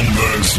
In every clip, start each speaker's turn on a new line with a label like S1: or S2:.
S1: this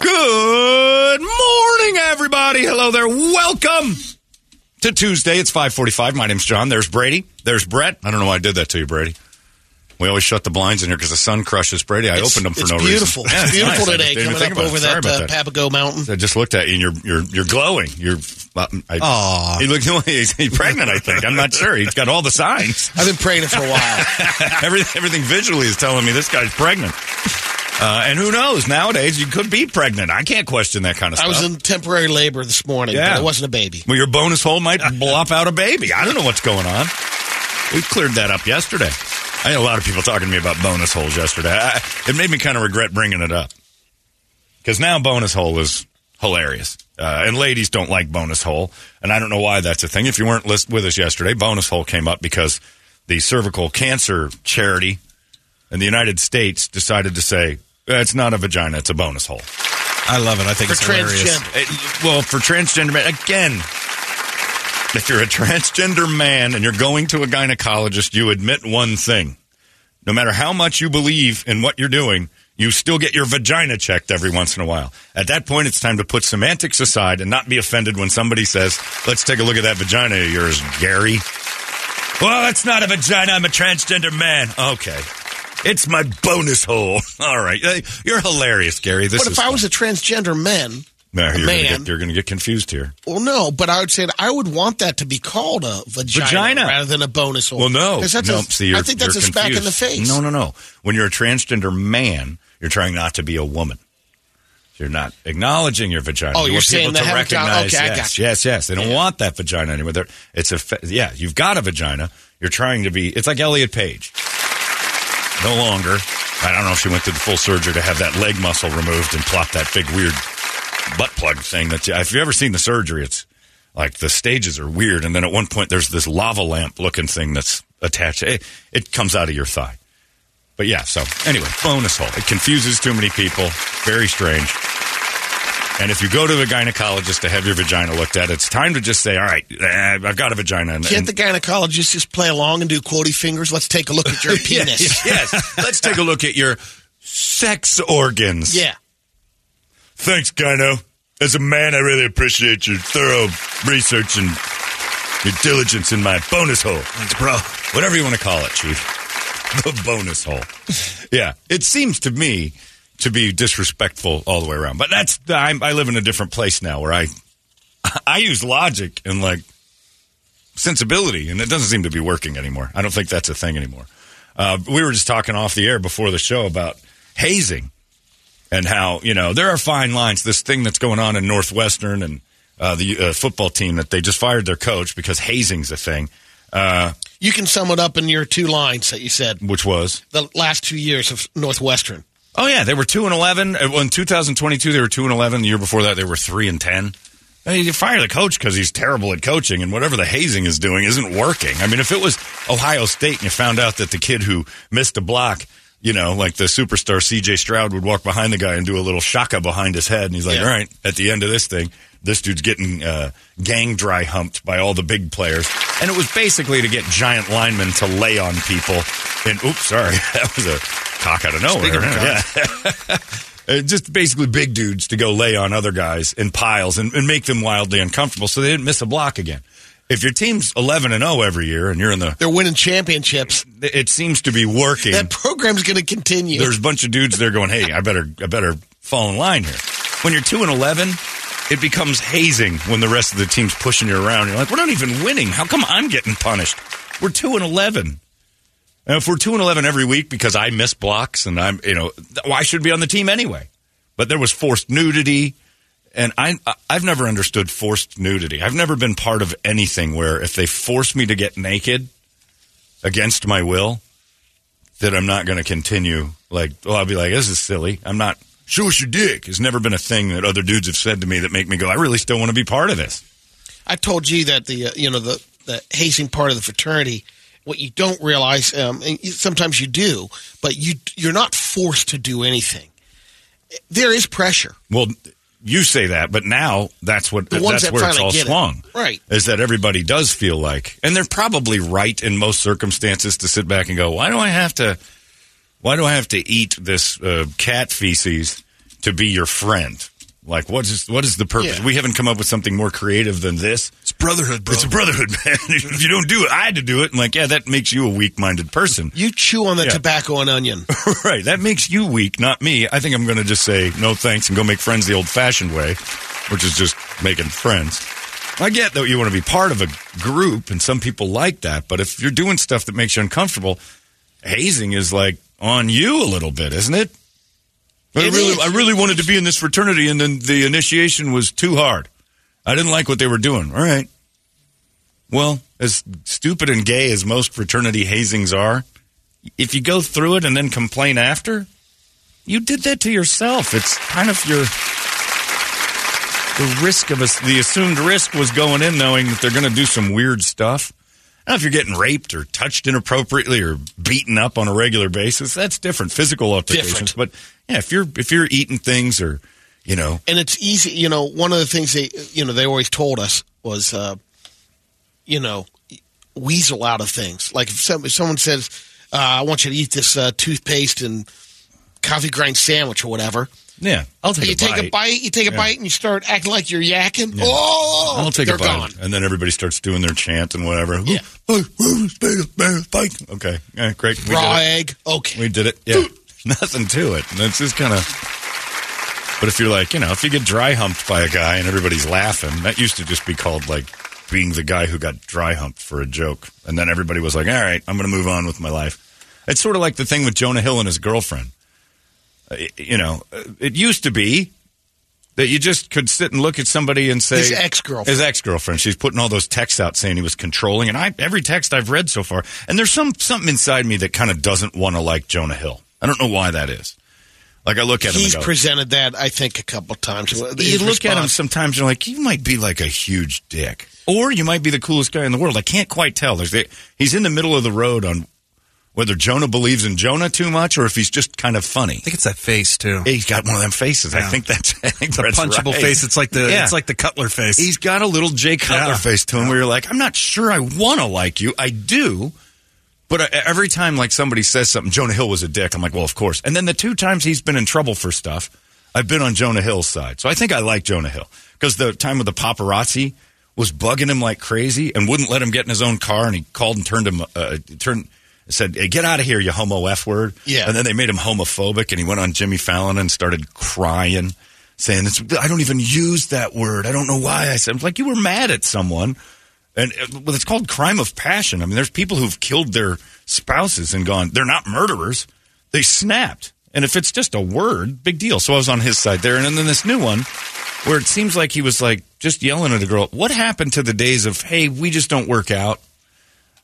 S2: Good morning, everybody. Hello there. Welcome to Tuesday. It's 545. My name's John. There's Brady. There's Brett. I don't know why I did that to you, Brady. We always shut the blinds in here because the sun crushes Brady. I
S3: It's-
S2: opened them for
S3: it's
S2: no
S3: beautiful.
S2: reason. Yeah,
S3: It's
S2: nice. I
S3: beautiful
S2: just
S3: today,
S2: didn't even
S3: coming
S2: think
S3: up
S2: about it.
S3: over
S2: Sorry
S3: that,
S2: about
S3: uh, Papago Mountain.
S2: I just looked at you and you're you're you're glowing. You're I,
S3: Aw.
S2: He looked he's, he's pregnant, I think. I'm not sure. He's got all the signs.
S3: I've been praying it for a while.
S2: everything, everything visually is telling me this guy's pregnant. Uh, and who knows? Nowadays, you could be pregnant. I can't question that kind of
S3: I
S2: stuff.
S3: was in temporary labor this morning,
S2: Yeah.
S3: but it wasn't a baby.
S2: well, your bonus hole might blop out a baby. I don't know what's going on. We cleared that up yesterday. I had a lot of people talking to me about bonus holes yesterday. I, it made me kind of regret bringing it up because now bonus hole is hilarious, uh, and ladies don't like bonus hole, and I don't know why that's a thing. If you weren't list- with us yesterday, bonus hole came up because the cervical cancer charity in the United States decided to say it's not a vagina, it's a bonus hole.
S4: I love it. I think
S3: For
S4: it's hilarious.
S3: transgender.
S2: It- well, for transgender men, again, if you're a transgender man and you're going to a gynecologist, you admit one thing. No matter how much you believe in what you're doing, you still get your vagina checked every once in a while. At that point, it's time to put semantics aside and not be offended when somebody says, let's take a look at that vagina of yours, Gary. Well, that's not a vagina. I'm a transgender man. Okay. It's my bonus hole. All right. Hey, You're hilarious, Gary. This
S3: but
S2: is
S3: if I
S2: fun.
S3: was a transgender man,
S2: No,
S3: a
S2: you're
S3: man,
S2: Gonna get, you're going to get confused here.
S3: well, no, but I would say that I would want that to be called a vagina,
S2: Vagina.
S3: rather than a bonus hole.
S2: Well, no,
S3: 'Cause that's
S2: no.
S3: a-
S2: see, you're,
S3: I think that's
S2: you're
S3: a smack in the
S2: confused.
S3: face.
S2: No, no, no. When you're a transgender man, you're trying not to be a woman. You're not acknowledging your vagina.
S3: Oh,
S2: You
S3: you're
S2: want
S3: saying
S2: people
S3: they
S2: to
S3: have a vagina?
S2: recognize.
S3: Okay, I
S2: yes,
S3: got you.
S2: yes, yes. They don't want that vagina anymore. They're, it's a fa- yeah. You've got a vagina. You're trying to be. It's like Elliot Page. No longer. I don't know if she went through the full surgery to have that leg muscle removed and plop that big weird butt plug thing. That you, if you've ever seen the surgery, it's like the stages are weird. And then at one point, there's this lava lamp looking thing that's attached. It, it comes out of your thigh. But yeah, so anyway, bonus hole. It confuses too many people. Very strange. And if you go to the gynecologist to have your vagina looked at, it's time to just say, all right, eh, I've got a vagina. And,
S3: Can't
S2: and-
S3: the gynecologist just play along and do quotey fingers? Let's take a look at your penis.
S2: yes, let's take a look at your sex organs.
S3: yeah.
S2: Thanks, Gyno. As a man, I really appreciate your thorough research and your diligence in my bonus hole. Thanks, bro. Whatever you want to call it, Chief. The bonus hole. yeah, it seems to me to be disrespectful all the way around. But that's I'm, I live in a different place now where I I use logic and like sensibility, and it doesn't seem to be working anymore. I don't think that's a thing anymore. Uh, we were just talking off the air before the show about hazing and how you know there are fine lines. This thing that's going on in Northwestern and uh, the uh, football team that they just fired their coach because hazing's a thing, Uh,
S3: You can sum it up in your two lines that you said.
S2: which was
S3: The last two years of Northwestern.
S2: oh yeah they were two and eleven Uh, well, in 2022 they were two and eleven. The year before that they were three and ten. Hey, You fire the coach because he's terrible at coaching, and whatever the hazing is doing isn't working. I mean, if it was Ohio State and you found out that the kid who missed a block, you know, like the superstar CJ Stroud would walk behind the guy and do a little shaka behind his head, and he's like,
S3: Yeah.
S2: all right, at the end of this thing, this dude's getting uh, gang dry humped by all the big players. And it was basically to get giant linemen to lay on people. And oops, sorry, that was a cock out of nowhere. Yeah. Uh, just basically big dudes to go lay on other guys in piles and, and make them wildly uncomfortable so they didn't miss a block again. If your team's 11 and 0 every year and you're in the,
S3: They're winning championships.
S2: it seems to be working.
S3: That program's going to continue.
S2: There's a bunch of dudes there going, hey, I better, I better fall in line here. When you're 2 and 11, it becomes hazing when the rest of the team's pushing you around. You're like, we're not even winning. How come I'm getting punished? We're 2 and 11. And if we're two and eleven every week because I miss blocks and I'm, you know, th- well, I should be on the team anyway. But there was forced nudity. And I, I- I've never understood forced nudity. I've never been part of anything where if they force me to get naked against my will, that I'm not going to continue. Like, well, I'll be like, this is silly. I'm not. Show us your dick. It's never been a thing that other dudes have said to me that make me go, I really still want to be part of this.
S3: I told you that the uh, you know the the hazing part of the fraternity. What you don't realize, um, and you- sometimes you do, but you you're not forced to do anything. There is pressure.
S2: Well, you say that, but now that's what
S3: The ones
S2: that's
S3: that
S2: where it's
S3: finally
S2: all
S3: get it.
S2: swung.
S3: Right.
S2: Is that everybody does feel like and they're probably right in most circumstances to sit back and go, "Why do I have to why do I have to eat this uh, cat feces to be your friend?" Like what is what is the purpose?
S3: Yeah.
S2: We haven't come up with something more creative than this.
S4: It's brotherhood, bro.
S2: It's a brotherhood, man. if you don't do it, I had to do it. And like, yeah, that makes you a weak-minded person.
S3: You chew on the
S2: Yeah.
S3: tobacco and onion.
S2: Right. That makes you weak, not me. I think I'm going to just say no thanks and go make friends the old fashioned way, which is just making friends. I get that you want to be part of a group, and some people like that, but if you're doing stuff that makes you uncomfortable, hazing is like on you a little bit, isn't it? But I
S3: It
S2: really,
S3: is.
S2: I really wanted to be in this fraternity, and then the initiation was too hard. I didn't like what they were doing. All right. Well, as stupid and gay as most fraternity hazings are, if you go through it and then complain after, you did that to yourself. It's kind of your the risk of us. The assumed risk was going in knowing that they're going to do some weird stuff. Now, if you're getting raped or touched inappropriately or beaten up on a regular basis, that's different. Physical altercations,
S3: Different.
S2: but yeah, if you're if you're eating things or you know,
S3: and it's easy. You know, one of the things they, you know, they always told us was, uh, you know, weasel out of things. Like if, some, if someone says, uh, "I want you to eat this uh, toothpaste and coffee grind sandwich or whatever,"
S2: yeah, I'll take
S3: you
S2: a
S3: take
S2: bite.
S3: a bite, you take a bite, and you start acting like you're yakking. Oh,
S2: I'll take
S3: they're
S2: a bite.
S3: gone.
S2: And then everybody starts doing their chant and whatever.
S3: Yeah.
S2: Okay. Yeah, great. We
S3: Raw
S2: did it.
S3: egg. Okay.
S2: We did it. Yeah. Nothing to it. And it's just kind of. But if you're like, you know, if you get dry humped by a guy and everybody's laughing, that used to just be called like being the guy who got dry humped for a joke. And then everybody was like, all right, I'm going to move on with my life. It's sort of like the thing with Jonah Hill and his girlfriend. Uh, y- You know, uh, it used to be that you just could sit and look at somebody and say
S3: His ex-girlfriend.
S2: His ex girlfriend. She's putting all those texts out saying he was controlling, and I every text I've read so far, and there's some something inside me that kind of doesn't want to like Jonah Hill. I don't know why that is. Like I look at him,
S3: He's
S2: and go,
S3: presented that I think a couple times.
S2: you
S3: His
S2: look at him
S3: response-
S2: sometimes, you're like, you might be like a huge dick, or you might be the coolest guy in the world. I can't quite tell. There's the, he's in the middle of the road on whether Jonah believes in Jonah too much, or if he's just kind of funny.
S4: I think it's that face too.
S2: He's got one of them faces. I
S4: Yeah.
S2: think that's I think
S4: It's a
S2: that's
S4: punchable
S2: right.
S4: face. It's like the
S2: Yeah.
S4: it's like the Cutler face.
S2: He's got a little Jay Cutler
S4: Yeah.
S2: face to him where you're like, I'm not sure I want to like you. I do. But I, every time like somebody says something, Jonah Hill was a dick. I'm like, well, of course. And then the two times he's been in trouble for stuff, I've been on Jonah Hill's side. So I think I like Jonah Hill because the time with the paparazzi was bugging him like crazy and wouldn't let him get in his own car. And he called and turned him, uh, turned, said, hey, get out of here, you homo F word.
S3: Yeah.
S2: And then they made him homophobic and he went on Jimmy Fallon and started crying, saying, it's, I don't even use that word. I don't know why I said, like, you were mad at someone. And uh, well, it's called crime of passion. I mean, there's people who've killed their spouses and gone, they're not murderers. They snapped. And if it's just a word, big deal. So I was on his side there. And then this new one where it seems like he was like just yelling at a girl. What happened to the days of, hey, we just don't work out?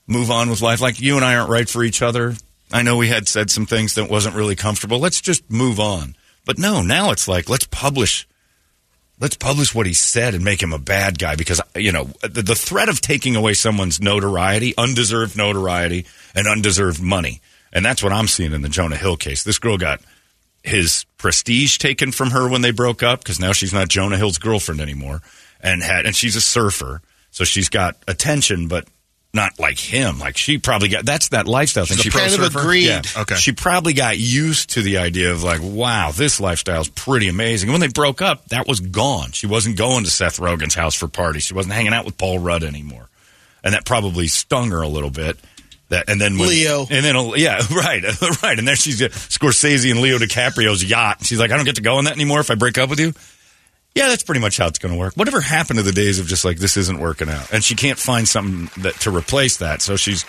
S2: move on with life. Like you and I aren't right for each other. I know we had said some things that wasn't really comfortable. Let's just move on. But no, now it's like let's publish let's publish what he said and make him a bad guy because you know the, the threat of taking away someone's notoriety, undeserved notoriety and undeserved money. And that's what I'm seeing in the Jonah Hill case. This girl got his prestige taken from her when they broke up because now she's not Jonah Hill's girlfriend anymore, and had and she's a surfer, so she's got attention, but not like him. Like she probably got that's that lifestyle thing.
S3: She's
S2: She
S3: a kind
S2: pro-
S3: of agreed.
S2: Yeah,
S4: Okay.
S2: She probably got used to the idea of like, wow, this lifestyle's pretty amazing. When they broke up, that was gone. She wasn't going to Seth Rogen's house for parties. She wasn't hanging out with Paul Rudd anymore, and that probably stung her a little bit. That and then when,
S3: Leo.
S2: and then yeah, right, right. And there she's at Scorsese and Leo DiCaprio's yacht. She's like, I don't get to go on that anymore if I break up with you. Yeah, that's pretty much how it's going to work. Whatever happened to the days of just like this isn't working out, and she can't find something that to replace that, so she's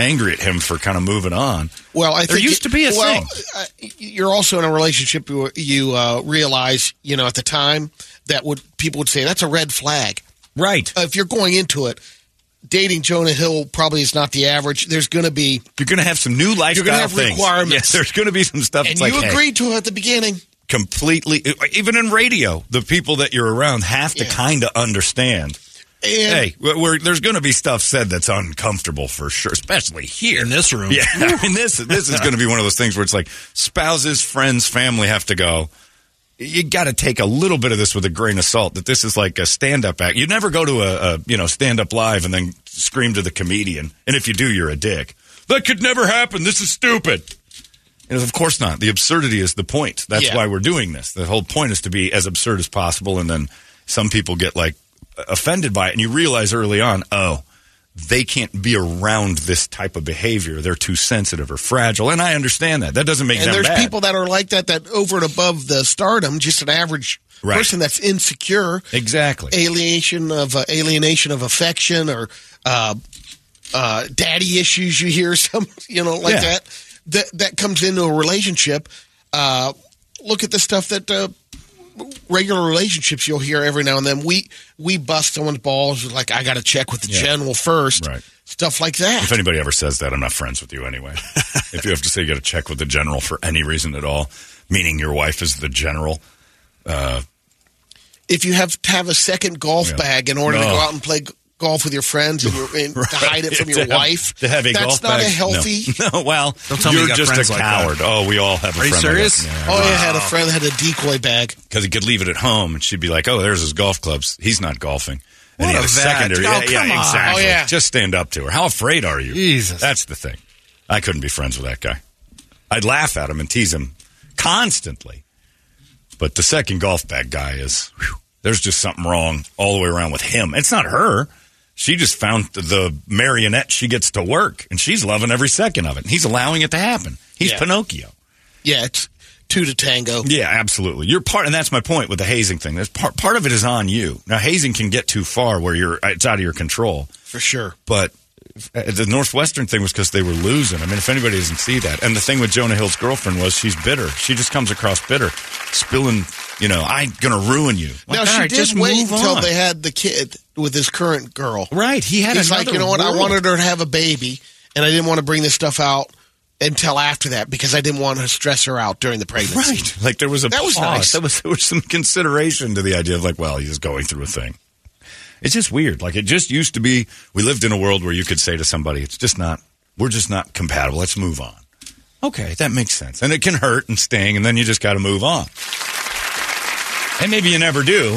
S2: angry at him for kind of moving on.
S3: Well, I
S2: There
S3: think
S2: used to be a
S3: well,
S2: thing.
S3: I- You're also in a relationship where you uh, realize, you know, at the time that would people would say that's a red flag.
S2: Right.
S3: Uh, if you're going into it, dating Jonah Hill probably is not the average. There's going to be,
S2: You're going to have some new lifestyle
S3: gonna have
S2: things.
S3: requirements.
S2: Yes, there's going to be some stuff.
S3: and
S2: it's like,
S3: you
S2: hey,
S3: agreed to it at the beginning.
S2: completely, even in radio, the people that you're around have to
S3: Yeah.
S2: kind of understand.
S3: And
S2: hey, we're, we're, there's going to be stuff said that's uncomfortable for sure, especially here
S4: in this room.
S2: Yeah, I mean this this is going to be one of those things where it's like spouses, friends, family have to go. You got to take a little bit of this with a grain of salt. That this is like a stand up act. You never go to a, a you know stand up live and then scream to the comedian. And if you do, you're a dick. That could never happen. This is stupid. And of course not. The absurdity is the point. That's
S3: Yeah.
S2: why we're doing this. The whole point is to be as absurd as possible. And then some people get like offended by it, and you realize early on, oh, they can't be around this type of behavior. They're too sensitive or fragile. And I understand that. That doesn't make
S3: and
S2: them
S3: there's
S2: bad.
S3: people that are like that that over and above the stardom just an average
S2: Right.
S3: person that's insecure
S2: exactly.
S3: alienation of uh, alienation of affection or uh, uh, daddy issues you hear some you know like
S2: Yeah.
S3: that that that comes into a relationship uh, look at the stuff that uh, regular relationships you'll hear every now and then we we bust someone's balls with, like I got to check with the general first
S2: Right.
S3: stuff like that
S2: If anybody ever says that, I'm not friends with you anyway. if you have to say you got to check with the general for any reason at all, meaning your wife is the general, uh,
S3: if you have to have a second golf
S2: Yeah.
S3: bag in order to
S2: No.
S3: go out and play g- golf with your friends and, your, and to hide it from
S2: To
S3: your
S2: have-
S3: wife,
S2: to have a
S3: that's
S2: golf
S3: not
S2: bag.
S3: a healthy.
S2: No, no well,
S4: Don't tell me
S2: you're
S4: you got
S2: just
S4: friends
S2: a
S4: like that.
S2: coward. oh, we all have a
S4: Are you
S2: friend.
S4: serious?
S3: Oh, yeah, I had a friend that had a decoy bag.
S2: Because he could leave it at home, and she'd be like, "Oh, there's his golf clubs. He's not golfing." And
S4: What
S2: he had
S4: a
S2: a
S4: vet.
S2: secondary.
S4: Oh,
S2: yeah,
S4: come on.
S2: yeah, exactly.
S3: Oh, yeah.
S2: Just stand up to her. How afraid are you?
S4: Jesus.
S2: That's the thing. I couldn't be friends with that guy. I'd laugh at him and tease him constantly. But the second golf bag guy is whew, there's just something wrong all the way around with him. It's not her. She just found the marionette she gets to work, and she's loving every second of it. And he's allowing it to happen. He's
S3: Yeah.
S2: Pinocchio.
S3: Yeah, it's two to tango.
S2: Yeah, absolutely. You're part, and that's my point with the hazing thing. That's part. Part of it is on you. Now, hazing can get too far where you're it's out of your control.
S3: for sure.
S2: But uh, the Northwestern thing was because they were losing. I mean, if anybody doesn't see that, and the thing with Jonah Hill's girlfriend was she's bitter. She just comes across bitter, spilling. You know, I'm gonna ruin you. Like,
S3: now
S2: all
S3: she
S2: right,
S3: did
S2: just
S3: wait
S2: move
S3: until
S2: on.
S3: they had the kid with his current girl.
S2: right. He had.
S3: He's like,
S2: another
S3: you know what? I
S2: world.
S3: wanted her to have a baby, and I didn't want to bring this stuff out until after that because I didn't want to stress her out during the pregnancy.
S2: Right. Like there was a
S3: That was
S2: pause.
S3: nice.
S2: That was there was some consideration to the idea of like, well, he's going through a thing. It's just weird. Like it just used to be we lived in a world where you could say to somebody, it's just not we're just not compatible. Let's move on. Okay, that makes sense. And it can hurt and sting and then you just got to move on. And maybe you never do.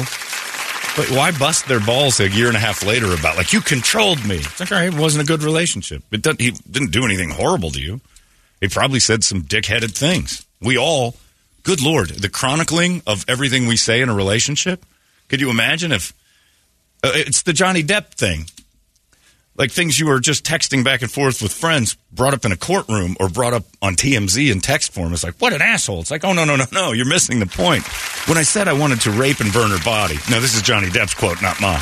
S2: But why bust their balls a year and a half later about like you controlled me? It's like, all right, it wasn't a good relationship. It doesn't, he didn't do anything horrible to you. He probably said some dickheaded things. We all, good lord, the chronicling of everything we say in a relationship. Could you imagine if uh, it's the Johnny Depp thing? Like things you were just texting back and forth with friends, brought up in a courtroom or brought up on TMZ in text form. It's like, what an asshole. It's like, oh, no, no, no, no. You're missing the point. When I said I wanted to rape and burn her body. Now, this is Johnny Depp's quote, not mine.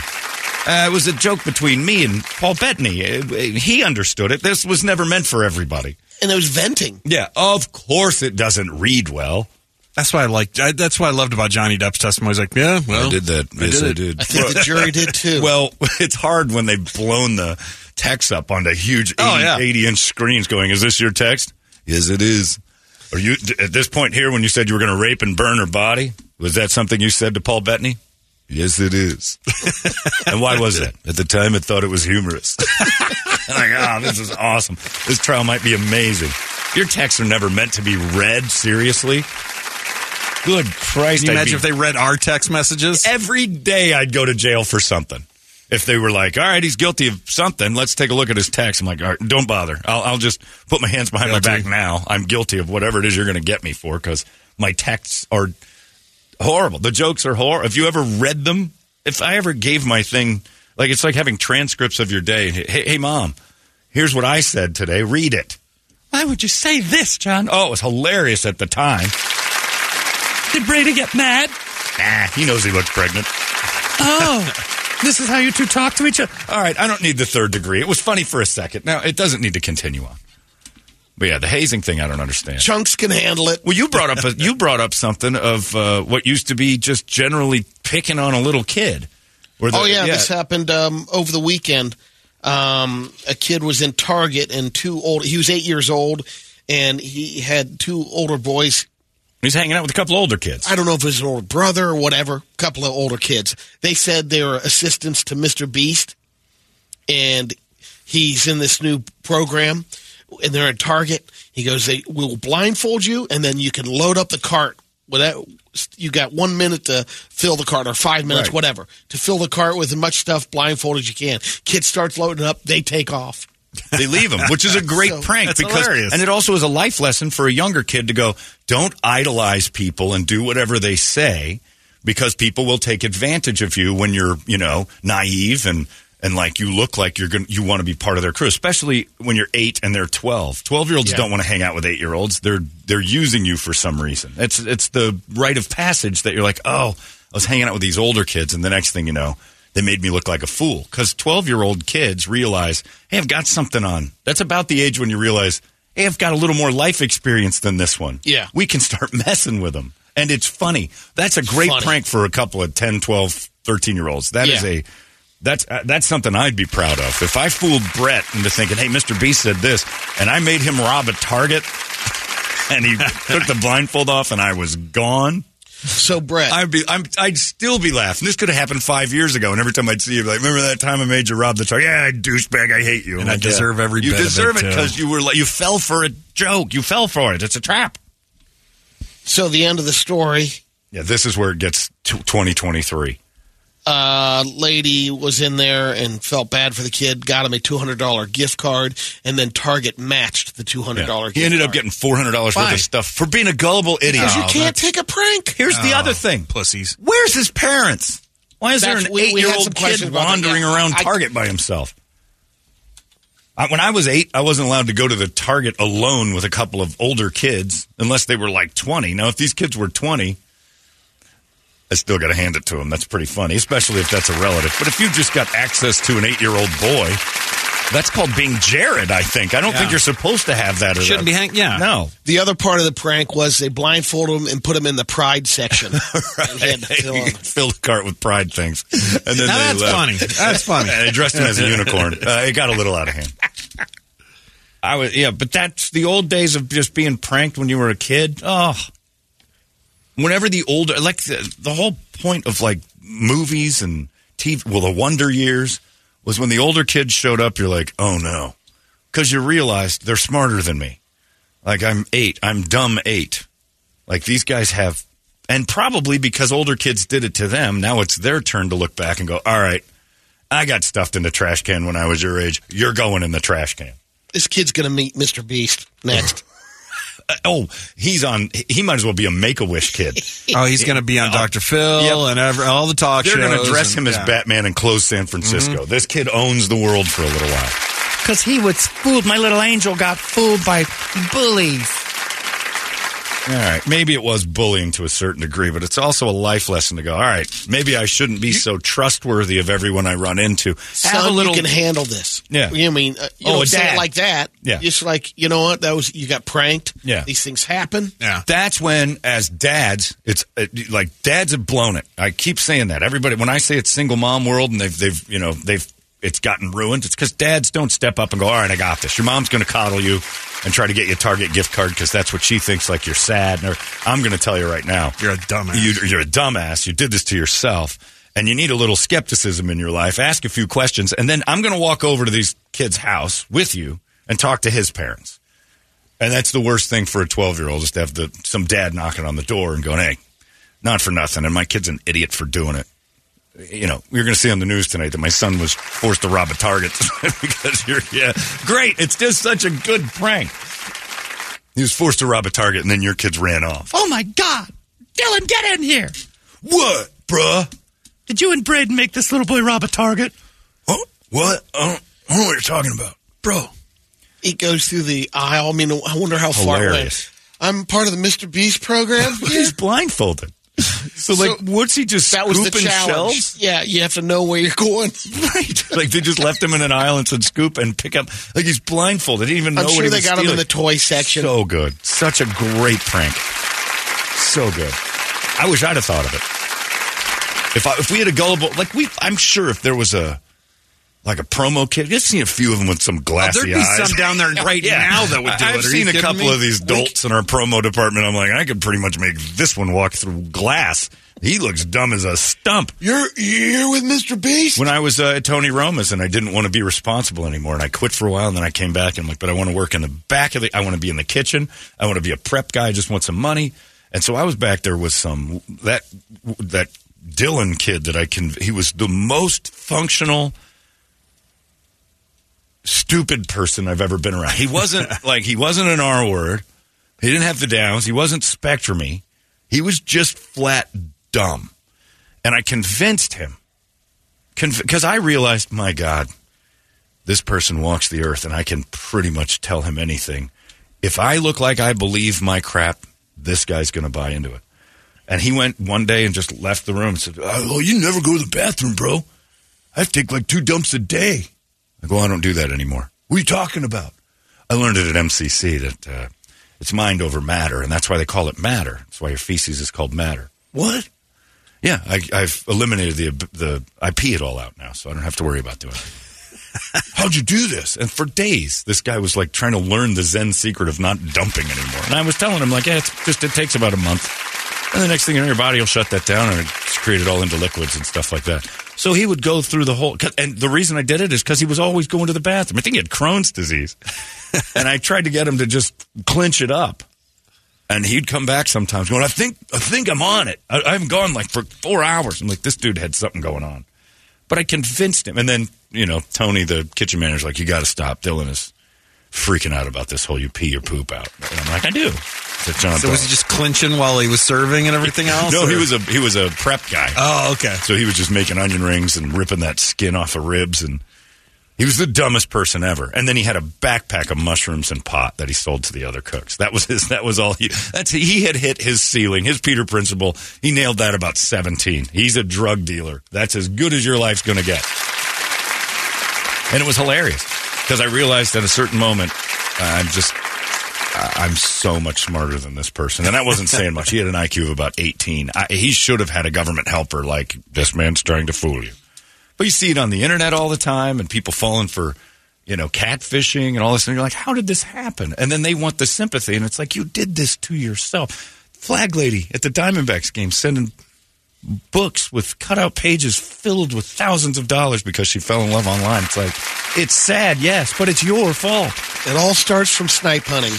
S2: Uh, it was a joke between me and Paul Bettany. Uh, uh, he understood it. This was never meant for everybody.
S3: And it was venting.
S2: Yeah, of course it doesn't read well.
S4: That's why I liked. I, that's what I loved about Johnny Depp's testimony. He's like, yeah, well,
S2: that.
S4: I Yes, did I it.
S3: I think the jury did too.
S2: Well, it's hard when they've blown the text up onto huge 80,
S4: Oh, yeah.
S2: 80 inch screens going, is this your text? Yes, it is. Are you d- at this point here when you said you were going to rape and burn her body? Was that something you said to Paul Bettany? Yes, it is. and why was that? At the time, I thought it was humorous. like, ah, this is awesome. This trial might be amazing. Your texts are never meant to be read seriously. Good Christ!
S4: Can you
S2: I'd
S4: imagine
S2: be
S4: if they read our text messages?
S2: every day I'd go to jail for something. If they were like, all right, he's guilty of something, let's take a look at his text. I'm like, all right, don't bother. I'll, I'll just put my hands behind my
S4: Guilty.
S2: back now. I'm guilty of whatever it is you're going to get me for because my texts are horrible. The jokes are horrible. If you ever read them, if I ever gave my thing, like it's like having transcripts of your day. Hey, hey mom, here's what I said today. Read it. Why would you say this, John? Oh, it was hilarious at the time.
S5: Oh
S2: Did Brady get mad? Nah, he knows he looks pregnant. Oh, This is how you two talk to each other. All right, I don't need the third degree. It was funny for a second. Now it doesn't need to continue on. But yeah, the hazing thing, I don't understand.
S3: Chunks can handle it.
S2: Well, you brought up a, you brought up something of uh, what used to be just generally picking on a little kid. Where the-
S3: Oh yeah, this happened um, over the weekend. Um, a kid was in Target and two old. He was eight years old, and he had two older boys.
S2: he's hanging out with a couple older kids.
S3: I don't know if it was an older brother or whatever. Couple of older kids. They said they were assistants to Mr. Beast, and he's in this new program. And they're at Target. He goes, "They we will blindfold you, and then you can load up the cart. Without you got one minute to fill the cart, or five minutes,
S2: Right.
S3: whatever, to fill the cart with as much stuff blindfolded as you can." Kid starts loading up. They take off.
S2: They leave him, which is a great
S3: So-
S2: prank
S4: That's
S2: because,
S4: hilarious.
S2: and it also is a life lesson for a younger kid to go, don't idolize people and do whatever they say because people will take advantage of you when you're, you know, naive and, and like you look like you're going to you want to be part of their crew, especially when you're eight and they're 12. 12 year olds don't want to hang out with eight year olds. They're, they're using you for some reason. It's, it's the rite of passage that you're like, oh, I was hanging out with these older kids. And the next thing you know, they made me look like a fool because 12 year old kids realize, hey, I've got something on. That's about the age when you realize, hey, I've got a little more life experience than this one.
S3: Yeah.
S2: We can start messing with them. And it's funny. That's a great
S3: Funny.
S2: prank for a couple of 10, 12, 13 year olds. That is
S3: Yeah.
S2: a. That's uh, that's something I'd be proud of. If I fooled Brett into thinking, "Hey, Mr. B said this," and I made him rob a Target, and he took the blindfold off, and I was gone.
S3: So Brett,
S2: I'd be, I'm, I'd still be laughing. This could have happened five years ago, and every time I'd see you, I'd be like, remember that time I made you rob the truck? Yeah, douchebag, I hate you.
S4: And I deserve every
S2: You
S4: bit of it,
S2: deserve it
S4: too.
S2: because you were like, you fell for a joke. You fell for it. It's a trap.
S3: so the end of the story.
S2: Yeah, this is where it gets to 2023.
S3: uh, lady was in there and felt bad for the kid, got him a two hundred dollar gift card, and then Target matched the two hundred dollar.
S2: He ended up getting four hundred dollars worth
S4: Why?
S2: of stuff for being a gullible idiot. Oh,
S3: because you can't
S4: that's-
S3: take a prank.
S2: Here's the
S4: Oh,
S2: other thing.
S4: pussies.
S2: Where's his parents? Why is
S3: That's-
S2: there an
S3: we- we had some
S2: eight-year-old
S3: questions
S2: kid
S3: about that.
S2: wandering
S3: Yeah,
S2: around
S3: I-
S2: Target by himself? I, when I was eight, I wasn't allowed to go to the Target alone with a couple of older kids unless they were like 20. Now, if these kids were 20, I still got to hand it to them. That's pretty funny, especially if that's a relative. But if you just got access to an eight-year-old boy, that's called being Jared, I think. I don't
S4: Yeah.
S2: think you're supposed to have that. as
S4: Shouldn't
S2: a-
S4: be hang- yeah.
S2: No.
S3: The other part of the prank was they blindfolded him and put him in the pride section. and he had to fill
S2: You
S3: 'em.
S2: fill the cart with pride things. And then
S4: Now
S2: they
S4: that's
S2: left.
S4: funny. That's funny.
S2: And I dressed him as a unicorn. Uh, it got a little out of hand. I was yeah, but that's the old days of just being pranked when you were a kid. Oh, whenever the older like the, the whole point of like movies and TV, well, the Wonder Years was when the older kids showed up. You're like, oh no, because you realized they're smarter than me. Like I'm eight, I'm dumb eight. Like these guys have, and probably because older kids did it to them. Now it's their turn to look back and go, all right. I got stuffed in the trash can when I was your age. You're going in the trash can.
S3: This kid's gonna meet Mr. Beast next.
S2: Uh, oh, he's on. He might as well be a Make a Wish kid.
S4: Oh, he's going to be on Dr. Phil
S2: Yep.
S4: and ever, all the talk
S2: They're
S4: shows.
S2: going to dress
S4: and-
S2: him as
S4: yeah. Mm-hmm.
S2: Batman and close San Francisco. This kid owns the world for a little while. Because he was fooled. My little angel got fooled by bullies. All right. Maybe it was bullying to a certain degree, but it's also a life lesson to go, all right, maybe I shouldn't be so trustworthy of everyone I run into.
S3: Son, you can handle this.
S2: Yeah.
S3: you know, I mean, uh, you
S2: Oh, a
S3: don't say
S2: dad.
S3: it like that.
S2: Yeah.
S3: just like you know what that was. You got pranked.
S2: Yeah.
S3: these things happen.
S4: Yeah.
S2: That's when, as dads, it's uh, like dads have blown it. I keep saying that. Everybody, when I say it's single mom world and they've, they've, you know, they've, it's gotten ruined. It's because dads don't step up and go, all right, I got this. Your mom's going to coddle you and try to get you a Target gift card because that's what she thinks like you're sad. And her- I'm going to tell you right now.
S4: You're a dumbass.
S2: You, you're a dumbass. You did this to yourself. And you need a little skepticism in your life. Ask a few questions. And then I'm going to walk over to these kids' house with you and talk to his parents. And that's the worst thing for a 12 year old is to have the, some dad knocking on the door and going, hey, not for nothing. And my kid's an idiot for doing it. You know, you're going to see on the news tonight that my son was forced to rob a Target because you're, yeah, great. It's just such a good prank. He was forced to rob a Target and then your kids ran off.
S6: Oh my God! Dylan, get in here!
S2: What, bruh?
S6: Did you and Braden make this little boy rob a target?
S2: What? what? I, don't, I don't know what you're talking about. Bro.
S3: He goes through the aisle. I mean, I wonder how far it
S2: Hilarious.
S3: went. I'm part of the Mr. Beast program.
S2: He's blindfolded. So, like, what's he just
S3: That was the
S2: scooping
S3: challenge.
S2: shells?
S3: Yeah, you have to know where you're going.
S2: Right. Like they just left him in an aisle and said scoop and pick up. Like he's blindfolded. He didn't even know
S3: I'm
S2: what
S3: sure
S2: he
S3: they
S2: was
S3: got them in
S2: stealing.
S3: the toy section.
S2: So good. Such a great prank. So good. I wish I'd have thought of it. If I, if we had a gullible like we, I'm sure if there was a like a promo kit, you've seen a few of them with some glassy
S4: Oh, There'd be
S2: eyes.
S4: some down there right now that would do
S2: I-
S4: it. Are
S2: I've
S4: you
S2: seen a
S4: kidding
S2: couple
S4: me?
S2: of these dolts in our promo department. I'm like, I could pretty much make this one walk through glass. He looks dumb as a stump.
S3: You're you're with Mr. Beast.
S2: When I was uh, at Tony Roma's and I didn't want to be responsible anymore, and I quit for a while, and then I came back and I'm like, but I want to work in the back of the, I want to be in the kitchen, I want to be a prep guy, I just want some money, and so I was back there with some that that Dylan kid that I can, he was the most functional. Stupid person I've ever been around. He wasn't like he wasn't an R word. He didn't have the downs. He wasn't spectrumy. He was just flat dumb. And I convinced him because I realized, my God, this person walks the earth, and I can pretty much tell him anything. If I look like I believe my crap, this guy's going to buy into it. And he went one day and just left the room and said, "Oh, well, you never go to the bathroom, bro. I have to take like two dumps a day." I go, "I don't do that anymore." What are you talking about? I learned it at MCC that uh, it's mind over matter, and that's why they call it matter. That's why your feces is called matter. What? Yeah, I, I've eliminated the the I pee it all out now, so I don't have to worry about doing it. How'd you do this? And for days, this guy was like trying to learn the Zen secret of not dumping anymore. And I was telling him like, yeah, it's just it takes about a month, and the next thing you know, your body will shut that down and it's created all into liquids and stuff like that. So he would go through the whole. 'cause- And the reason I did it is because he was always going to the bathroom. I think he had Crohn's disease, and I tried to get him to just clinch it up and he'd come back sometimes going, I think, I think I'm on it. I, I haven't gone like for four hours. I'm like, this dude had something going on. But I convinced him. And then, you know, Tony, the kitchen manager's like, you got to stop. Dylan is freaking out about this whole you pee your poop out. And I'm like, I do. So, John
S4: So was he
S2: Doe.
S4: just clinching while he was serving and everything else?
S2: no, he
S4: or-
S2: was a he was a prep guy.
S4: Oh, okay.
S2: So he was just making onion rings and ripping that skin off of ribs, and he was the dumbest person ever. And then he had a backpack of mushrooms and pot that he sold to the other cooks. That was his. That was all he. That's he had hit his ceiling. His Peter Principle. He nailed that about seventeen. He's a drug dealer. That's as good as your life's going to get. And it was hilarious because I realized at a certain moment, uh, I'm just. I- I'm so much smarter than this person. And I wasn't saying much. He had an IQ of about 18. I, he should have had a government helper like, this man's trying to fool you. But you see it on the internet all the time and people falling for, you know, catfishing and all this. And you're like, how did this happen? And then they want the sympathy. And it's like, you did this to yourself. Flag lady at the Diamondbacks game sending books with cutout pages filled with thousands of dollars because she fell in love online. It's like, it's sad, yes, but it's your fault.
S3: It all starts from snipe hunting.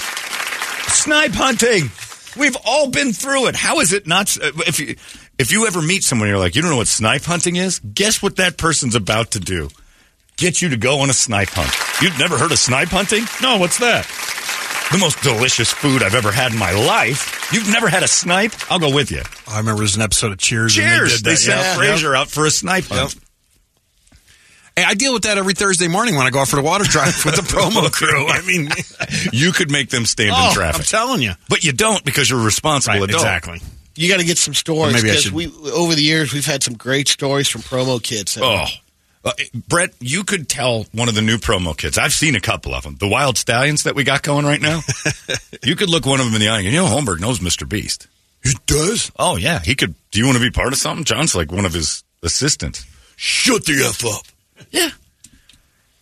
S2: Snipe hunting. We've all been through it. How is it not? uh, If you, if you ever meet someone, and you're like, you don't know what snipe hunting is. Guess what that person's about to do? Get you to go on a snipe hunt. You've never heard of snipe hunting? No, what's that? The most delicious food I've ever had in my life. You've never had a snipe? I'll go with you.
S4: I remember there was an episode of Cheers. and
S2: Cheers. They,
S4: did that,
S2: sent
S4: yeah.
S2: Fraser out for a snipe hunt.
S4: Hey, I deal with that every Thursday morning when I go out for the water drive with the promo crew. I mean,
S2: You could make them stand
S4: oh,
S2: in traffic,
S4: I'm telling you,
S2: but you don't because you're a responsible
S4: Right,
S2: adult.
S4: exactly.
S3: You got to get some stories
S4: Maybe I
S3: because
S4: should-
S3: we over the years we've had some great stories from promo kids.
S2: Oh. Uh, Brett, you could tell one of the new promo kids. I've seen a couple of them. The Wild Stallions that we got going right now. you could look one of them in the eye and go, you know, Holmberg knows Mr. Beast. He does? Oh, yeah. He could. Do you want to be part of something? John's like one of his assistants. Shut the F up. Yeah.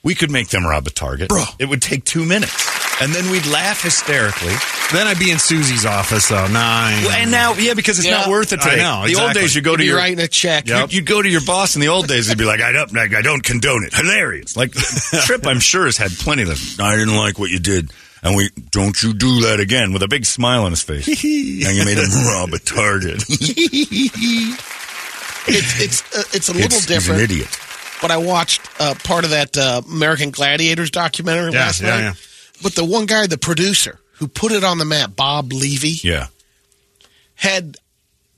S2: We could make them rob a target.
S4: Bro.
S2: It would take two minutes. And then we'd laugh hysterically.
S4: then I'd be in Susie's office though. Nine.
S2: Well, and now, yeah, because it's
S3: Yeah.
S2: not worth it
S4: I
S2: today.
S4: know,
S2: The old
S4: exactly.
S2: days, you go to
S3: You're
S2: your
S3: writing a check.
S2: you- You'd go to your boss in the old days and be like, I don't, like, I don't condone it. Hilarious. Like, Trip, I'm sure, has had plenty of them. I didn't like what you did. And we, don't you do that again with a big smile on his face. and you made him rob a target.
S3: It's it's uh, it's a little
S2: It's- he's an
S3: different.
S2: idiot.
S3: But I watched uh, part of that uh, American Gladiators documentary
S4: Yeah,
S3: last
S4: yeah,
S3: night.
S4: yeah.
S3: But the one guy, the producer who put it on the map, Bob Levy,
S2: Yeah.
S3: had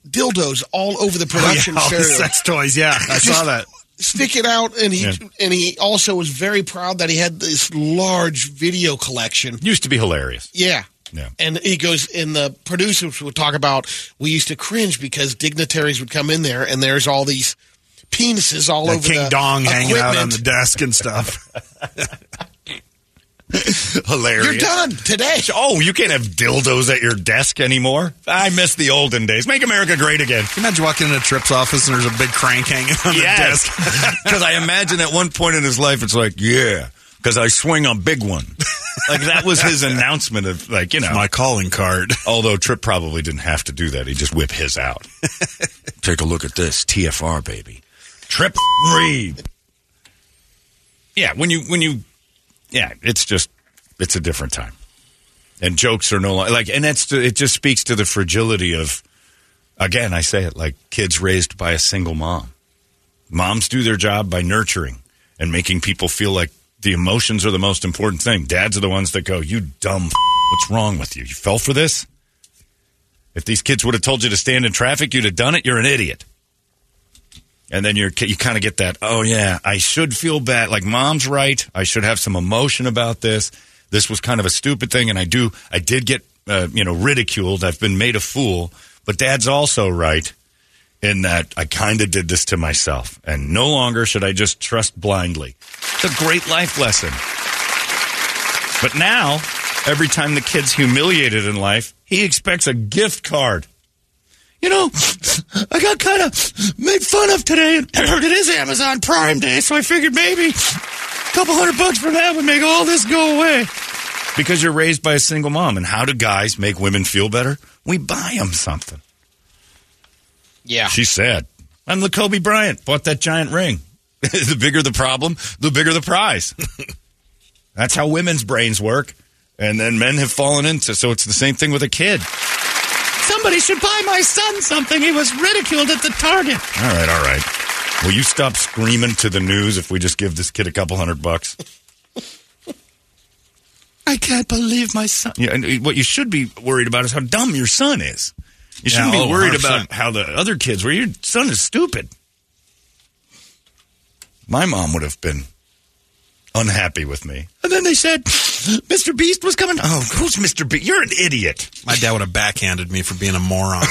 S3: dildos all over the production
S4: Oh, all the
S3: stereo.
S4: sex toys. Yeah, I saw that.
S3: stick it out, and he
S2: Yeah.
S3: and he also was very proud that he had this large video collection.
S2: Used to be hilarious.
S3: Yeah,
S2: Yeah.
S3: And he goes, and the producers would talk about we used to cringe because dignitaries would come in there, and there's all these penises all
S7: That
S3: over
S7: King
S3: the
S7: Dong hanging out on the
S3: equipment.
S7: desk and stuff.
S2: Hilarious.
S3: You're done today.
S2: Oh, you can't have dildos at your desk anymore. I miss the olden days. Make America great again.
S4: Can you imagine walking into Tripp's office and there's a big crank hanging on the desk?
S2: Because I imagine at one point in his life, it's like, yeah, because I swing a big one. like that was his announcement of like you know
S7: My calling card.
S2: Although Tripp probably didn't have to do that. He just whip his out. Take a look at this TFR baby. Trip Reeb. Yeah, when you when you yeah, it's just it's a different time. And jokes are no longer like and that's it just speaks to the fragility of again, I say it like kids raised by a single mom. Moms do their job by nurturing and making people feel like the emotions are the most important thing. Dads are the ones that go, "You dumb, f- what's wrong with you? You fell for this." If these kids would have told you to stand in traffic, you'd have done it. You're an idiot. And then you're, you kind of get that, oh, yeah, I should feel bad. Like, mom's right. I should have some emotion about this. This was kind of a stupid thing. And I do, I did get, uh, you know, ridiculed. I've been made a fool. But dad's also right in that I kind of did this to myself. And no longer should I just trust blindly. It's a great life lesson. But now, every time the kid's humiliated in life, he expects a gift card. You know, I got kind of made fun of today, and it is Amazon Prime Day, so I figured maybe a couple hundred bucks for that would make all this go away. Because you're raised by a single mom, and how do guys make women feel better? We buy them something.
S3: Yeah.
S2: She said, I'm the Kobe Bryant, bought that giant ring. the bigger the problem, the bigger the prize. That's how women's brains work. And then men have fallen into so it's the same thing with a kid.
S6: Somebody should buy my son something. He was ridiculed at the Target.
S2: All right, all right. Will you stop screaming to the news if we just give this kid a couple hundred bucks?
S6: I can't believe my son.
S2: Yeah, and what you should be worried about is how dumb your son is. You shouldn't
S4: Yeah, oh,
S2: be worried
S4: 100%.
S2: about how the other kids were. Your son is stupid. My mom would have been unhappy with me. And then they said, Mr. Beast was coming. Oh, who's Mr. Beast? You're an idiot.
S4: My dad would have backhanded me for being a moron.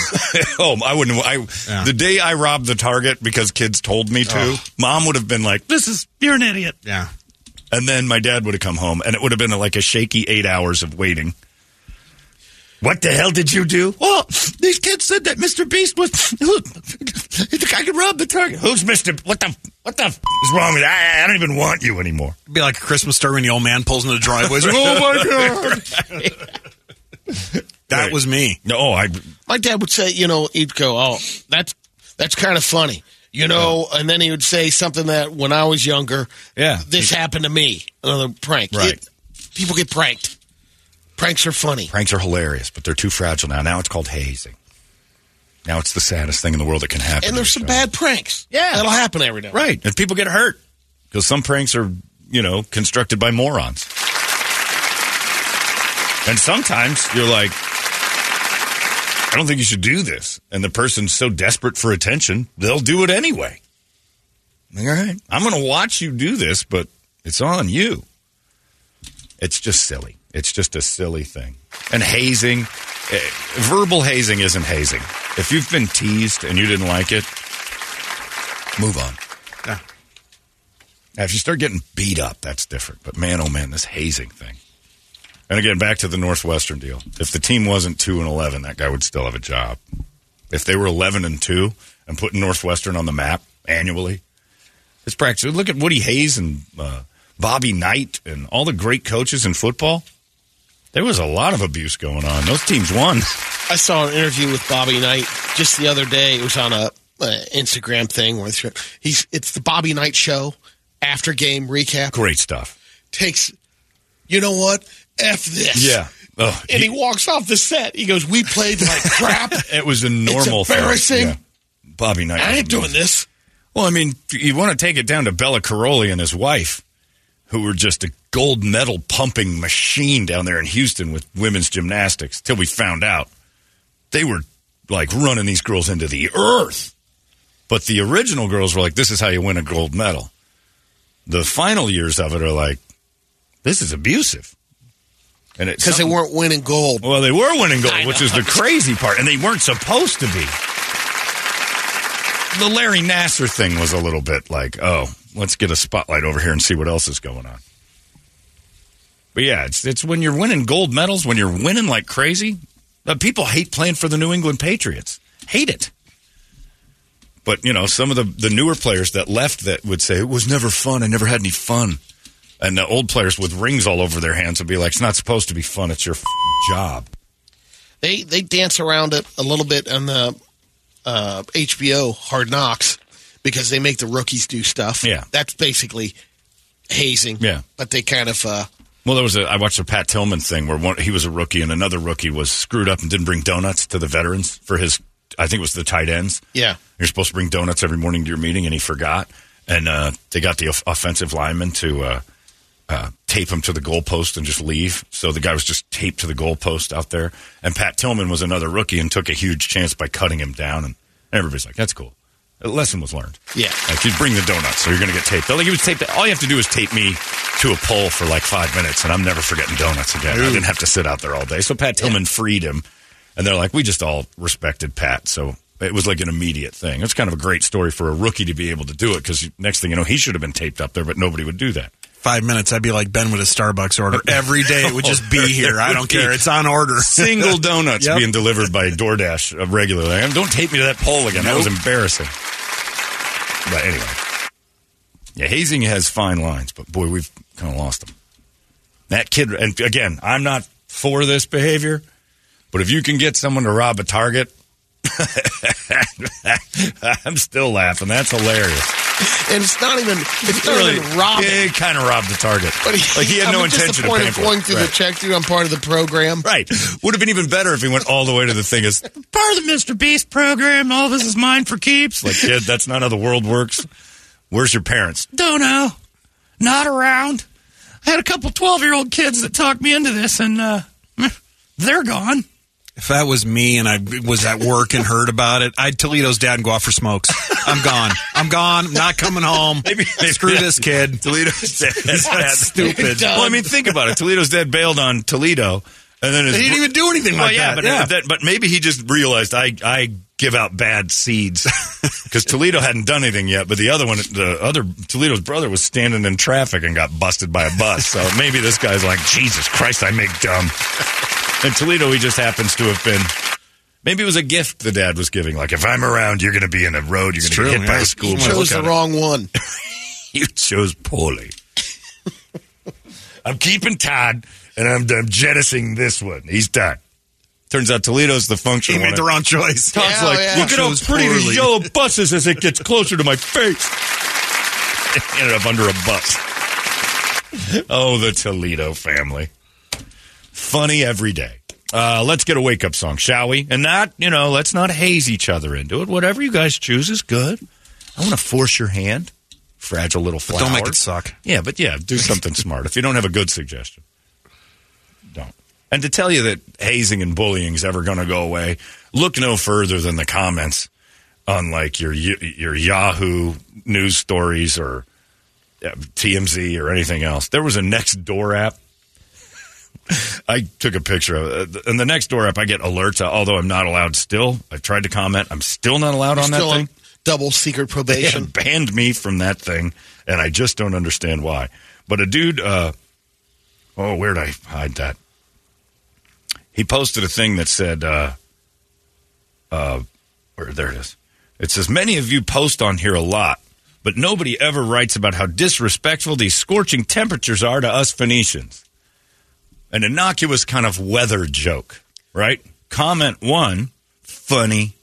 S2: oh, I wouldn't. I,
S4: Yeah.
S2: The day I robbed the Target because kids told me to, mom would have been like,
S6: This is, you're an idiot.
S4: yeah.
S2: And then my dad would have come home, and it would have been like a shaky eight hours of waiting. What the hell did you do? Well, these kids said that Mr. Beast was. I could rob the target. Who's Mr. What the? What the f- is wrong with? I, I don't even want you anymore.
S4: It'd be like a Christmas story when the old man pulls into the driveway. He's like, oh, my God. that
S2: Right.
S4: was me.
S2: No, I.
S3: My dad would say, you know, he'd go, "Oh, that's that's kind of funny," you know, and then he would say something that when I was younger,
S2: Yeah.
S3: this happened to me. Another prank,
S2: Right.
S3: It- people get pranked. Pranks are funny.
S2: Pranks are hilarious, but they're too fragile now. Now it's called hazing. Now it's the saddest thing in the world that can happen.
S3: And there's some
S2: So-
S3: bad pranks. Yeah. That'll happen every now. and
S2: Right. And people get hurt because some pranks are, you know, constructed by morons. And sometimes you're like, I don't think you should do this. And the person's so desperate for attention, they'll do it anyway. Like, all right. I'm going to watch you do this, but it's on you. It's just silly. It's just a silly thing. And hazing, eh, verbal hazing isn't hazing. If you've been teased and you didn't like it, move on. Now, if you start getting beat up, that's different. But man, oh man, this hazing thing. And again, back to the Northwestern deal. If the team wasn't two and eleven, that guy would still have a job. If they were eleven and two and putting Northwestern on the map annually, it's practice. Look at Woody Hayes and uh, Bobby Knight and all the great coaches in football. There was a lot of abuse going on. Those teams won.
S3: I saw an interview with Bobby Knight just the other day. It was on a uh, Instagram thing where it's, he's it's the Bobby Knight show after game recap.
S2: Great stuff.
S3: Takes, you know what? F this.
S2: Oh,
S3: And he walks off the set. He goes, "We played like crap.
S2: it was a normal thing.
S3: embarrassing.
S2: Yeah. Bobby Knight.
S3: I
S2: was
S3: ain't doing
S2: amazing.
S3: this."
S2: Well, I mean, you want to take it down to Bella Caroli and his wife, who were just a gold medal pumping machine down there in Houston with women's gymnastics, till we found out they were like running these girls into the earth. But the original girls were like, this is how you win a gold medal. The final years of it are like, this is abusive. And it-
S3: because they
S2: something-
S3: weren't winning gold.
S2: Well, they were winning gold, which is the crazy part, and they weren't supposed to be. The Larry Nasser thing was a little bit like, oh, let's get a spotlight over here and see what else is going on. But yeah, it's it's when you're winning gold medals, when you're winning like crazy, uh, people hate playing for the New England Patriots. Hate it. But you know, some of the the newer players that left that would say it was never fun. I never had any fun. And the old players with rings all over their hands would be like, "It's not supposed to be fun. It's your f- job."
S3: They they dance around it a little bit on the uh, HBO Hard Knocks because they make the rookies do stuff.
S2: Yeah.
S3: that's basically hazing.
S2: Yeah.
S3: but they kind of uh,
S2: Well, there was a. I watched a Pat Tillman thing where one, he was a rookie and another rookie was screwed up and didn't bring donuts to the veterans for his. I think it was the tight ends.
S3: Yeah.
S2: you're supposed to bring donuts every morning to your meeting, and he forgot. And uh, they got the off- offensive lineman to uh, uh, tape him to the goalpost and just leave. So the guy was just taped to the goalpost out there. And Pat Tillman was another rookie and took a huge chance by cutting him down. And everybody's like, "That's cool." A lesson was learned.
S3: yeah.
S2: Like you bring the donuts, so you're going to get taped. Like he was taped. All you have to do is tape me to a pole for like five minutes, and I'm never forgetting donuts again. I didn't have to sit out there all day. So Pat Tillman freed him, and they're like, we just all respected Pat, so it was like an immediate thing. It's kind of a great story for a rookie to be able to do it because next thing you know, he should have been taped up there, but nobody would do that.
S7: Five minutes, I'd be like Ben with a Starbucks order. Every day it would just be here. I don't care. It's on order.
S2: Single donuts
S7: Yep.
S2: being delivered by DoorDash uh, regularly. And Don't tape me to that pole again. That was embarrassing. But anyway, yeah, hazing has fine lines, but boy, we've kind of lost them. That kid, and again, I'm not for this behavior, but if you can get someone to rob a target, I'm still laughing. That's hilarious.
S3: and it's not even it's not
S2: Really,
S3: even robbing.
S2: It kind of robbed the target.
S3: But
S2: like he had
S3: I
S2: no
S3: mean, just
S2: intention
S3: the point
S2: of paying
S3: of,
S2: for it.
S3: going through
S2: Right.
S3: the check through. I'm part of the program.
S2: Right. Would have been even better if he went all the way to the thing as part of the Mr. Beast program. All this is mine for keeps. Like, kid, that's not how the world works. Where's your parents?
S8: Don't know. Not around. I had a couple 12 year old kids that talked me into this, and uh, they're gone.
S7: If that was me and I was at work and heard about it, I'd Toledo's dad and go out for smokes. I'm gone. I'm gone. I'm not coming home. Screw this kid.
S2: Toledo's dead. That's stupid.
S3: Done.
S2: Well, I mean, think about it. Toledo's dead bailed on Toledo, and then his
S7: They didn't even do anything
S2: Well,
S7: like
S2: yeah,
S7: that.
S2: But, that- but maybe he just realized I I give out bad seeds because Toledo hadn't done anything yet, but the other one, the other Toledo's brother was standing in traffic and got busted by a bus. So maybe this guy's like Jesus Christ, I make dumb. And Toledo, he just happens to have been. Maybe it was a gift the dad was giving. Like, if I'm around, you're going to be in a road. You're going to
S7: true,
S2: get hit by
S7: yeah.
S2: a
S3: He
S2: school bus.
S3: chose
S2: Look
S3: the
S2: at it.
S3: wrong one.
S2: You chose poorly. I'm keeping Todd, and I'm, I'm jettisoning this one. He's done. Turns out Toledo's the function.
S7: He
S2: one.
S7: made the wrong choice.
S2: Todd's
S3: Yeah,
S2: like,
S3: yeah.
S2: look at
S7: Chose
S2: how pretty
S7: poorly.
S2: these yellow buses as it gets closer to my face. Ended up under a bus. Oh, the Toledo family. Funny every day. Uh, let's get a wake up song, shall we? And not, you know, let's not haze each other into it. Whatever you guys choose is good. I want to force your hand, fragile little flower.
S7: Don't make it suck.
S2: Yeah, but yeah, do something smart. If you don't have a good suggestion, don't. And to tell you that hazing and bullying is ever going to go away, look no further than the comments on like your your Yahoo news stories or uh, TMZ or anything else. There was a next door app. I took a picture of it. And the next door app, I get alerts, although I'm not allowed still. I've tried to comment. I'm still not allowed on that
S3: Still
S2: thing.
S3: on double secret
S2: They
S3: probation.
S2: have banned me from that thing, and I just don't understand why. But a dude, uh, oh, where'd I hide that? He posted a thing that said, uh, uh, where, there it is. It says, Many of you post on here a lot, but nobody ever writes about how disrespectful these scorching temperatures are to us Phoenicians. An innocuous kind of weather joke, right? Comment one, funny.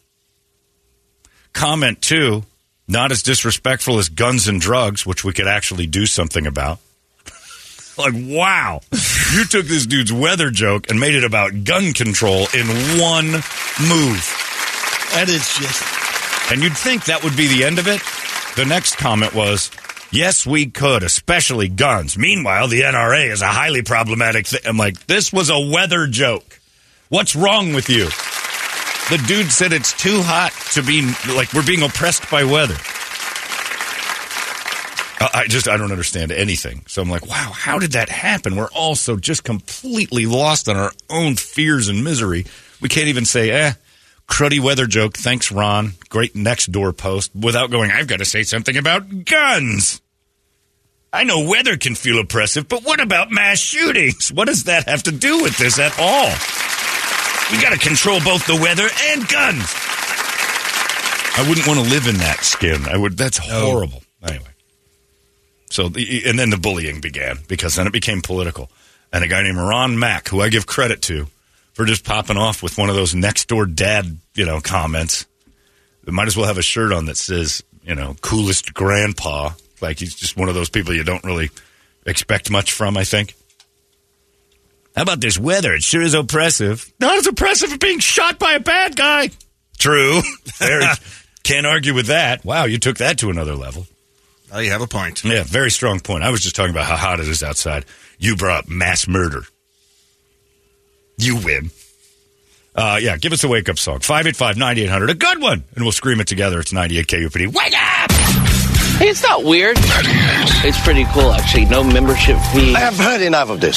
S2: Comment two, not as disrespectful as guns and drugs, which we could actually do something about. like, wow. You took this dude's weather joke and made it about gun control in one move.
S3: That is just
S2: And you'd think that would be the end of it. The next comment was, Yes, we could, especially guns. Meanwhile, the NRA is a highly problematic thing. I'm like, This was a weather joke. What's wrong with you? The dude said it's too hot to be like we're being oppressed by weather. I I just I don't understand anything. So I'm like, wow, how did that happen? We're all so just completely lost on our own fears and misery. We can't even say, eh, cruddy weather joke. Thanks, Ron. Great next door post without going. I've got to say something about guns. I know weather can feel oppressive, but what about mass shootings? What does that have to do with this at all? We got to control both the weather and guns. I wouldn't want to live in that skin. I would. That's horrible. Anyway, so the, and then the bullying began because then it became political, and a guy named Ron Mack, who I give credit to for just popping off with one of those next door dad, you know, comments. They might as well have a shirt on that says, you know, coolest grandpa. Like he's just one of those people you don't really expect much from. I think. How about this weather? It sure is oppressive. Not as oppressive as being shot by a bad guy. True. Very, can't argue with that. Wow, you took that to another level.
S4: Now Oh, you have a point.
S2: Yeah, very strong point. I was just talking about how hot it is outside. You brought up mass murder. You win. Uh, yeah, give us a wake up song. 585 9800. A good one. And we'll scream it together. It's 98 KUPD. Wake up!
S9: Hey, it's not weird. It's pretty cool, actually. No membership fee. I have heard enough of this.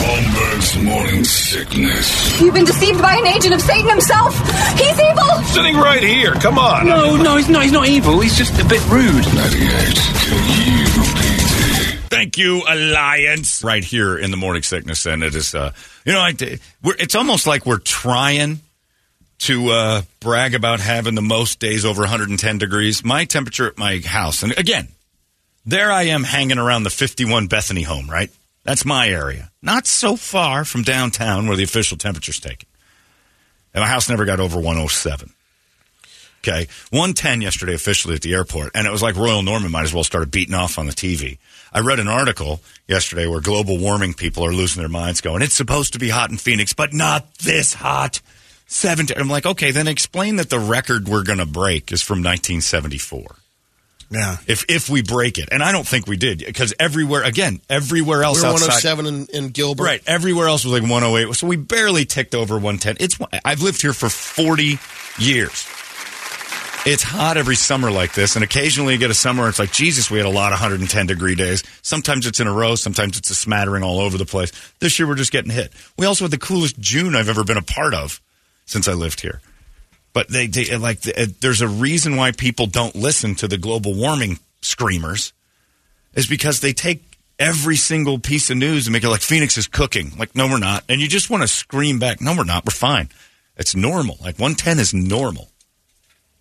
S1: Holmberg's morning sickness.
S10: You've been deceived by an agent of Satan himself. He's evil.
S1: Sitting right here. Come on.
S9: No, no, he's not. He's not evil. He's just a bit rude.
S2: Thank you, Alliance. Right here in the morning sickness, and it is, uh, you know, I, we're, it's almost like we're trying to uh, brag about having the most days over 110 degrees. My temperature at my house, and again, there I am hanging around the 51 Bethany home, right? That's my area, not so far from downtown where the official temperature's taken. And my house never got over 107. Okay. 110 yesterday officially at the airport. And it was like Royal Norman might as well started beating off on the TV. I read an article yesterday where global warming people are losing their minds going, it's supposed to be hot in Phoenix, but not this hot. 70. I'm like, okay, then explain that the record we're going to break is from 1974.
S7: Yeah.
S2: If if we break it, and I don't think we did, because everywhere again, everywhere else
S3: We're
S2: outside,
S3: 107 in, in Gilbert.
S2: Right. Everywhere else was like 108. So we barely ticked over 110. It's I've lived here for 40 years. It's hot every summer like this, and occasionally you get a summer where it's like, Jesus, we had a lot of 110 degree days. Sometimes it's in a row, sometimes it's a smattering all over the place. This year we're just getting hit. We also had the coolest June I've ever been a part of since I lived here. But they, they like, the, uh, there's a reason why people don't listen to the global warming screamers is because they take every single piece of news and make it like Phoenix is cooking. Like, no, we're not. And you just want to scream back, no, we're not. We're fine. It's normal. Like 110 is normal.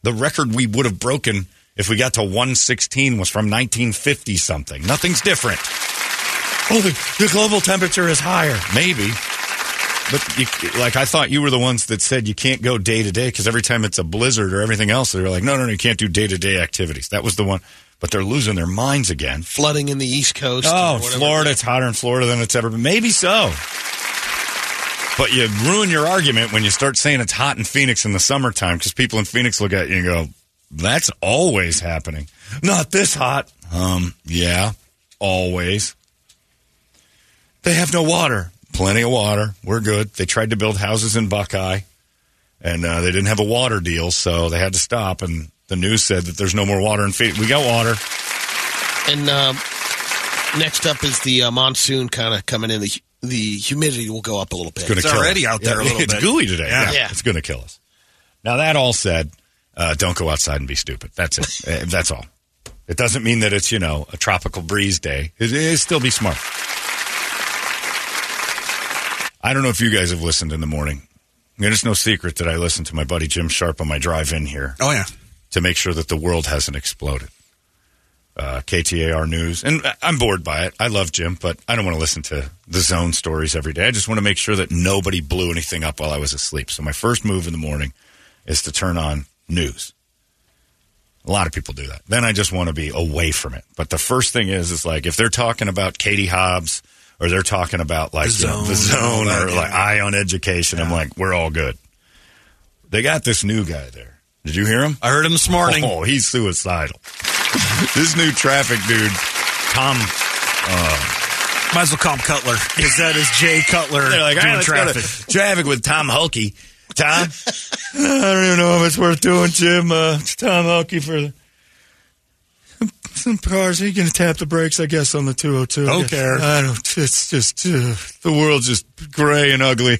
S2: The record we would have broken if we got to 116 was from 1950 something. Nothing's different. Oh, the, the global temperature is higher. Maybe. But you, like I thought you were the ones that said you can't go day to day because every time it's a blizzard or everything else, they're like, no, no, no, you can't do day to day activities. That was the one. But they're losing their minds again.
S3: Flooding in the East Coast.
S2: Oh,
S3: or whatever.
S2: Florida. It's hotter in Florida than it's ever been. Maybe so. But you ruin your argument when you start saying it's hot in Phoenix in the summertime because people in Phoenix look at you and go, that's always happening. Not this hot. Um, yeah, always. They have no water. Plenty of water. We're good. They tried to build houses in Buckeye and uh, they didn't have a water deal, so they had to stop. And the news said that there's no more water in Phoenix. We got water.
S3: And um, next up is the uh, monsoon kind of coming in. The hu- the humidity will go up a little bit.
S2: gonna
S4: It's
S2: kill
S4: already
S2: us.
S4: out there
S2: Yeah,
S4: a little
S2: it's
S4: bit.
S2: gooey today.
S4: Yeah.
S2: Yeah,
S3: Yeah.
S2: it's going to kill us. Now that all said, uh, don't go outside and be stupid. That's it. Uh, That's all. It doesn't mean that it's you know a tropical breeze day. It, it still be smart. I don't know if you guys have listened in the morning. I mean, it's no secret that I listen to my buddy Jim Sharp on my drive in here
S7: Oh yeah.
S2: to make sure that the world hasn't exploded. Uh, KTAR News, and I- I'm bored by it. I love Jim, but I don't want to listen to the zone stories every day. I just want to make sure that nobody blew anything up while I was asleep. So my first move in the morning is to turn on news. A lot of people do that. Then I just want to be away from it. But the first thing is, is like if they're talking about Katie Hobbs or they're talking about like you know, the zone,
S7: and all that,
S2: or like Eye on Education, I'm like, we're all good. They got this new guy there. Did you hear him? I heard him this
S7: morning.
S2: Oh, he's suicidal. this new traffic dude, Tom. Uh,
S7: Might as well call him Cutler because that is Jay Cutler
S2: they're like,
S7: doing
S2: "All right, let's go to
S7: traffic.
S2: traffic with Tom Hulkey. Tom, I don't even know if it's worth doing, Jim. Uh, it's Tom Hulkey for the. Some cars, he can tap the brakes, I guess, on the 202. I guess.
S8: Okay.
S2: I don't, it's just, uh, the world's just gray and ugly.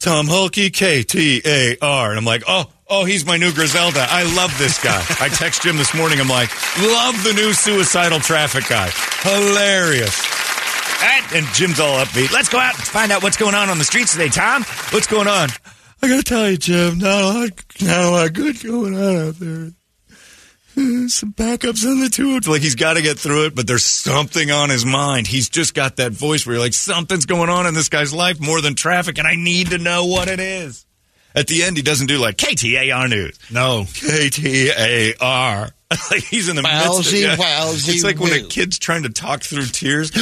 S2: Tom Hulkey, K T A R. And I'm like, oh, oh, he's my new Griselda. I love this guy. I text Jim this morning. I'm like, love the new suicidal traffic guy. Hilarious. And- And Jim's all upbeat. Let's go out and find out what's going on on the streets today, Tom. What's going on? I gotta tell you, Jim, not a lot, not a lot good going on out there. Some backups on the oh tube. Like he's got to get through it, but there's something on his mind. He's just got that voice where you're like, something's going on in this guy's life more than traffic, and I need to know what it is. At the end, he doesn't do like KTAR news. No, KTAR. like he's in the
S3: Wowsy,
S2: midst. Of,
S3: wowsy
S2: it's like when a
S3: woo.
S2: kid's trying to talk through tears.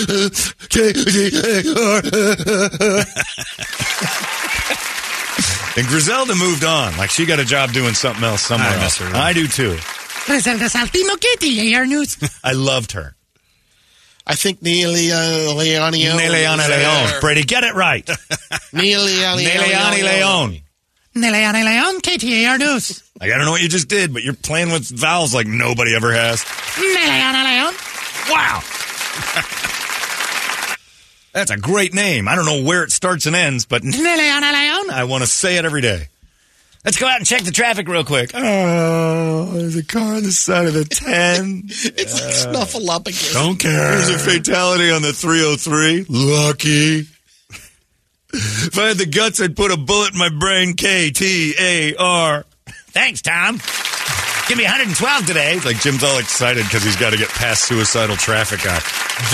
S2: and Griselda moved on. Like she got a job doing something else somewhere
S7: I miss
S2: else.
S7: her.
S2: I do too.
S6: Griselda Saltino Kitty, AR News.
S2: I loved her.
S3: I think Neely uh, Leone.
S2: Neleone Leon. Brady, get it right.
S3: Neely
S2: Neleone Leon.
S6: Neleone Leon, KTAR News.
S2: Like, I don't know what you just did, but you're playing with vowels like nobody ever has.
S6: Neleone Leon.
S2: Wow. That's a great name. I don't know where it starts and ends, but
S6: Neleone Leon.
S2: I want to say it every day. Let's go out and check the traffic real quick. Oh, there's a car on the side of the Uh, 10.
S3: It's like Snuffleupagus.
S2: Don't care. There's a fatality on the 303. Lucky. If I had the guts, I'd put a bullet in my brain. K T A R. Thanks, Tom. Give me 112 today. It's like Jim's all excited because he's got to get past suicidal traffic guy.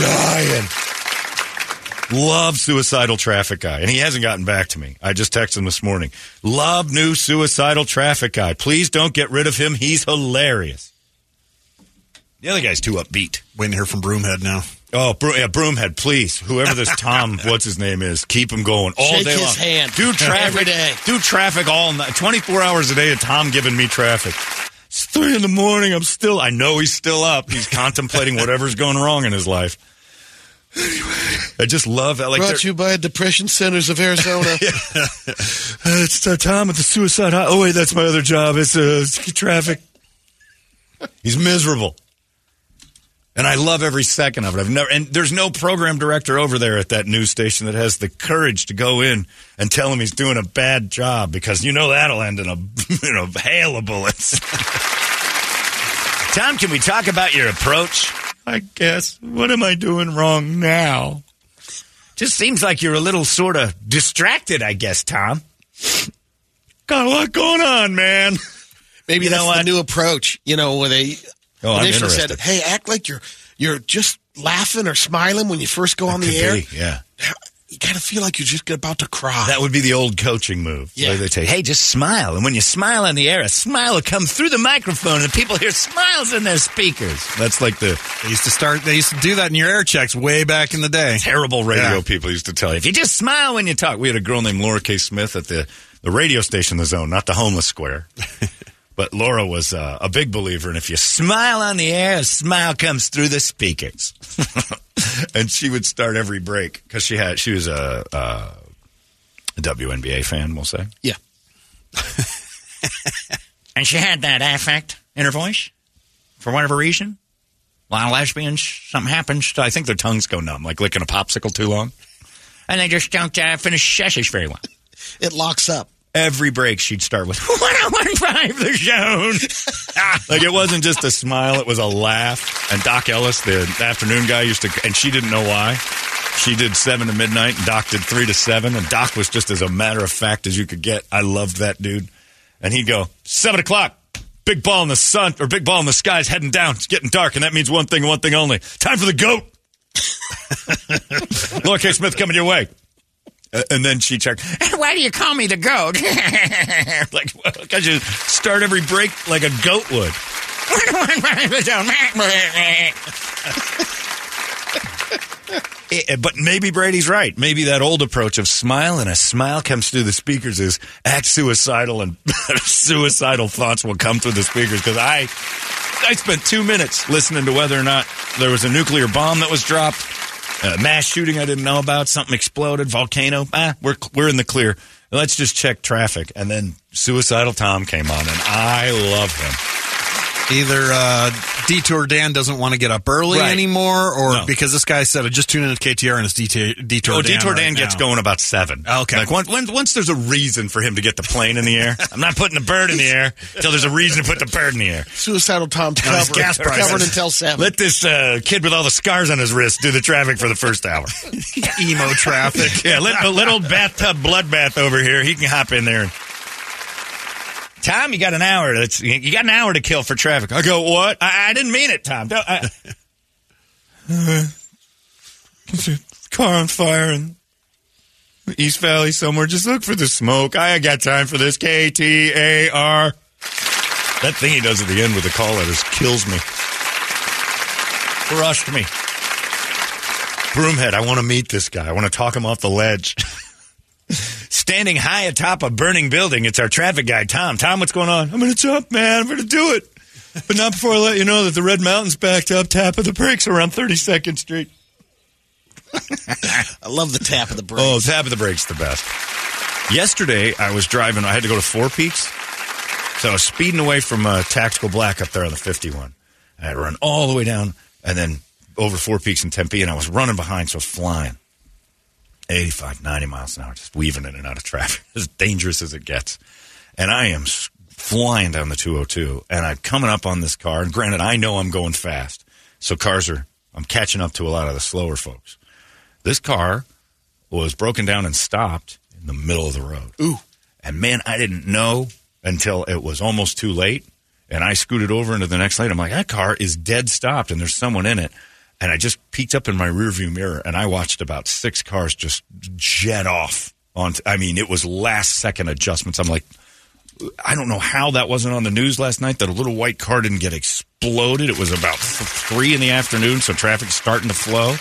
S2: Dying. Love suicidal traffic guy. And he hasn't gotten back to me. I just texted him this morning. Love new suicidal traffic guy. Please don't get rid of him. He's hilarious. The other guy's too upbeat.
S7: Waiting to hear from Broomhead now.
S2: Oh, Broom, yeah, Broomhead, please. Whoever this Tom, what's his name is, keep him going all
S3: Shake
S2: day
S3: his
S2: long.
S3: hand
S2: Do traffic
S3: every day.
S2: Do traffic all night. Twenty four hours a day of Tom giving me traffic. It's three in the morning. I'm still. I know he's still up. He's contemplating whatever's going wrong in his life. Anyway, I just love that. Like
S3: Brought
S2: they're-
S3: to you by Depression Centers of Arizona.
S2: Uh, it's uh, Tom at the suicide. Hot- oh wait, that's my other job. It's, uh, it's traffic. He's miserable, and I love every second of it. I've never and there's no program director over there at that news station that has the courage to go in and tell him he's doing a bad job because you know that'll end in a you know hail of bullets. Tom, can we talk about your approach? I guess. What am I doing wrong now? Just seems like you're a little sort of distracted, I guess, Tom. Got a lot going on, man.
S3: Maybe
S2: You
S3: that's
S2: know
S3: the
S2: what?
S3: new approach. You know, where they
S2: Oh, I'm
S3: initially said,
S2: interested.
S3: "Hey, act like you're you're just laughing or smiling when you first go on the air."
S2: yeah.
S3: You kind of feel like you're just about to cry.
S2: That would be the old coaching move.
S3: Yeah.
S2: Where they say, hey, just smile. And when you smile on the air, a smile will come through the microphone and the people hear smiles in their speakers. That's like the
S7: They used to start. They used to do that in your air checks way back in the day.
S2: terrible radio
S7: Yeah.
S2: people used to tell you. If you just smile when you talk. We had a girl named Laura K. Smith at the, the radio station, The Zone, not the homeless square. but Laura was uh, a big believer in if you smile on the air, a smile comes through the speakers. and she would start every break because she had she was a, uh a WNBA fan, we'll say.
S3: Yeah.
S2: And she had that affect in her voice for whatever reason. A lot of lesbians, something happens. I think their tongues go numb, like licking a popsicle too long. And they just don't uh, finish sessions very well.
S3: It locks up.
S2: Every break, she'd start with 1015 the zone. like it wasn't just a smile, it was a laugh. And Doc Ellis, the afternoon guy, used to, and she didn't know why. She did seven to midnight, and Doc did three to seven. And Doc was just as a matter of fact as you could get. I loved that dude. And he'd go, seven o'clock. Big ball in the sun, or big ball in the sky is heading down. It's getting dark, and that means one thing and one thing only. Time for the goat. Laura K. Smith coming your way. Uh, and then she checked. Why do you call me the goat? like, because you start every break like a goat would. Eh, but maybe Brady's right. Maybe that old approach of smile and a smile comes through the speakers is act suicidal and suicidal thoughts will come through the speakers because I I spent two minutes listening to whether or not there was a nuclear bomb that was dropped, a mass shooting I didn't know about, something exploded, volcano. Ah, we're we're in the clear. Let's just check traffic, and then suicidal Tom came on, and I love him.
S7: Either uh, Detour Dan doesn't want to get up early
S2: Right.
S7: anymore, or
S2: No.
S7: because this guy said, I just tuned in to KTR and it's Detour, Detour
S2: Oh,
S7: Dan.
S2: Detour
S7: right
S2: Dan
S7: now." Oh,
S2: gets going about seven. Okay. Like once, once, once there's a reason for him to get the plane in the air. I'm not putting the bird in the air until there's a reason to put the bird in the air.
S3: Suicidal Tom's
S2: Now, these
S3: covered, covered until seven.
S2: Let this uh, kid with all the scars on his wrist do the traffic for the first hour.
S7: Emo traffic.
S2: yeah, let, let old bathtub bloodbath over here. He can hop in there. And... Tom, you got an hour. That's you got an hour to kill for traffic. I go, what? I, I didn't mean it, Tom. Don't, I... Uh, car on fire in East Valley somewhere. Just look for the smoke. I ain't got time for this. K T A R. That thing he does at the end with the call letters kills me. Crushed me. Broomhead, I want to meet this guy. I want to talk him off the ledge. Standing high atop a burning building, it's our traffic guy, Tom. Tom, what's going on? I'm going to jump, man. I'm going to do it. But not before I let you know that the Red Mountains backed up, tap of the brakes around 32nd Street.
S3: I love the tap of the brake.
S2: Oh, tap of the brakes the best. Yesterday, I was driving. I had to go to Four Peaks, so I was speeding away from uh, Tactical Black up there on the 51. I had to run all the way down and then over Four Peaks in Tempe, and I was running behind, so I was flying 85, 90 miles an hour, just weaving in and out of traffic, as dangerous as it gets. And I am s- flying down the 202, and I'm coming up on this car. And granted, I know I'm going fast, so cars are. I'm catching up to a lot of the slower folks. This car was broken down and stopped in the middle of the road. Ooh. And man, I didn't know until it was almost too late. And I scooted over into the next lane. I'm like, that car is dead stopped and there's someone in it. And I just peeked up in my rearview mirror and I watched about six cars just jet off. On, I mean, it was last second adjustments. I'm like, I don't know how that wasn't on the news last night that a little white car didn't get exploded. It was about th- three in the afternoon, so traffic's starting to flow.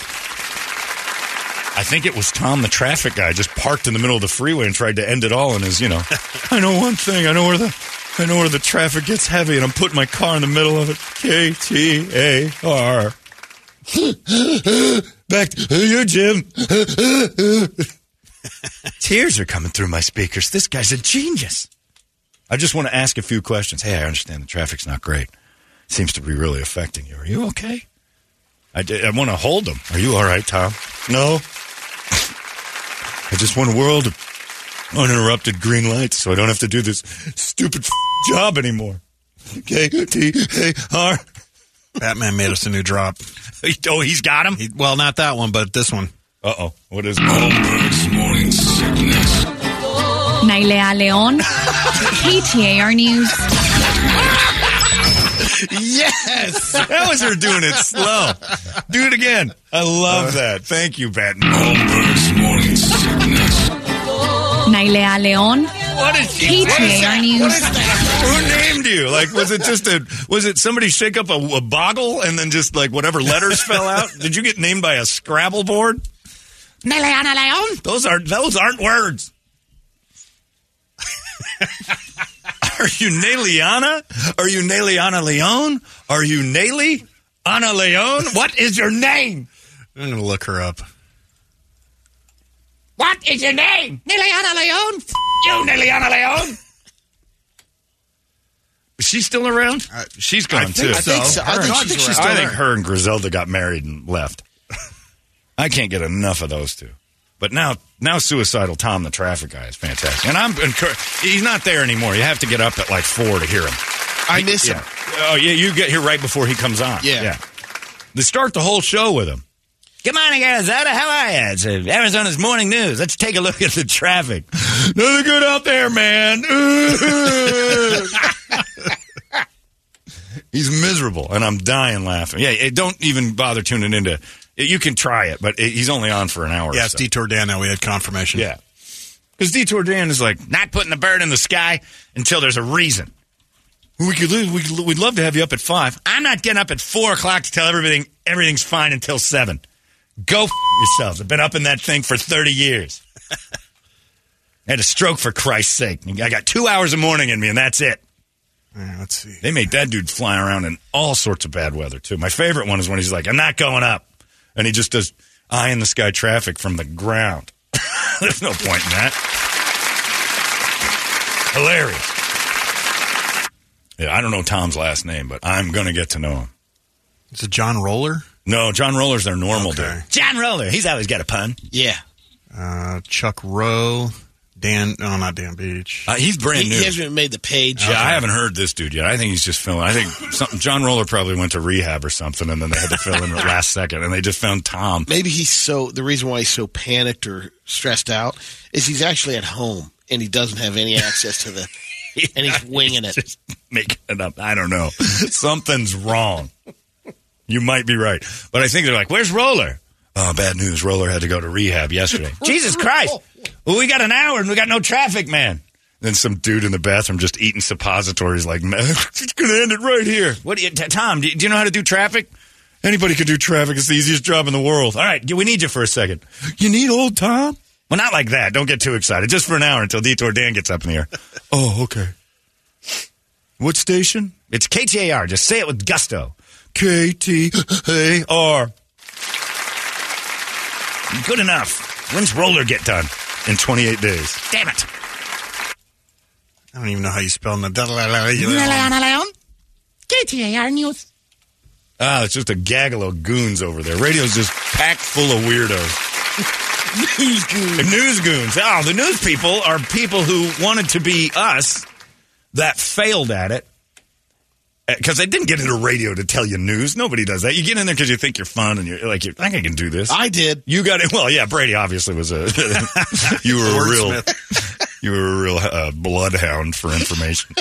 S2: I think it was Tom, the traffic guy, just parked in the middle of the freeway and tried to end it all in his, you know, I know one thing. I know where the I know where the traffic gets heavy, and I'm putting my car in the middle of it. K T A R. Back to you, Jim. Tears are coming through my speakers. This guy's a genius. I just want to ask a few questions. Hey, I understand the traffic's not great. Seems to be really affecting you. Are you okay? I, did- I want to hold them. Are you all right, Tom? No. I just want a world of uninterrupted green lights so I don't have to do this stupid job anymore. K T A R.
S7: Batman made us a new drop.
S2: oh, he's got him?
S7: well, not that one, but this one.
S2: Uh oh. What is
S7: it?
S1: Morning sickness.
S11: Nailea Leon, KTAR News.
S2: Yes, that was her doing it slow. Do it again. I love that. Uh, Thank you, Batman. Holmberg's morning sickness.
S11: Nailea Leon,
S2: What is
S11: KTAR News.
S2: Who named you? Like, was it just a? Was it somebody shake up a, a boggle and then just like whatever letters fell out? Did you get named by a Scrabble board? Those are those aren't words. Are you Naliana? Are you Naliana Leon? Are you Naley Anna Leon? What is your name?
S7: I'm going to look her up.
S6: What is your name? Niliana Leon. F- you, Niliana Leon.
S2: Is she still around? she's gone
S6: I think
S2: too.
S6: so. I think so. I think she's around.
S2: I think
S6: around.
S2: her and Griselda got married and left. I can't get enough of those two. But now, now, suicidal Tom, the traffic guy, is fantastic. And I'm encour- he's not there anymore. You have to get up at like four to hear him.
S3: I miss
S2: yeah.
S3: him.
S2: Oh yeah, you get here right before he comes on.
S3: Yeah.
S2: They start the whole show with him. Good morning, Arizona. How are you? It's uh, Arizona's morning news. Let's take a look at the traffic. Nothing good out there, man. He's miserable, and I'm dying laughing. Yeah, eh, don't even bother tuning into. eh, You can try it, but eh, he's only on for an hour.
S7: Yeah,
S2: or
S7: it's
S2: so.
S7: Detour Dan now. We had confirmation.
S2: Yeah. Because Detour Dan is like, not putting the bird in the sky until there's a reason. We could, we could, we'd love to have you up at five. I'm not getting up at four o'clock to tell everything everything's fine until seven. Go f- yourselves. I've been up in that thing for 30 years. I had a stroke for Christ's sake. I got two hours of morning in me, and that's it. let's see. They made that dude fly around in all sorts of bad weather too. My favorite one is when he's like, "I'm not going up," and he just does eye in the sky traffic from the ground. There's no point in that. Hilarious. Yeah, I don't know Tom's last name, but I'm going to get to know him. Is it John Roller? No, John Roller's their normal dude. John Roller. He's always got a pun.
S3: Yeah.
S7: Uh, Chuck Rowe, Dan. No, not Dan Beach.
S2: Uh, he's brand
S3: he,
S2: new.
S3: He hasn't even made the page.
S2: Yeah, I haven't heard this dude yet. I think he's just filling. I think something, John Roller probably went to rehab or something, and then they had to fill in at last second, and they just found Tom.
S3: Maybe he's so the reason why he's so panicked or stressed out is he's actually at home and he doesn't have any access to the and he's winging it.
S2: Just making it up. I don't know. Something's wrong. You might be right, but I think they're like, "Where's Roller?" Oh, bad news. Roller had to go to rehab yesterday. Jesus Christ! Well, we got an hour and we got no traffic, man. Then some dude in the bathroom just eating suppositories like, "Man, it's gonna end it right here." What, do you, t- Tom? Do you, do you know how to do traffic? Anybody can do traffic. It's the easiest job in the world. All right, we need you for a second. You need old Tom? Well, not like that. Don't get too excited. Just for an hour until Detour Dan gets up in the air. oh, okay. What station? It's KTAR. Just say it with gusto. KTAR. Good enough. When's roller get done? In 28 days. Damn it.
S7: I don't even know how you spell that.
S6: Leon. KTAR News.
S2: Ah, it's just a gaggle of goons over there. Radio's just packed full of weirdos. news goons. News goons. Oh, the news people are people who wanted to be us that failed at it. Because they didn't get into radio to tell you news. Nobody does that. You get in there because you think you're fun and you're like, you I think I can do this. I
S3: did.
S2: You got it. Well, yeah, Brady obviously was a. you were a real. You were a real uh, bloodhound for information.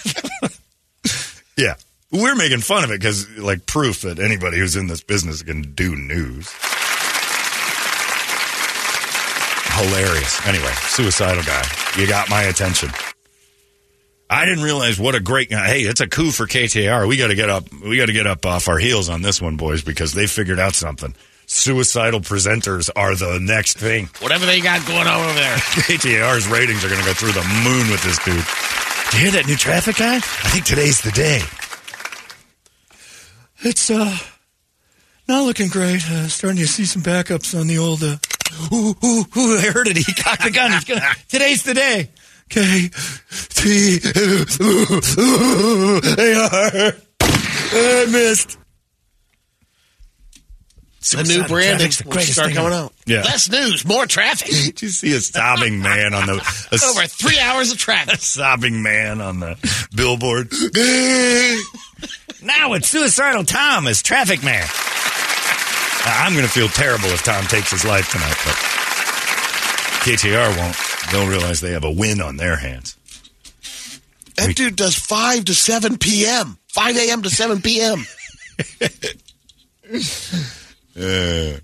S2: yeah, we're making fun of it because, like, proof that anybody who's in this business can do news. Hilarious. Anyway, suicidal guy. You got my attention. I didn't realize what a great hey, it's a coup for KTR. We got to get up. We got to get up off our heels on this one, boys, because they figured out something. Suicidal presenters are the next thing.
S3: Whatever they got going on over there.
S2: KTR's ratings are going to go through the moon with this dude. Do you hear that new traffic guy? I think today's the day.
S8: It's uh, not looking great. Uh, starting to see some backups on the old. Uh, ooh, ooh, ooh! I heard it. He cocked the gun. He's gonna. Today's the day. Okay. T.
S3: I missed. The new
S2: Suicidal
S3: branding
S2: traffic's the
S3: will
S2: greatest
S3: start
S2: thing
S3: coming
S2: ever.
S3: out.
S2: Yeah.
S3: Less news, more traffic.
S2: Did you see a sobbing man on the a
S3: Over three hours of traffic.
S2: a sobbing man on the billboard. now it's suicidal Tom as traffic man. Uh, I'm going to feel terrible if Tom takes his life tonight, but KTR won't. They'll realize they have a win on their hands.
S3: That dude does 5 to 7 p.m. 5 a.m. to 7 p.m.
S2: Uh.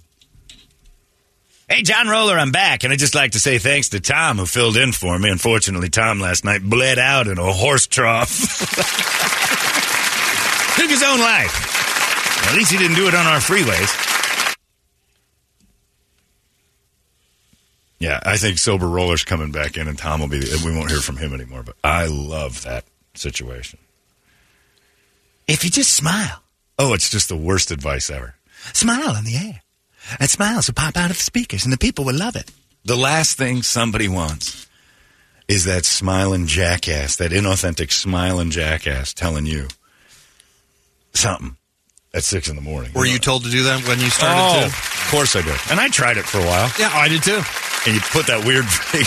S2: Hey, John Roller, I'm back, and I'd just like to say thanks to Tom who filled in for me. Unfortunately, Tom last night bled out in a horse trough. Took his own life. At least he didn't do it on our freeways. Yeah, I think Sober Roller's coming back in, and Tom will be. The, we won't hear from him anymore, but I love that situation. If you just smile. Oh, it's just the worst advice ever.
S8: Smile in the air. That smiles will pop out of the speakers, and the people will love it.
S2: The last thing somebody wants is that smiling jackass, that inauthentic smiling jackass telling you something at six in the morning.
S7: Were you told to do that when you started?
S2: Oh,
S7: too?
S2: of course I did. And I tried it for a while.
S7: Yeah, oh, I did too.
S2: And you put that weird thing.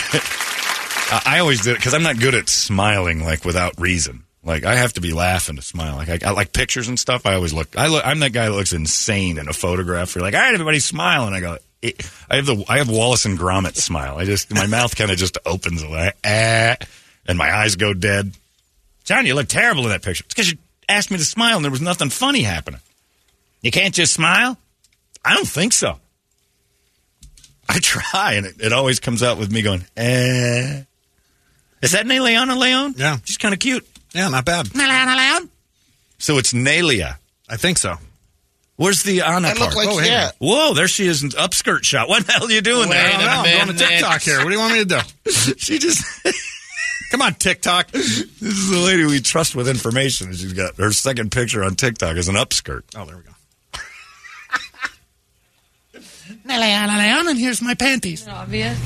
S2: I I always did it because I'm not good at smiling like without reason. Like I have to be laughing to smile. Like I, I like pictures and stuff. I always look. I look. I'm that guy that looks insane in a photograph. You're like, all right, everybody smile, and I go. eh. I have the I have Wallace and Gromit smile. I just my mouth kind of just opens a little, eh, and my eyes go dead. John, you look terrible in that picture. It's because you asked me to smile and there was nothing funny happening. You can't just smile? I don't think so. I try, and it, it always comes out with me going, eh. Is that Nay Leon and Leon? Yeah. She's kind of cute.
S7: Yeah, not bad.
S2: So it's Nalia.
S7: I think so.
S2: Where's the Anna
S7: I look
S2: part?
S7: like-
S2: oh, hey.
S7: yeah.
S2: Whoa, there she is in upskirt shot. What the hell are you doing there?
S7: I don't know. I'm going to TikTok here. What do you want me to do?
S2: she just. Come on, TikTok. This is the lady we trust with information. She's got her second picture on TikTok is an upskirt. Oh, there we go.
S6: And here's my panties.
S5: Obvious.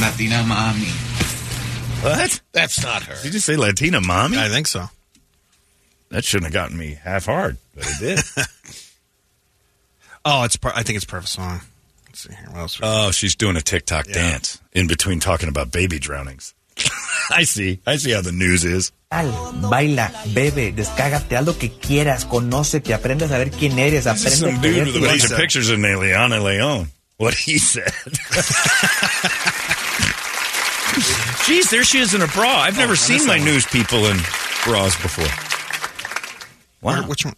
S2: Latina mommy. What?
S3: That's not her.
S2: Did you say Latina mommy? I think so. That shouldn't have gotten me half hard, but it did.
S7: Oh, it's. Part, I think it's part of a song. Let's see here. What else? we-
S2: oh, she's doing a TikTok dance in between talking about baby drownings. I see. I see how the news is.
S12: Baila, bebe, descágate, haz lo que quieras, conócete, aprendes a ver quién eres,
S2: This
S12: aprende
S2: is some
S12: a
S2: dude with a
S12: quererte.
S2: bunch of pictures of Eliana Leon. What he said. Jeez, there she is in a bra. I've never seen my news people in bras before. Wow.
S7: which one?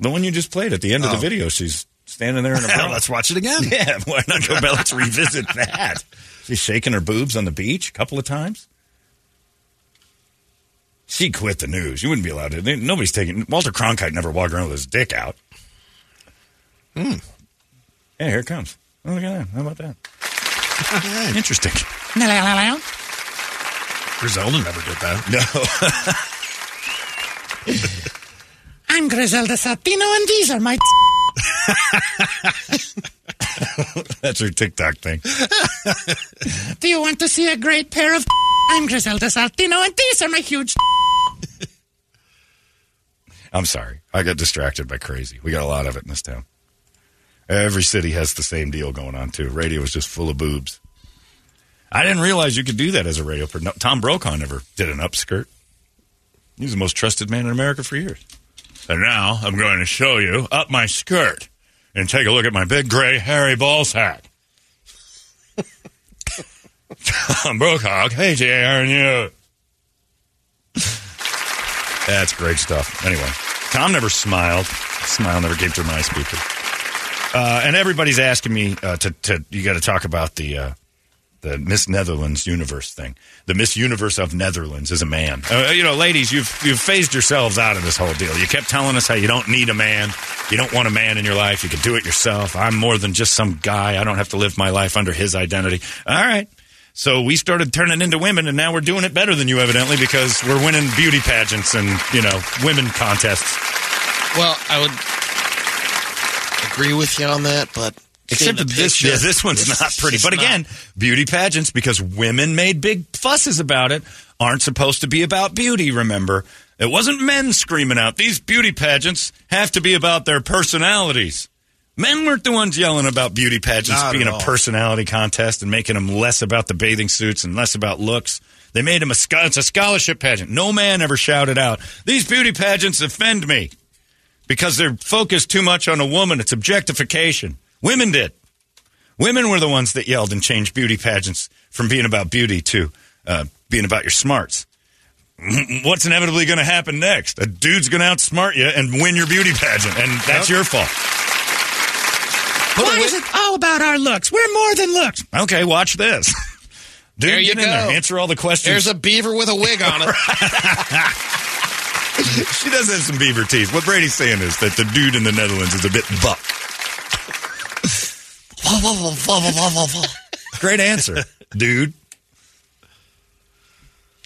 S2: The one you just played at the end of the
S7: Oh.
S2: video. She's standing there in a bra.
S7: Let's watch it again.
S2: Yeah, why not go back? Let's revisit that. She's shaking her boobs on the beach a couple of times. She quit the news. You wouldn't be allowed to. They- Nobody's taking. Walter Cronkite never walked around with his dick out. Hmm. Yeah, here it comes. Oh, look at that. How about that? Interesting.
S7: Griselda never did that.
S2: No.
S6: I'm Griselda Satino, and these are my.
S2: That's her TikTok thing.
S6: Do you want to see a great pair of? I'm Griselda Satino, and these are my huge.
S2: I'm sorry. I got distracted by crazy. We got a lot of it in this town. Every city has the same deal going on, too. Radio is just full of boobs. I didn't realize you could do that as a radio. Per- no, Tom Brokaw never did an upskirt. He was the most trusted man in America for years. And now I'm going to show you up my skirt and take a look at my big gray hairy ball sack. Tom Brokaw, KJR News. That's great stuff. Anyway, Tom never smiled. Smile never came through my speaker. Uh, and everybody's asking me uh, to, to you got to talk about the uh, the Miss Netherlands universe thing. The Miss Universe of Netherlands is a man. Uh, you know, ladies, you've you've phased yourselves out of this whole deal. You kept telling us how you don't need a man, you don't want a man in your life. You can do it yourself. I'm more than just some guy. I don't have to live my life under his identity. All right. So we started turning into women, and now we're doing it better than you, evidently, because we're winning beauty pageants and you know women contests.
S3: Well, I would agree with you on that, but seeing
S2: Except
S3: the
S2: that this,
S3: picture,
S2: yeah, this one's
S3: it's-
S2: not pretty.
S3: it's
S2: But
S3: not.
S2: again, beauty pageants, because women made big fusses about it, aren't supposed to be about beauty, remember? It wasn't men screaming out, these beauty pageants have to be about their personalities. Men weren't the ones yelling about beauty pageants
S7: Not at
S2: being a
S7: all.
S2: personality contest and making them less about the bathing suits and less about looks. They made them a, scho- it's a scholarship pageant. No man ever shouted out, these beauty pageants offend me because they're focused too much on a woman. It's objectification. Women did. Women were the ones that yelled and changed beauty pageants from being about beauty to uh, being about your smarts. What's inevitably going to happen next? A dude's going to outsmart you and win your beauty pageant, and that's your fault.
S6: Why is it all about our looks? We're more than looks.
S2: Okay, watch this. Dude,
S6: There you
S2: get in there.
S6: go.
S2: Answer all the questions.
S3: There's a beaver with a wig on it.
S2: she does have some beaver teeth. What Brady's saying is that the dude in the Netherlands is a bit buck. Great answer, dude.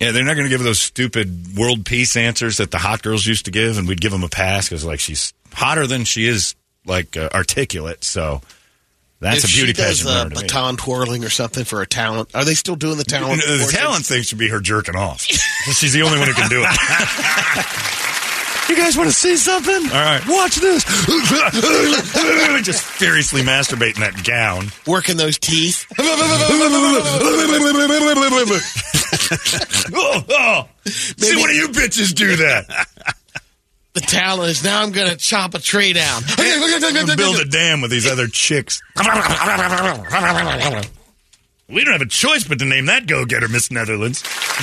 S2: Yeah, they're not going to give those stupid world peace answers that the hot girls used to give, and we'd give them a pass because, like, she's hotter than she is, like, uh, articulate. So that's
S3: if
S2: a beauty
S3: she does,
S2: pageant.
S3: uh,
S2: winner to me.
S3: baton twirling or something for a talent. Are they still doing the talent?
S2: You know, the
S3: portions?
S2: talent thing should be her jerking off. she's the only one who can do it.
S8: You guys want to see something?
S2: All right.
S8: Watch this.
S2: Just furiously masturbating that gown.
S3: Working those teeth.
S2: oh, oh. See, one of you bitches do that.
S3: The talent is now I'm going to chop a tree down.
S2: build a dam with these other chicks. We don't have a choice but to name that go getter Miss Netherlands.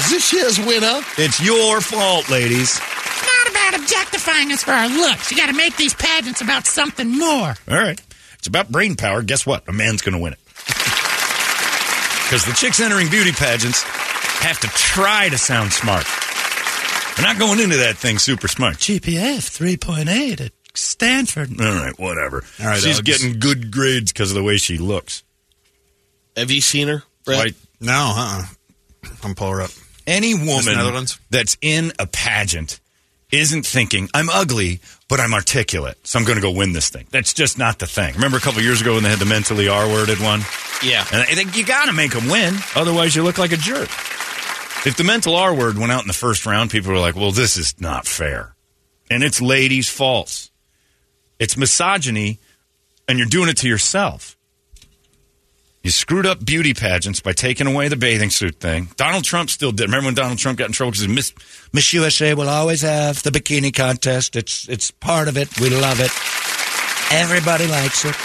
S3: This year's winner.
S2: It's your fault, ladies.
S6: Not about objectifying us for our looks. You got to make these pageants about something more.
S2: All right. It's about brain power. Guess what? A man's going to win it. Because the chicks entering beauty pageants have to try to sound smart. We're not going into that thing super smart.
S8: GPF 3.8 at Stanford.
S2: All right, whatever.
S8: All right,
S2: She's
S8: Alex.
S2: getting good grades because of the way she looks.
S3: Have you seen her? Brett?
S2: No, uh-uh. I'm pull her up. Any woman
S3: Netherlands?
S2: that's in a pageant isn't thinking, I'm ugly, but I'm articulate, so I'm going to go win this thing. That's just not the thing. Remember a couple years ago when they had the mentally R-worded one?
S3: Yeah.
S2: And I think you got to make them win. Otherwise, you look like a jerk. If the mental R word went out in the first round, people were like, well, this is not fair. And it's ladies' faults. It's misogyny, and you're doing it to yourself. You screwed up beauty pageants by taking away the bathing suit thing. Donald Trump still did. Remember when Donald Trump got in trouble because Miss, Miss USA will always have the bikini contest. It's, it's part of it. We love it. Everybody likes it.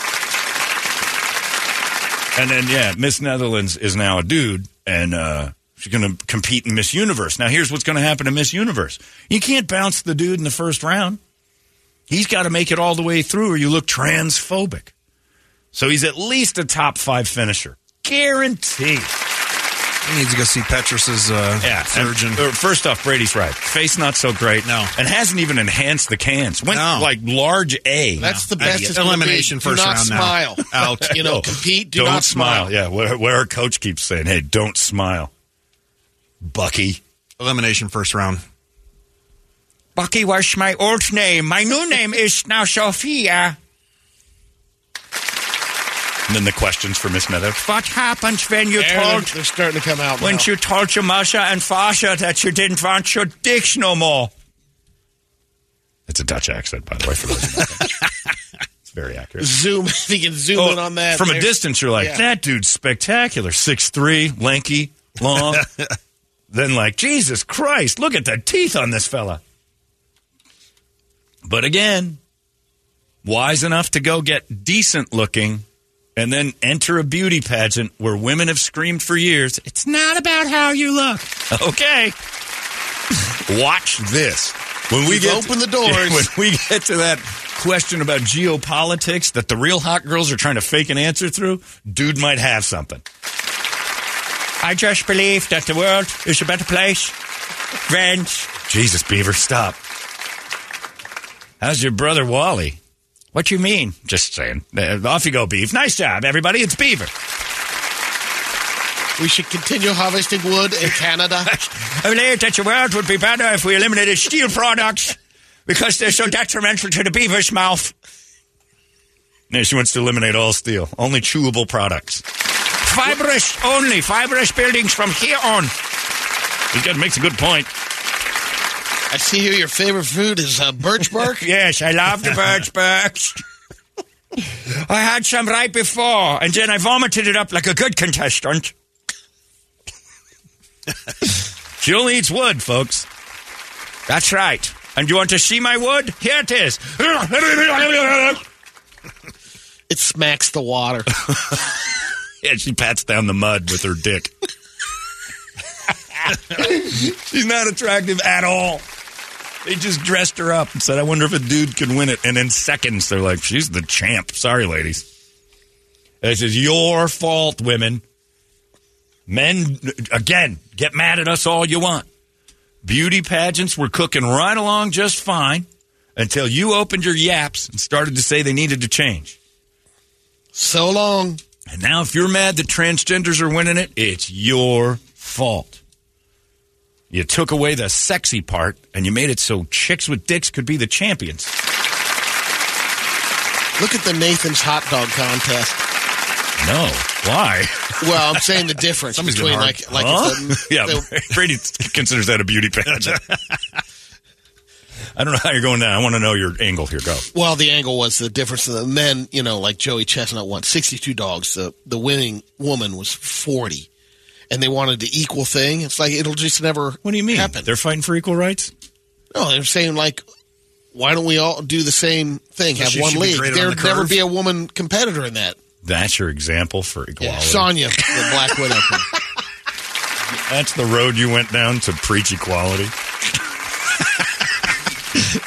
S2: And then, yeah, Miss Netherlands is now a dude, and uh, she's going to compete in Miss Universe. Now, here's what's going to happen to Miss Universe you can't bounce the dude in the first round. He's got to make it all the way through, or you look transphobic. So he's at least a top five finisher. Guaranteed.
S7: He needs to go see Petrus's uh,
S2: Yeah,
S7: surgeon.
S2: and- uh, first off, Brady's right. Face not so great. No, and hasn't even enhanced the cans. Went
S7: No.
S2: like large A.
S3: That's the best. it's gonna
S7: Elimination
S3: be.
S7: first
S3: do not
S7: round now.
S3: Smile.
S7: Out.
S3: You know,
S2: No.
S3: compete. Do
S2: don't
S3: not smile.
S2: Yeah, where, where our coach keeps saying, "Hey, don't smile, Bucky."
S7: Elimination first round.
S2: Bucky was my old name. My new name is now Sophia. And then the questions for Miss Nether. What happened when you
S3: They're-
S2: told
S3: They're starting to come out.
S2: when
S3: now.
S2: you told your Masha and Fasha that you didn't want your dicks no more? It's a Dutch accent, by the way. For those of you. it's very accurate.
S3: zoom, you can zoom in on that
S2: Oh, From a
S3: There-
S2: distance, you're like,
S3: Yeah.
S2: that dude's spectacular. Six three, lanky, long. then like, Jesus Christ, look at the teeth on this fella. But again, wise enough to go get decent looking and then enter a beauty pageant where women have screamed for years, it's not about how you look. Okay. Watch this. When we
S3: We've
S2: get
S3: opened the doors.
S2: when we get to that question about geopolitics that the real hot girls are trying to fake an answer through, dude might have something. I just believe that the world is a better place. Friends. Jesus, Beaver, stop. How's your brother Wally? What you mean? Just saying. Uh, off you go, Beef. Nice job, everybody. It's Beaver.
S3: we should continue harvesting wood in Canada.
S2: I believe that the world would be better if we eliminated steel products because they're so detrimental to the beaver's mouth. No, she wants to eliminate all steel, only chewable products. Fibrous only, fibrous buildings from here on. He's got makes a good point.
S3: I see here your favorite food is uh, birch bark.
S2: yes, I love the birch bark. I had some right before, and then I vomited it up like a good contestant. she only eats wood, folks. That's right. And you want to see my wood? Here it is.
S3: It smacks the water.
S2: yeah, she pats down the mud with her dick. She's not attractive at all. They just dressed her up and said, I wonder if a dude could win it. And in seconds, they're like, she's the champ. Sorry, ladies. This is your fault, women. Men, again, get mad at us all you want. Beauty pageants were cooking right along just fine until you opened your yaps and started to say they needed to change.
S3: So long.
S2: And now, if you're mad that transgenders are winning it, it's your fault. You took away the sexy part and you made it so chicks with dicks could be the champions.
S3: Look at the Nathan's hot dog contest.
S2: No. Why?
S3: Well, I'm saying the difference
S2: Somebody's
S3: between
S2: getting hard.
S3: like like
S2: Huh?
S3: if the,
S2: yeah,
S3: the-
S2: Brady considers that a beauty pageant. I don't know how you're going down. I want to know your angle here. Go.
S3: well, the angle was the difference. of The men, you know, like Joey Chestnut won 62 dogs. The the winning woman was 40, and they wanted the equal thing. It's like it'll just never. What do you mean? Happen.
S2: They're fighting for equal rights.
S3: No, they're saying like, why don't we all do the same thing?
S2: So
S3: Have
S2: she
S3: one
S2: should be
S3: league.
S2: graded on
S3: There'd
S2: the
S3: never
S2: curve?
S3: be a woman competitor in that.
S2: That's your example for
S3: Yeah.
S2: equality.
S3: Sonya, the Black Widow.
S2: That's the road you went down to preach equality.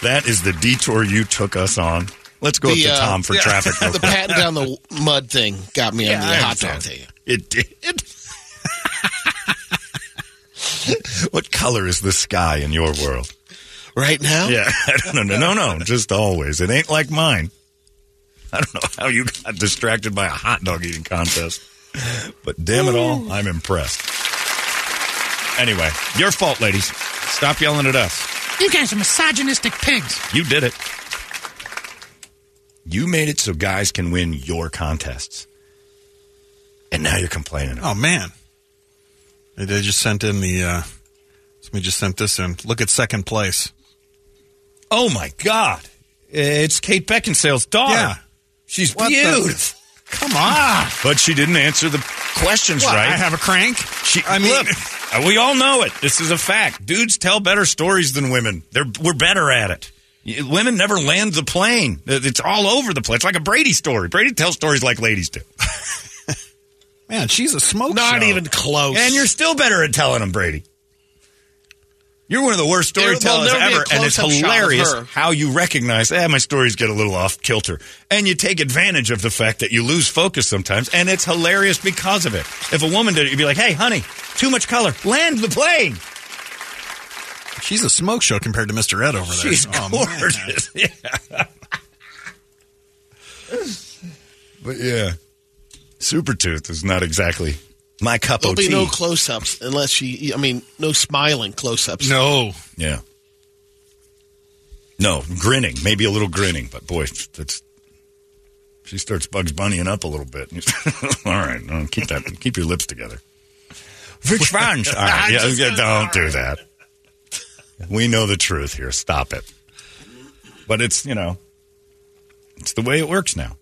S2: that is the detour you took us on. Let's go up to
S3: uh,
S2: Tom for
S3: yeah,
S2: traffic. real
S3: the
S2: quick.
S3: patent down the mud thing got me
S2: Yeah,
S3: on the
S2: I
S3: hot dog
S2: understand.
S3: thing.
S2: It did. What color is the sky in your world?
S3: Right now?
S2: Yeah. I don't know. No, no. Just always. It ain't like mine. I don't know how you got distracted by a hot dog eating contest. But damn it all, I'm impressed. Anyway, your fault, ladies. Stop yelling at us.
S6: You guys are misogynistic pigs.
S2: You did it. You made it so guys can win your contests. And now you're complaining.
S7: Oh man, they they just sent in the. Uh, somebody just sent this in. Look at second place.
S2: Oh my God! It's Kate Beckinsale's daughter.
S7: Yeah,
S2: she's
S7: beautiful. Come on.
S2: But she didn't answer the questions
S7: What,
S2: right.
S7: I have a crank.
S2: She, I mean, look, uh, we all know it. This is a fact. Dudes tell better stories than women. They're, we're better at it. Y- Women never land the plane. It- It's all over the place. It's like a Brady story. Brady tells stories like ladies do.
S7: Man, she's a smoke.
S3: Not even close.
S2: And you're still better at telling them, Brady. You're one of the worst
S3: There will
S2: storytellers
S3: never be a
S2: ever, and it's
S3: close-up shot of
S2: hilarious
S3: her.
S2: how you recognize, eh, my stories get a little off kilter. And you take advantage of the fact that you lose focus sometimes, and it's hilarious because of it. If a woman did it, you'd be like, hey, honey, too much color, land the plane.
S7: She's a smoke show compared to Mr. Ed over there.
S2: She's
S7: Oh, man.
S2: gorgeous. Yeah. but yeah, Supertooth is not exactly my cup
S3: There'll
S2: of
S3: be
S2: tea.
S3: no close ups unless she, I mean, no smiling close
S2: Mm,
S3: ups.
S7: No.
S2: Yeah. No, grinning, maybe a little grinning, but boy, that's she starts Bugs Bunnying up a little bit. All right, no, keep that, keep your lips together. Which ones? All right, yeah, yeah, don't do that. We know the truth here. Stop it. But it's you know, it's the way it works now.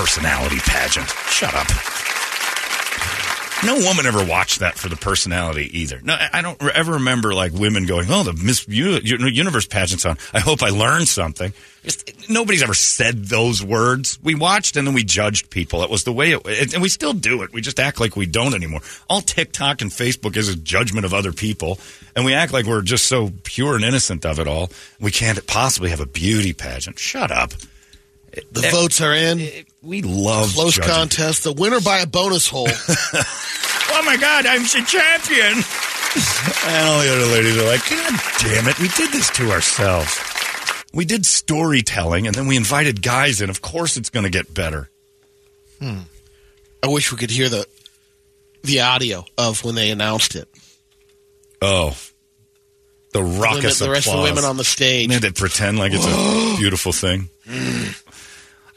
S2: Personality pageant. Shut up. No woman ever watched that for the personality either. No, I I don't re- ever remember like women going, "Oh, the Miss U- U- Universe pageant's on. I hope I learned something." Just, nobody's ever said those words. We watched and then we judged people. It was the way it, it, and we still do it. We just act like we don't anymore. All TikTok and Facebook is a judgment of other people, and we act like we're just so pure and innocent of it all. We can't possibly have a beauty pageant. Shut up.
S3: The votes are in.
S2: We love
S3: close
S2: judging.
S3: contest. The winner by a bonus hole.
S2: oh my God, I'm the champion. And all the other ladies are like, God damn it, we did this to ourselves. We did storytelling and then we invited guys in. Of course it's going to get better.
S3: I wish we could hear the Hmm. the audio of when they announced it.
S2: Oh. The raucous
S3: Women- the rest of the
S2: applause.
S3: women on the stage.
S2: And they pretend like it's a beautiful thing.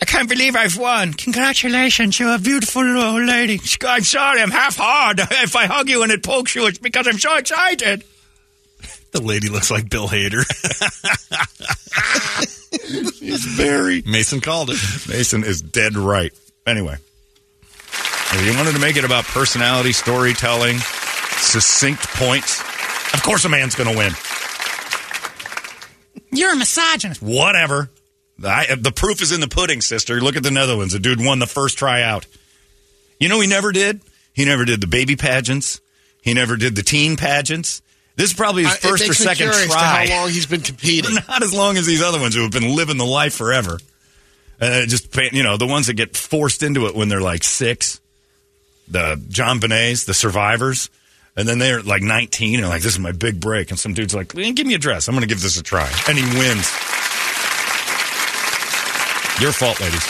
S2: I can't believe I've won. Congratulations, you're a beautiful old lady. I'm sorry, I'm half hard. If I hug you and it pokes you, it's because I'm so excited.
S7: The lady looks like Bill Hader.
S2: She's very.
S7: Mason called it.
S2: Mason is dead right. Anyway, if you wanted to make it about personality, storytelling, succinct points, of course a man's going to win.
S6: You're a misogynist.
S2: Whatever. I, the proof is in the pudding, sister. Look at the Netherlands. The dude won the first try out. You know, he never did. He never did the baby pageants. He never did the teen pageants. This is probably his
S3: I- it
S2: first or
S3: makes me
S2: second
S3: curious to
S2: try.
S3: how long he's been competing.
S2: Not as long as these other ones who have been living the life forever. Uh, just pa- you know, the ones that get forced into it when they're like six, the John Benets, the survivors, and then they're like nineteen and like, "This is my big break." And some dude's like, "Man, "Give me a dress. I'm going to give this a try," and he wins. Your fault, ladies.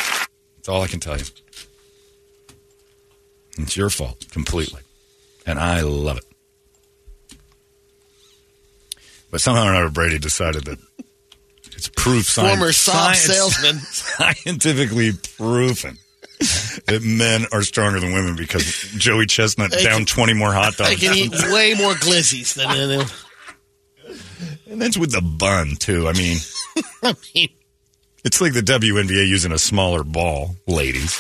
S2: That's all I can tell you. It's your fault completely, and I love it. But somehow or another, Brady decided that it's proof science.
S3: Former sob
S2: science-
S3: salesman.
S2: scientifically proven that men are stronger than women because Joey Chestnut
S3: They
S2: down
S3: can-
S2: 20 more hot
S3: They
S2: dogs.
S3: can eat way more glizzies than anyone.
S2: And that's with the bun, too. I mean,
S3: I mean,
S2: it's like the WNBA using a smaller ball, ladies.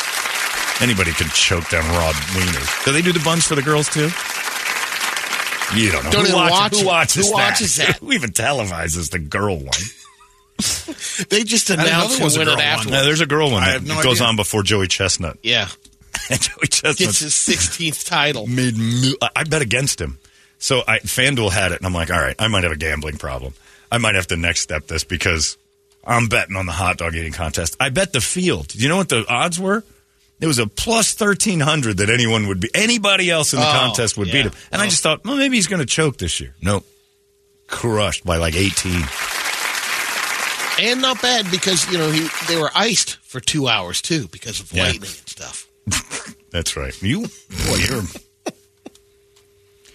S2: Anybody can choke down raw wieners. Do they do the buns for the girls, too? You don't know.
S3: Don't
S2: who,
S3: even
S2: watches,
S3: watch
S2: who
S3: it.
S2: watches
S3: Who watches that?
S2: who even televises the girl one?
S3: they just announced who won it afterwards.
S2: No, Uh, there's a girl one
S3: I
S2: that
S3: have no
S2: goes
S3: idea.
S2: on before Joey Chestnut.
S3: Yeah.
S2: And Joey Chestnut
S3: Gets his 16th title.
S2: made me- I- I bet against him. So I FanDuel had it, and I'm like, all right, I might have a gambling problem. I might have to next step this because I'm betting on the hot dog eating contest. I bet the field. Do you know what the odds were? It was a plus 1300 that anyone would be, anybody else in the
S5: Oh,
S2: contest would
S5: yeah.
S2: beat him. And I just
S3: Oh.
S2: thought, well, maybe he's going to choke this year. Nope. Crushed by like 18.
S3: And not bad because, you know, he they were iced for two hours, too, because of lightning and stuff.
S2: That's right. You, boy, you're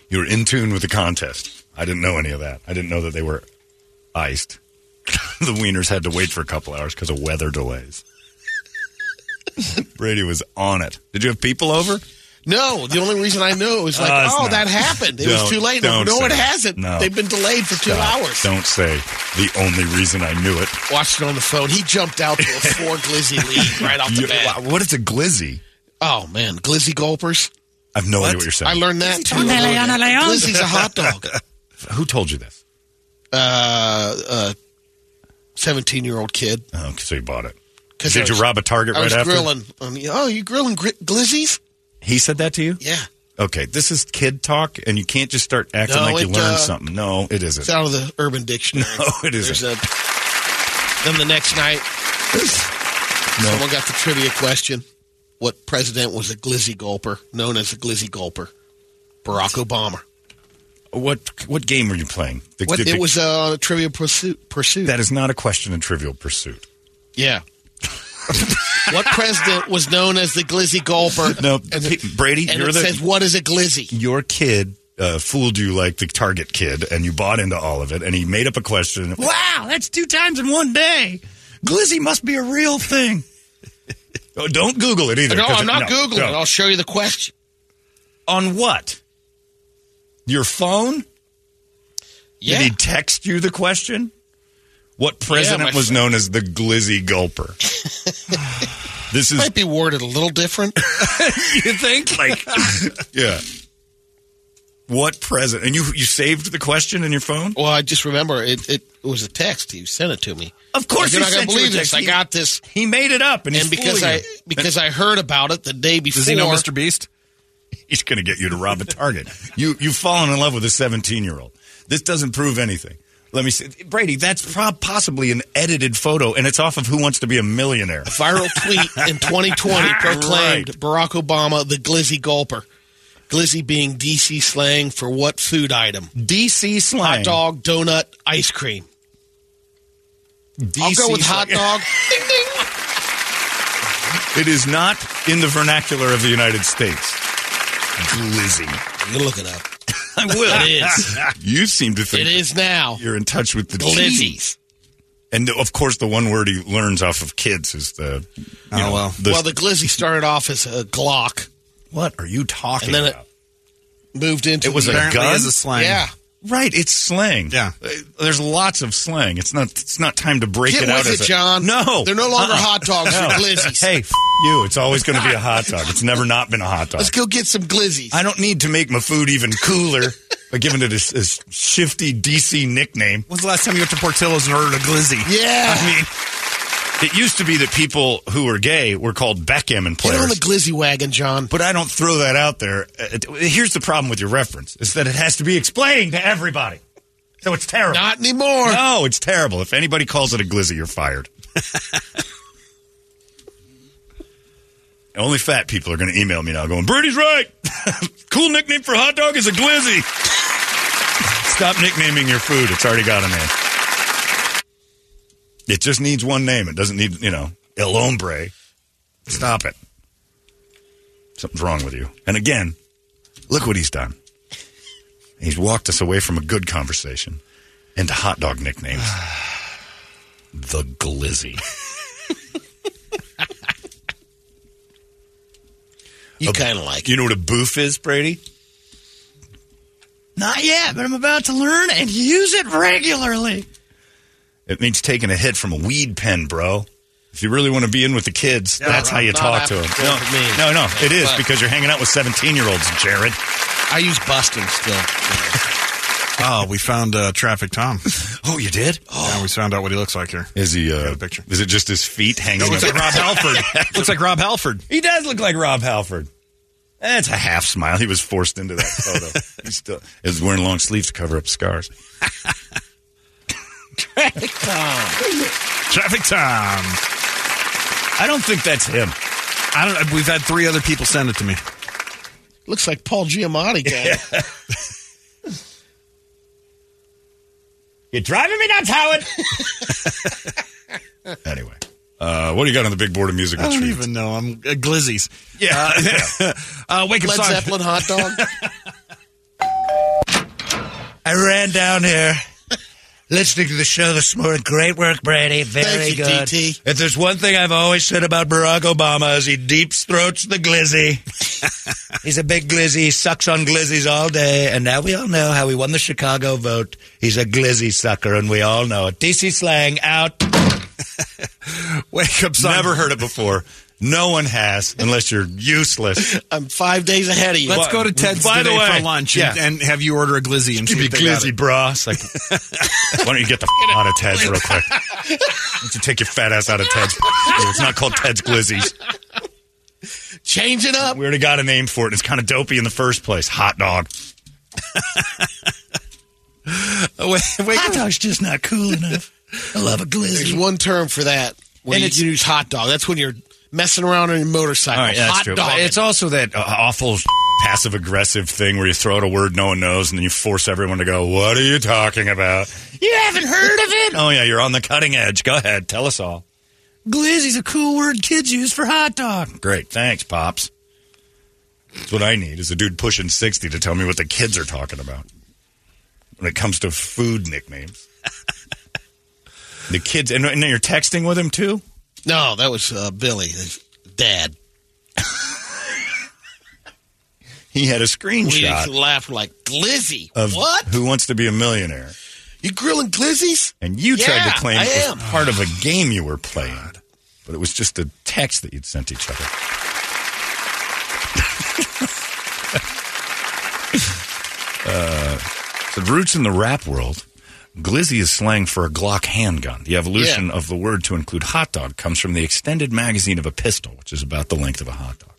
S2: you're in tune with the contest. I didn't know any of that. I didn't know that they were iced. the wieners had to wait for a couple hours because of weather delays. Brady was on it. Did you have people over?
S3: No, the only reason I knew was like,
S2: Uh, it's
S3: oh,
S2: not-
S3: that happened. It was
S2: Don't-
S3: too late. No,
S2: don't
S3: no, it
S2: say that.
S3: hasn't.
S2: No.
S3: They've been delayed for two
S2: Stop.
S3: hours.
S2: Don't say the only reason I knew it.
S3: Watched it on the phone. He jumped out to a four glizzy lead right off the
S2: You-
S3: bat.
S2: wow, What is a glizzy?
S3: Oh man, glizzy gulpers.
S2: I've no idea what you're saying.
S3: I learned that too.
S6: talking about? Leon, Leon.
S3: Glizzy's a hot dog.
S2: Who told you this?
S3: Uh, uh, seventeen-year-old kid.
S2: Oh, so you bought it.
S3: 'Cause
S2: Did
S3: I
S2: you
S3: was-
S2: rob a Target
S3: I
S2: right
S3: was
S2: after?
S3: Grilling. Um, oh, you grilling gri- glizzies?
S2: He said that to you?
S3: Yeah.
S2: Okay, this is kid talk, and you can't just start acting
S3: No,
S2: like you
S3: it,
S2: learned
S3: uh,
S2: something. No, it isn't.
S3: It's out of the Urban Dictionary.
S2: No, it isn't.
S3: There's a, then the next night, someone got the trivia question: What president was a glizzy gulper, known as a glizzy gulper? Barack Obama.
S2: What what game were you playing? The-
S3: What,
S2: the-
S3: it was uh, Trivial Pursuit. Pursuit.
S2: that is not a question in Trivial Pursuit.
S3: Yeah. what president was known as the glizzy gulper?
S2: No, P- Brady,
S3: and
S2: you're
S3: it
S2: the-
S3: says what is a glizzy?
S2: Your kid uh, fooled you like the Target kid, and you bought into all of it, and he made up a question.
S8: Wow, that's two times in one day. Glizzy must be a real thing.
S2: Oh, don't Google it either.
S3: no,
S2: 'cause
S3: I'm
S2: it-
S3: not googling.
S2: no.
S3: it. I'll show you the question.
S2: On what? Your phone?
S3: Yeah.
S2: Did he text you the question? What president
S3: my
S2: was
S3: friend.
S2: known as the glizzy gulper? this is
S3: Might be worded a little different.
S2: you think? Like, yeah. What president? And you you saved the question in your phone?
S3: Well, I just remember it. It, it was a text. You sent it to me.
S2: Of course,
S3: you're
S2: he
S3: not gonna
S2: sent you
S3: believe
S2: a
S3: this.
S2: text.
S3: I
S2: He-
S3: got this.
S2: He made it up, and, he's
S3: because
S2: fooling
S3: I
S2: you.
S3: because I heard about it the day before.
S2: Does he know Mr.
S7: Beast?
S2: He's going to get you to rob a Target. you you've fallen in love with a 17 year old. This doesn't prove anything. Let me see, Brady. That's prob- possibly an edited photo, and it's off of Who Wants to Be a Millionaire.
S3: viral tweet in 2020 proclaimed Barack Obama the glizzy gulper. Glizzy being DC slang for what food item?
S2: DC slang.
S3: Hot dog, donut, ice cream. I'll go with hot dog. Ding, ding.
S2: It is not in the vernacular of the United States. Glizzy.
S3: You look it up.
S2: I will.
S3: It is.
S2: You seem to think
S3: It is now.
S2: You're in touch with the
S3: Glizzies.
S2: teens. And the- of course, the one word he learns off of kids is the. You oh know, well. The,
S3: well, the glizzy started off as a Glock.
S2: What are you talking
S3: And then
S2: about?
S3: it moved into
S2: it was
S3: the-
S2: a gun.
S3: Yeah.
S2: Right, it's slang. Yeah, there's lots of slang. It's not. It's not time to break
S3: Get
S2: it out
S3: with
S2: as a-
S3: it, John.
S2: No,
S3: They're no longer
S2: Uh-uh.
S3: hot dogs, they're glizzies.
S2: Hey, f- you. It's always going to be a hot dog. It's never not been a hot dog.
S3: Let's go get some glizzies.
S2: I don't need to make my food even cooler by giving it a, s- a s- shifty DC nickname.
S7: When's the last time you went to Portillo's and ordered a glizzy?
S3: Yeah.
S2: I mean, it used to be that people who were gay were called backgammon
S3: Get
S2: players.
S3: on the glizzy wagon, John.
S2: but I don't throw that out there. Uh, it- Here's the problem with your reference: is that it has to be explained to everybody. So it's terrible.
S3: Not anymore.
S2: No, it's terrible. If anybody calls it a glizzy, you're fired. Only fat people are going to email me now, going, "Brady's right. cool nickname for hot dog is a glizzy." Stop nicknaming your food; it's already got a name. It just needs one name. It doesn't need, you know, El Hombre. Stop it. Something's wrong with you. And again, look what he's done. He's walked us away from a good conversation into hot dog nicknames. the Glizzy.
S3: You kind of like
S2: You know what a boof is, Brady?
S8: Not yet, but I'm about to learn and use it regularly.
S2: It means taking a hit from a weed pen, bro. If you really want to be in with the kids, that's how you talk to them. No, no, no, it is because you're hanging out with 17 year olds, Jared.
S3: I use Bustin still.
S7: Oh, we found uh, Traffic Tom.
S2: oh, you did?
S7: Yeah, we found out what he looks like here.
S2: Is he uh,
S7: a picture?
S2: Is it just his feet hanging?
S7: No, looks
S2: up-
S7: like Rob Halford. looks like Rob Halford.
S2: He does look like Rob Halford. That's a half smile. He was forced into that photo. He's still is wearing long sleeves to cover up scars.
S8: Traffic Tom.
S2: Traffic Tom. I don't think that's him.
S7: I don't. uh, We've had three other people send it to me.
S3: Looks like Paul Giamatti. guy.
S5: You're driving me nuts, Howard.
S2: Anyway. Uh, what do you got on the big board of musical
S7: I don't
S2: treats?
S7: even know. I'm uh, glizzies. Yeah. uh, wake up,
S3: Led
S7: song.
S3: Zeppelin hot dog.
S13: I ran down here listening to the show this morning. Great work, Brady. Very
S3: Thank you,
S13: good.
S3: DT.
S13: If there's one thing I've always said about Barack Obama is he deep throats the glizzy. He's a big glizzy, He sucks on glizzies all day, and now we all know how he won the Chicago vote. He's a glizzy sucker, and we all know it. DC slang out.
S7: Wake up,
S2: son. Never heard it before. No one has, unless you're useless.
S3: I'm five days ahead of you.
S7: Let's go to Ted's
S2: By
S7: today
S2: the way,
S7: for lunch
S2: yeah.
S7: and, and have you order a glizzy and
S2: Give
S7: see
S2: me
S7: if they got
S2: glizzy,
S7: it.
S2: brah. It's like, why don't you get the f- out of Ted's real quick? Why don't you take your fat ass out of Ted's? It's not called Ted's Glizzies.
S3: Change it up.
S2: We already got a name for it. and It's kind of dopey in the first place. Hot dog.
S13: Hot dog's just not cool enough. I love a glizzy.
S3: There's one term for that when
S13: And
S3: you,
S13: it's-
S3: you use hot dog. That's when you're messing around on your motorcycle.
S2: All right, yeah, that's
S3: hot
S2: true.
S3: dog.
S2: But It's also that uh, awful passive aggressive thing where you throw out a word no one knows and then you force everyone to go, What are you talking about?
S5: You haven't heard of it?
S2: Oh, yeah, you're on the cutting edge. Go ahead. Tell us all.
S5: Glizzy's a cool word kids use for hot dog.
S2: Great. Thanks, Pops. That's what I need is a dude pushing 60 to tell me what the kids are talking about when it comes to food nicknames. the kids, and, and you're texting with him too?
S3: No, that was uh, Billy, his dad.
S2: He had a
S3: We used to
S2: screenshot
S3: laugh like glizzy.
S2: of
S3: what?
S2: Who Wants to Be a Millionaire.
S3: You grilling glizzies?
S2: And you tried
S3: Yeah,
S2: to claim
S3: I
S2: it
S3: am.
S2: was part of a game you were playing, but it was just a text that you'd sent each other. uh, the roots in the rap world. Glizzy is slang for a Glock handgun. The evolution of the word to include hot dog comes from the extended magazine of a pistol, which is about the length of a hot dog.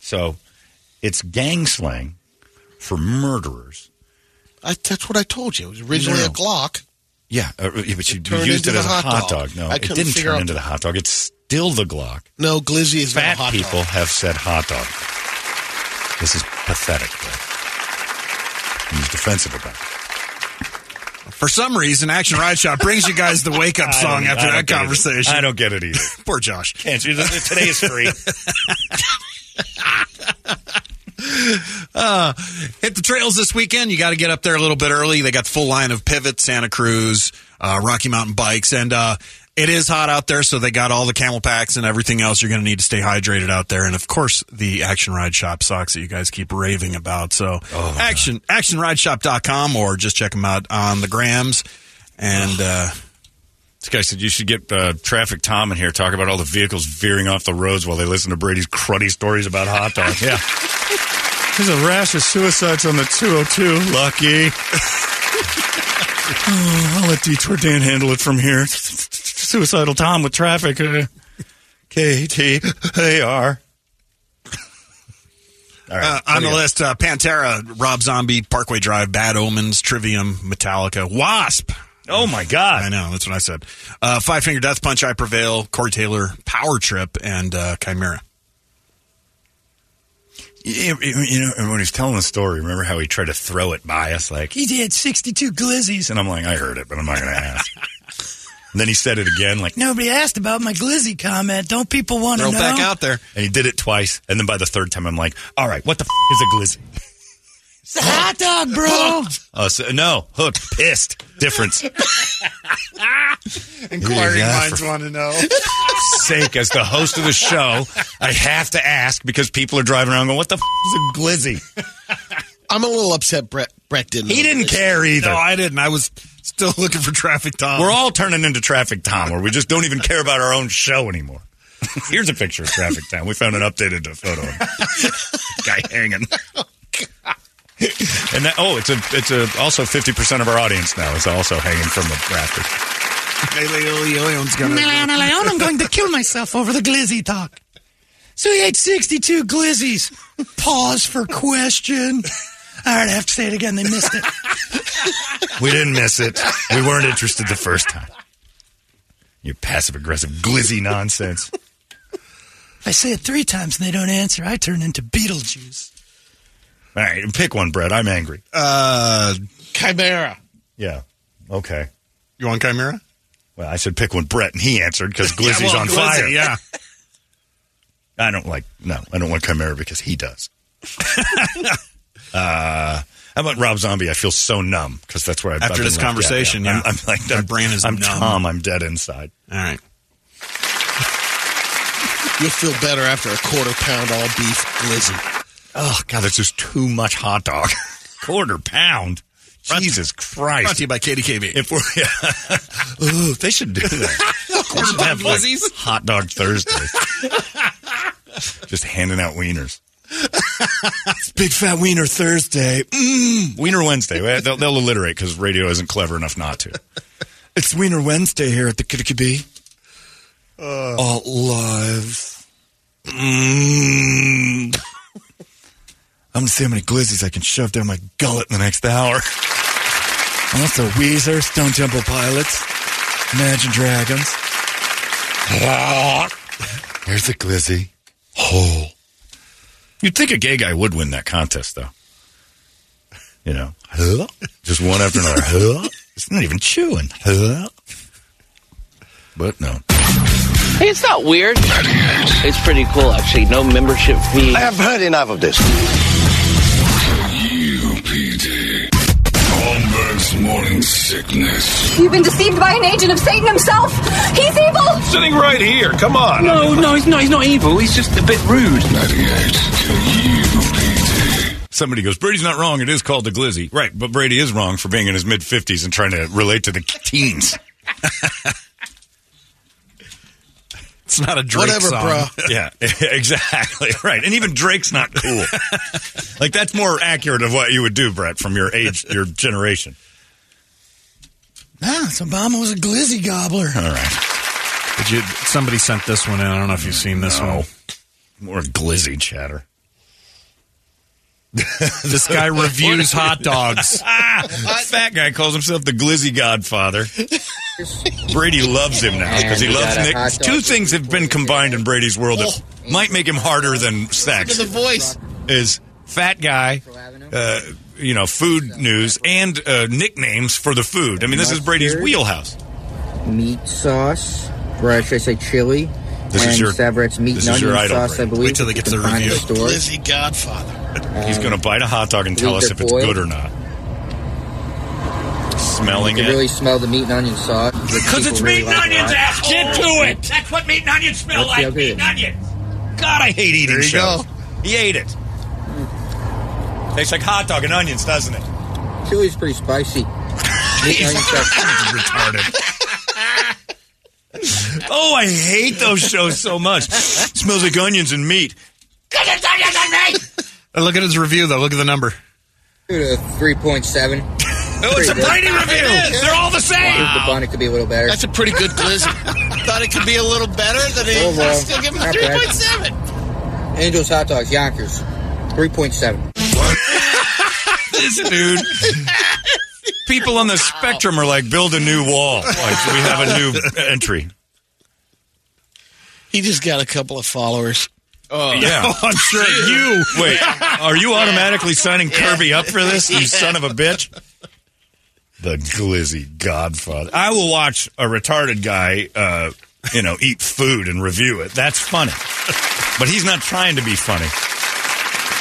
S2: So it's gang slang for murderers.
S3: I, that's what I told you. It was originally a
S2: No.
S3: Glock.
S2: Yeah, uh, yeah, but you, you
S3: turned
S2: used
S3: into
S2: it as a
S3: the
S2: hot,
S3: hot
S2: dog.
S3: dog.
S2: No,
S3: I
S2: it
S3: couldn't
S2: didn't
S3: figure
S2: turn
S3: out
S2: into the hot dog. It's still the Glock.
S3: No, glizzy is
S2: Fat
S3: not a hot
S2: people
S3: dog.
S2: have said hot dog. This is pathetic. Bro. He's defensive about it.
S7: For some reason, Action Ride Shop brings you guys the wake up
S2: I
S7: song
S2: don't-
S7: after
S2: I don't
S7: that
S2: get it.
S7: conversation.
S2: I don't get it either.
S7: Poor Josh.
S2: Can't you? Today is free.
S7: Uh, hit the trails this weekend. You got to get up there a little bit early. They got the full line of Pivot, Santa Cruz, uh, Rocky Mountain Bikes, and uh, it is hot out there, so they got all the camel packs and everything else. You're going to need to stay hydrated out there, and of course the Action Ride Shop socks that you guys keep raving about. So
S2: Oh,
S7: action actionrideshop.com or just check them out on the grams. And uh,
S2: This guy said you should get uh, Traffic Tom in here, talk about all the vehicles veering off the roads while they listen to Brady's cruddy stories about hot dogs. yeah. There's a rash of suicides on the 202. Lucky. oh, I'll let Detour Dan handle it from here. Suicidal Tom with traffic. Uh, K-T-A-R.
S7: Uh, on the list, uh, Pantera, Rob Zombie, Parkway Drive, Bad Omens, Trivium, Metallica, Wasp.
S2: Oh my God!
S7: I know that's what I said. Uh, Five Finger Death Punch, I Prevail, Corey Taylor, Power Trip, and uh, Chimera.
S2: You, you- you know, and when he's telling the story, remember how he tried to throw it by us? Like, he did 62 glizzies. And I'm like, I heard it, but I'm not going to ask. and then he said it again, like,
S5: Nobody asked about my glizzy comment. Don't people want to
S2: Throw
S5: know?
S2: back out there. And he did it twice. And then by the third time, I'm like, all right, what the f- is a glizzy?
S5: It's a hot dog, bro.
S2: Uh, so, no, hooked, pissed. Difference.
S5: Inquiring
S2: Yeah,
S5: minds
S2: for
S5: want to know.
S2: sake, as the host of the show, I have to ask because people are driving around going, what the f- is a glizzy?
S3: I'm a little upset Brett, Brett didn't.
S2: He didn't care either.
S7: No, I didn't. I was still looking for Traffic Tom.
S2: We're all turning into Traffic Tom, where we just don't even care about our own show anymore. Here's a picture of Traffic Tom. We found an updated uh, photo. of him. Guy hanging. And that, oh, it's a it's a also fifty percent of our audience now is also hanging from the rafters.
S6: Meliana Leon, I'm going to kill myself over the glizzy talk.
S5: So he ate 62 glizzies. Pause for question. All right, I have to say it again. They missed it.
S2: We didn't miss it. We weren't interested the first time. Your passive aggressive glizzy nonsense.
S5: I say it three times and they don't answer. I turn into Beetlejuice.
S2: All right, pick one, Brett. I'm angry.
S7: Uh,
S3: Chimera.
S2: Yeah. Okay.
S7: You want Chimera?
S2: Well, I said pick one, Brett, and he answered because Glizzy's
S7: well,
S2: on
S7: Glizzy,
S2: fire.
S7: yeah.
S2: I don't like, no, I don't want Chimera because he does. uh, how about Rob Zombie? I feel so numb because that's where I
S7: After this conversation, yeah.
S2: I'm, I'm like,
S7: My brain is
S2: I'm
S7: numb.
S2: Tom. I'm dead inside.
S7: All right.
S3: You'll feel better after a quarter pound all beef glizzy.
S2: Oh God, that's just too much hot dog. Quarter pound. Jesus Christ.
S7: Brought to you by KDKB.
S2: If we're, yeah. Ooh, they should do that. They should have, like, hot dog Thursday. just handing out wieners.
S8: It's Big Fat Wiener Thursday.
S2: Mm. Wiener Wednesday. Well, They'll, they'll alliterate because radio isn't clever enough not to.
S8: It's Wiener Wednesday here at the Kitakabee.
S2: Uh.
S8: All lives. Mm. I'm gonna see how many glizzies I can shove down my gullet in the next hour. And also Weezer, Stone Temple Pilots, Imagine Dragons.
S2: Here's a glizzy. Whole. You'd think a gay guy would win that contest, though. You know, huh? just one after another. huh? It's not even chewing. Huh? But no.
S9: Hey, it's not weird. It's pretty cool, actually. No membership fee. I have heard enough of this.
S1: UPD. Holmberg's morning sickness.
S10: You've been deceived by an agent of Satan himself. He's evil.
S1: Sitting right here. Come on.
S9: No, no, he's not. He's not evil. He's just a bit rude.
S2: Somebody goes, Brady's not wrong. It is called a glizzy. Right, but Brady is wrong for being in his mid 50s and trying to relate to the teens.
S7: It's not a Drake
S2: Whatever,
S7: song.
S2: bruh. Yeah, exactly. Right. And even Drake's not cool. like, that's more accurate of what you would do, Brett, from your age, your generation.
S5: Ah, so Obama was a glizzy gobbler.
S2: All right.
S7: Did you, somebody sent this one in. I don't know if you've seen this one.
S2: More glizzy chatter.
S7: This guy reviews hot dogs.
S2: Fat guy calls himself the glizzy godfather. Brady loves him now because he
S1: And we
S2: loves
S1: got a hot
S2: Nick.
S1: dog
S2: Two things have been combined in Brady's world that
S1: Oh.
S2: might make him harder than sex.
S1: Look at the voice.
S2: is fat guy. Uh, you know, food news and uh, nicknames for the food. I mean, this is Brady's wheelhouse.
S14: meat sauce, or I should say chili.
S2: This
S14: and
S2: is your-
S14: Severett's meat
S2: this
S14: and
S2: is your
S14: onion
S2: idol,
S14: sauce, I
S2: Brady.
S14: believe.
S2: Wait till they
S14: you
S2: get
S14: can
S2: to the
S14: find at
S2: review.
S14: the store.
S3: Glizzy Godfather.
S2: He's
S14: Um,
S2: going to bite a hot dog and tell
S14: leave
S2: us
S14: it
S2: if it's
S14: boiled.
S2: good or not. Smelling
S14: You
S2: it.
S14: can really smell the meat and onion sauce. Because
S1: it's meat and onions, ass. Get
S14: Oh.
S1: to it.
S2: Oh, That's what meat and onions smell
S14: Let's see how
S2: like.
S14: good
S2: Meat
S14: it
S2: and
S14: is.
S2: onions. God, I hate eating
S14: There you
S2: shows.
S14: go.
S2: He ate it. Tastes like hot dog and onions, doesn't it?
S14: Chili's pretty spicy. Meat and onion sauce.
S2: retarded. oh, I hate those shows so much. Smells like onions and meat.
S7: Uh, Look at his review, though. Look at the number.
S14: Two to 3.7.
S7: Oh,
S14: Pretty
S7: it's a
S14: good.
S7: Brady review.
S14: It is.
S7: They're all the same.
S14: I think the bun, it could be a little better.
S3: That's a pretty good glizzy. Thought it could be a little better than it
S14: Oh,
S3: is.
S14: well,
S3: Still give him
S14: not bad.
S3: 3.7.
S14: Angel's Hot Dogs, Yonkers. 3.7.
S2: this dude. People on the spectrum are like, build a new wall. Like, we have a new entry.
S3: He just got a couple of followers. Oh,
S2: Yeah.
S7: I'm sure you.
S2: Wait, are you automatically signing Kirby up for this, you
S3: Yeah.
S2: son of a bitch? The glizzy godfather. I will watch a retarded guy, uh, you know, eat food and review it. That's funny. But he's not trying to be funny.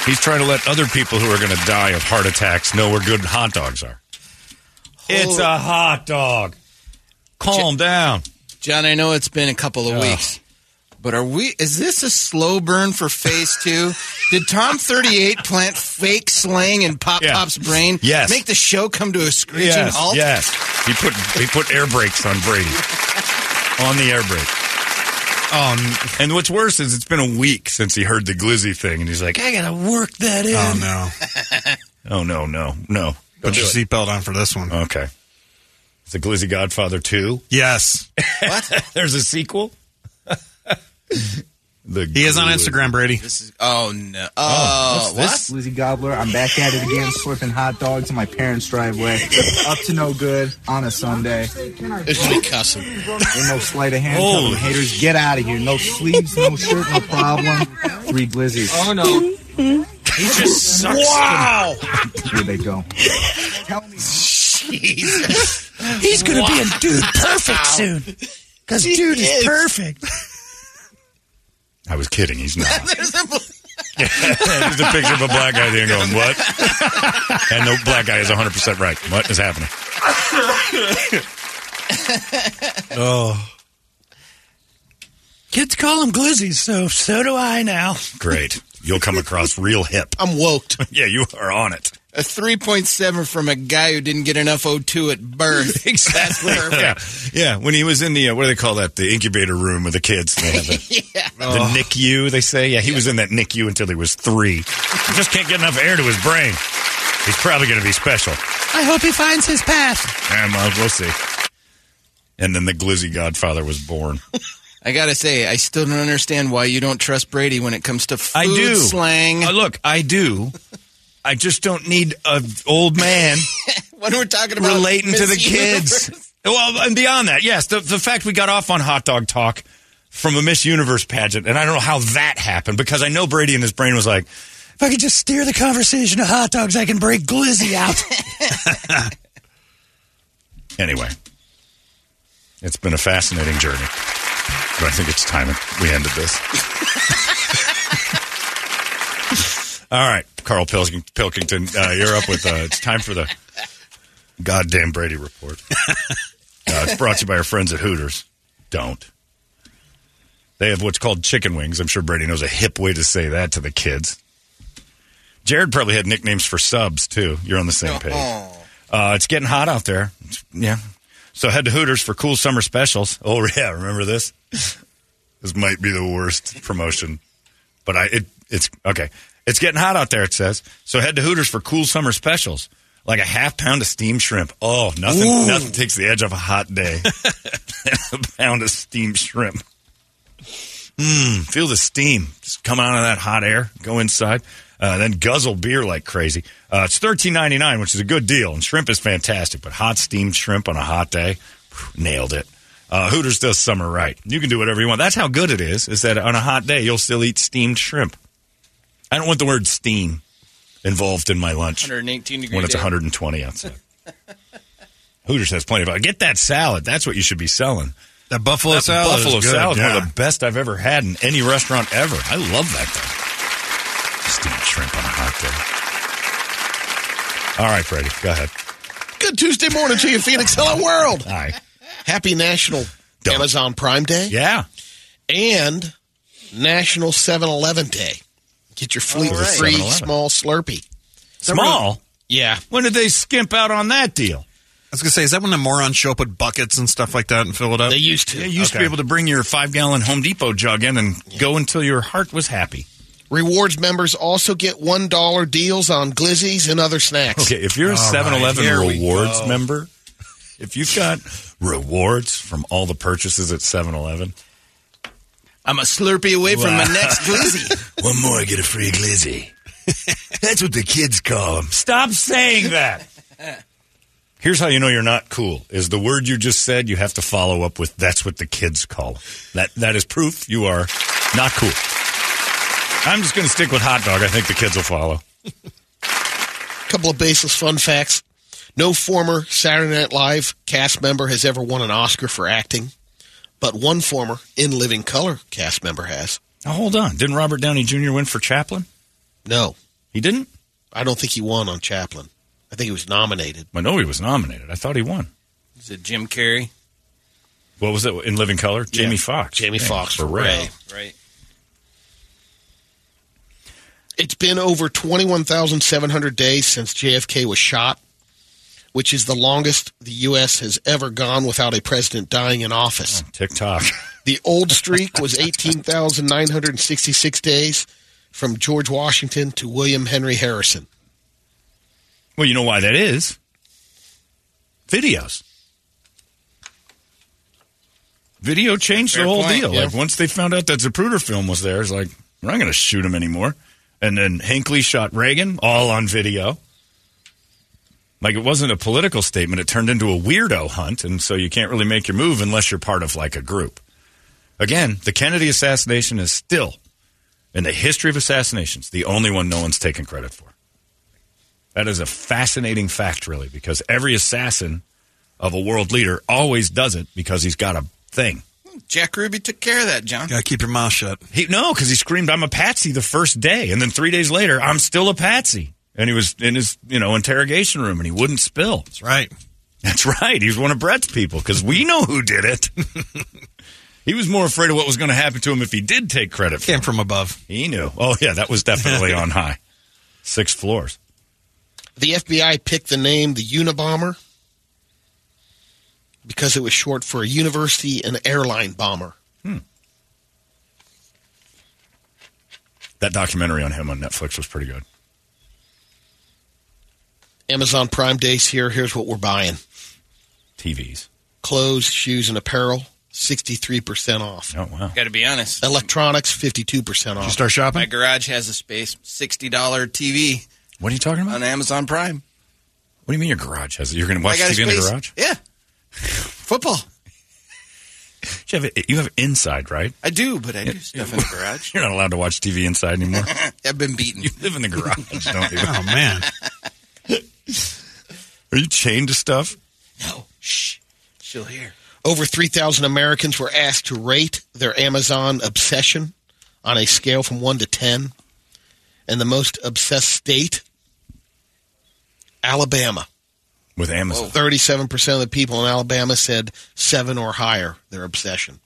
S2: He's trying to let other people who are going to die of heart attacks know where good hot dogs are. It's a hot dog. Calm down.
S15: John, I know it's been a couple of weeks, but are we? Is this a slow burn for phase two? Did Tom thirty eight plant fake slang in Pop Pop's brain?
S2: Yes.
S15: Make the show come to a screeching
S2: yes,
S15: halt.
S2: Yes. He put he put air brakes on Brady. on the air brake. Um, and what's worse is it's been a week since he heard the glizzy thing, and he's like,
S5: I gotta work that in.
S7: Oh, no.
S2: "Oh no, no, no!"
S7: Put your
S2: seatbelt on for this one. Okay. It's a Glizzy Godfather two.
S7: Yes.
S2: What? There's a sequel. The
S7: He is on Instagram, Brady.
S15: Oh no!
S14: Oh,
S15: Oh, what?
S14: this? Lizzie Gobbler. I'm back at it again, slipping hot dogs in my parents' driveway. Up to no good on a Sunday.
S3: It's me cussing.
S14: Ain't no sleight of hand.
S3: Holy
S14: Holy haters, get out of here. No sleeves, no shirt, no problem. Three glizzies.
S15: Oh no!
S14: He just
S15: sucks
S14: Wow. Here they go.
S5: Jesus. He's going to be in
S14: Wow.
S5: Dude Perfect soon. Because
S14: He
S5: Dude is,
S14: is.
S5: perfect.
S2: I was kidding. He's not.
S5: There's a
S2: There's a picture of a black guy there going, what? And the black guy is 100% right. What is happening? Oh,
S5: Kids call him glizzies, so so do I now.
S2: great. You'll come across real hip.
S15: I'm woked.
S2: yeah, you are on it.
S15: A 3.7 from a guy who didn't get enough O2 at birth. exactly.
S2: Yeah. yeah, when he was in the, uh, what do they call that? The incubator room with the kids. They have a,
S15: yeah.
S2: The NICU, they say. Yeah, he was in that NICU until he was three. He just can't get enough air to his brain. He's probably going to be special.
S5: I hope he finds his path.
S2: And uh, we'll see. And then the Glizzy Godfather was born.
S15: I gotta say, I still don't understand why you don't trust Brady when it comes to food
S2: I do.
S15: slang.
S2: Uh, look, I do. I just don't need an old man
S15: when we're talking about
S2: relating to
S15: Miss
S2: the
S15: Universe.
S2: kids. Well, and beyond that, yes, the, the fact we got off on hot dog talk from a Miss Universe pageant, and I don't know how that happened because I know Brady in his brain was like,
S5: If I could just steer the conversation to hot dogs, I can break glizzy out.
S2: Anyway, it's been a fascinating journey, but I think it's time we ended this. All right, Carl Pilking- Pilkington, uh, you're up with. Uh, it's time for the goddamn Brady report. Uh, it's brought to you by our friends at Hooters. Don't. They have what's called chicken wings. I'm sure Brady knows a hip way to say that to the kids. Jared probably had nicknames for subs too. You're on the same page. Uh, it's getting hot out there. It's- yeah. So head to Hooters for cool summer specials. Oh yeah, remember this? This might be the worst promotion, but I it it's okay. It's getting hot out there. It says so. Head to Hooters for cool summer specials, like a half pound of steamed shrimp. Oh, nothing
S1: Ooh.
S2: nothing takes the edge off a hot day. a pound of steamed shrimp. Mmm, feel the steam just come out of that hot air. Go inside, uh, then guzzle beer like crazy. Uh, it's thirteen ninety nine, which is a good deal, and shrimp is fantastic. But hot steamed shrimp on a hot day, phew, nailed it. Uh, Hooters does summer right. You can do whatever you want. That's how good it is. Is that on a hot day you'll still eat steamed shrimp. I don't want the word steam involved in my lunch
S15: 118 degree
S2: when it's
S15: day.
S2: 120 outside. Hooters has plenty of. uh, Get that salad. That's what you should be selling.
S7: That buffalo
S2: That
S7: salad is
S2: Buffalo
S7: good,
S2: salad, one
S7: yeah.
S2: of the best I've ever had in any restaurant ever. I love that thing. Steamed shrimp on a hot day. All right, Freddie, go ahead.
S3: Good Tuesday morning to you, Phoenix. Hello, world.
S2: Hi.
S3: Happy National Amazon Prime Day.
S2: Yeah.
S3: And National 7 Eleven Day. Get your fleet
S2: All right.
S3: free
S2: 7-Eleven.
S3: small Slurpee.
S2: Small?
S3: Yeah.
S2: When did they skimp out on that deal?
S7: I was gonna say, is that when the morons show up with buckets and stuff like that and fill it up? They
S3: used to.
S2: You used to be able to bring your five gallon Home Depot jug in and go until your heart was happy.
S3: Rewards members also get $1 deals on glizzies and other snacks.
S2: Okay, if you're a 7 Eleven rewards member, if you've got rewards from all the purchases at 7 Eleven,
S15: I'm a Slurpee away from my next glizzy.
S2: One more, I get a free glizzy. That's what the kids call them. Stop saying that. Here's how you know you're not cool is the word you just said you have to follow up with that's what the kids call 'em." that that is proof you are not cool. I'm just going to stick with hot dog. I think the kids will follow.
S3: couple of baseless fun facts. No former Saturday Night Live cast member has ever won an Oscar for acting, but one former In Living Color cast member has.
S2: Now hold on. Didn't Robert Downey Jr. win for Chaplin?
S3: No.
S2: He didn't?
S3: I don't think he won on Chaplin. I think he was nominated.
S2: I know he was nominated. I thought he won.
S15: Is it Jim Carrey?
S2: What was it in Living Color? Jamie Foxx.
S3: Jamie
S2: Yeah,
S3: Foxx for Ray.
S15: Right.
S3: It's been over 21,700 days since JFK was shot, which is the longest the U.S. has ever gone without a president dying in office.
S2: Oh, TikTok.
S3: The old streak was 18,966 days from George Washington to William Henry Harrison.
S2: Well, you know why that is. Videos. Video changed
S3: Fair
S2: the whole
S3: point,
S2: deal.
S3: yeah.
S2: Like once they found out that Zapruder film was there, it's like we're not going to shoot him anymore. And then Hinckley shot Reagan all on video. Like it wasn't a political statement; it turned into a weirdo hunt, and so you can't really make your move unless you're part of like a group. Again, the Kennedy assassination is still in the history of assassinations the only one no one's taken credit for. That is a fascinating fact, really, because every assassin of a world leader always does it because he's got a thing.
S15: Jack Ruby took care of that, John.
S2: Gotta keep your mouth shut. He, no, because he screamed, "I'm a patsy" the first day, and then three days later, "I'm still a patsy." And he was in his you know interrogation room, and he wouldn't spill. That's right. That's right. He was one of Brett's people because we know who did it. he was more afraid of what was going to happen to him if he did take credit. Came from above. He knew. Oh yeah, that was definitely on high, six floors.
S3: The FBI picked the name the Unabomber because it was short for a university and airline bomber.
S2: That documentary on him on Netflix was pretty good.
S3: Amazon Prime Days here. Here's what we're buying
S2: TVs,
S3: clothes, shoes, and apparel. 63% off.
S2: Oh, wow.
S15: Got to be honest.
S3: Electronics, 52% off.
S15: My garage has a space $60 TV.
S2: What are you talking about?
S15: On Amazon Prime.
S2: What do you mean your garage has it? You're going to watch
S15: I got a
S2: TV in the
S15: space-
S2: garage?
S15: Yeah. Football.
S2: You have, you have inside, right?
S15: I do, but I do stuff in the garage.
S2: You're not allowed to watch TV inside anymore.
S15: I've been beaten.
S2: You live in the garage, don't you?
S15: Oh, man.
S2: Are you chained to stuff?
S15: She'll hear.
S3: Over 3,000 Americans were asked to rate their Amazon obsession on a scale from 1 to 10. And the most obsessed state, Alabama.
S2: With Amazon.
S3: 37% of the people in Alabama said 7 or higher, their obsession.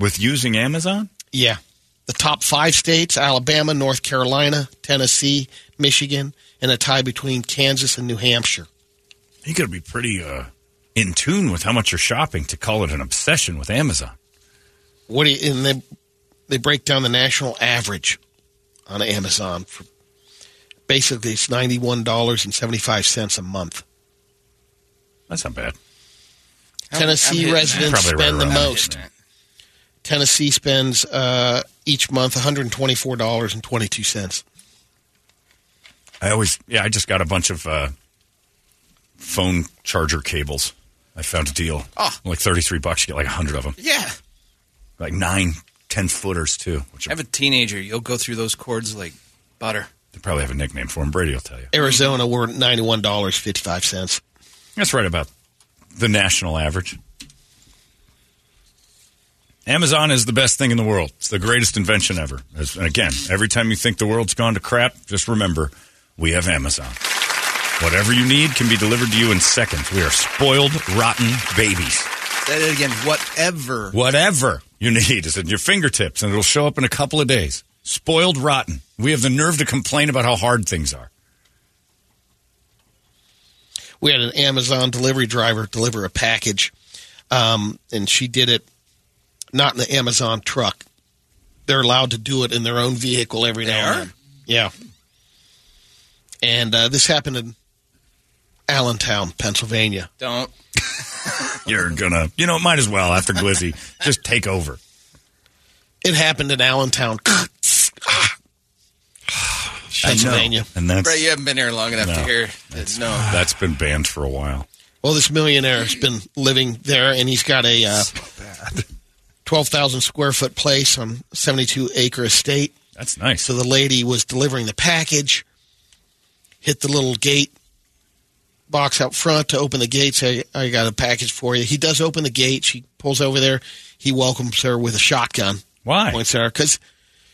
S2: With using Amazon?
S3: Yeah. The top five states Alabama, North Carolina, Tennessee, Michigan, and a tie between Kansas and New Hampshire.
S2: You got to be pretty uh, in tune with how much you're shopping to call it an obsession with Amazon.
S3: What do you, and they they break down the national average on Amazon. For, basically, it's ninety one dollars and seventy five cents a month.
S2: That's not bad.
S15: I'm- I'm
S3: Tennessee
S15: hitting
S3: residents
S15: that. Probably right
S3: spend
S15: around
S3: the
S15: that.
S3: most. Tennessee spends uh, each month one hundred twenty four dollars and twenty two cents.
S2: I always, yeah, I just got a bunch of uh, phone charger cables. I found a deal.
S15: Oh.
S2: Like 33 bucks, you get like 100 of them.
S15: Yeah.
S2: Like nine, 10 footers, too, which
S15: I have a teenager. You'll go through those cords like butter.
S2: they probably have a nickname for them. Brady will tell you.
S3: Arizona were ninety one dollars fifty five cents.
S2: That's right about the national average. Amazon is the best thing in the world. It's the greatest invention ever. As- and again, every time you think the world's gone to crap, just remember we have Amazon. Whatever you need can be delivered to you in seconds. We are spoiled, rotten babies.
S15: Say that again. Whatever.
S2: Whatever you need is at your fingertips, and it'll show up in a couple of days. Spoiled, rotten. We have the nerve to complain about how hard things are.
S3: we had an Amazon delivery driver deliver a package, um, and she did it not in the Amazon truck. They're allowed to do it in their own vehicle every now and then. Yeah. And uh, this happened in Allentown, Pennsylvania.
S15: Don't.
S2: You're gonna, you know, might as well after Glizzy just take over.
S3: It happened in Allentown, Pennsylvania.
S2: and that's
S15: Brett, you haven't been here long enough to
S2: No.
S15: hear that. No.
S2: That's been banned for a while.
S3: Well, this millionaire has been living there, and he's got a uh, twelve thousand square foot place on seventy two acre estate.
S2: That's nice.
S3: So the lady was delivering the package, hit the little gate box out front to open the gate. Say, "I got a package for you." He does open the gate. She pulls over there. He welcomes her with a shotgun.
S2: Why?
S3: Points at her because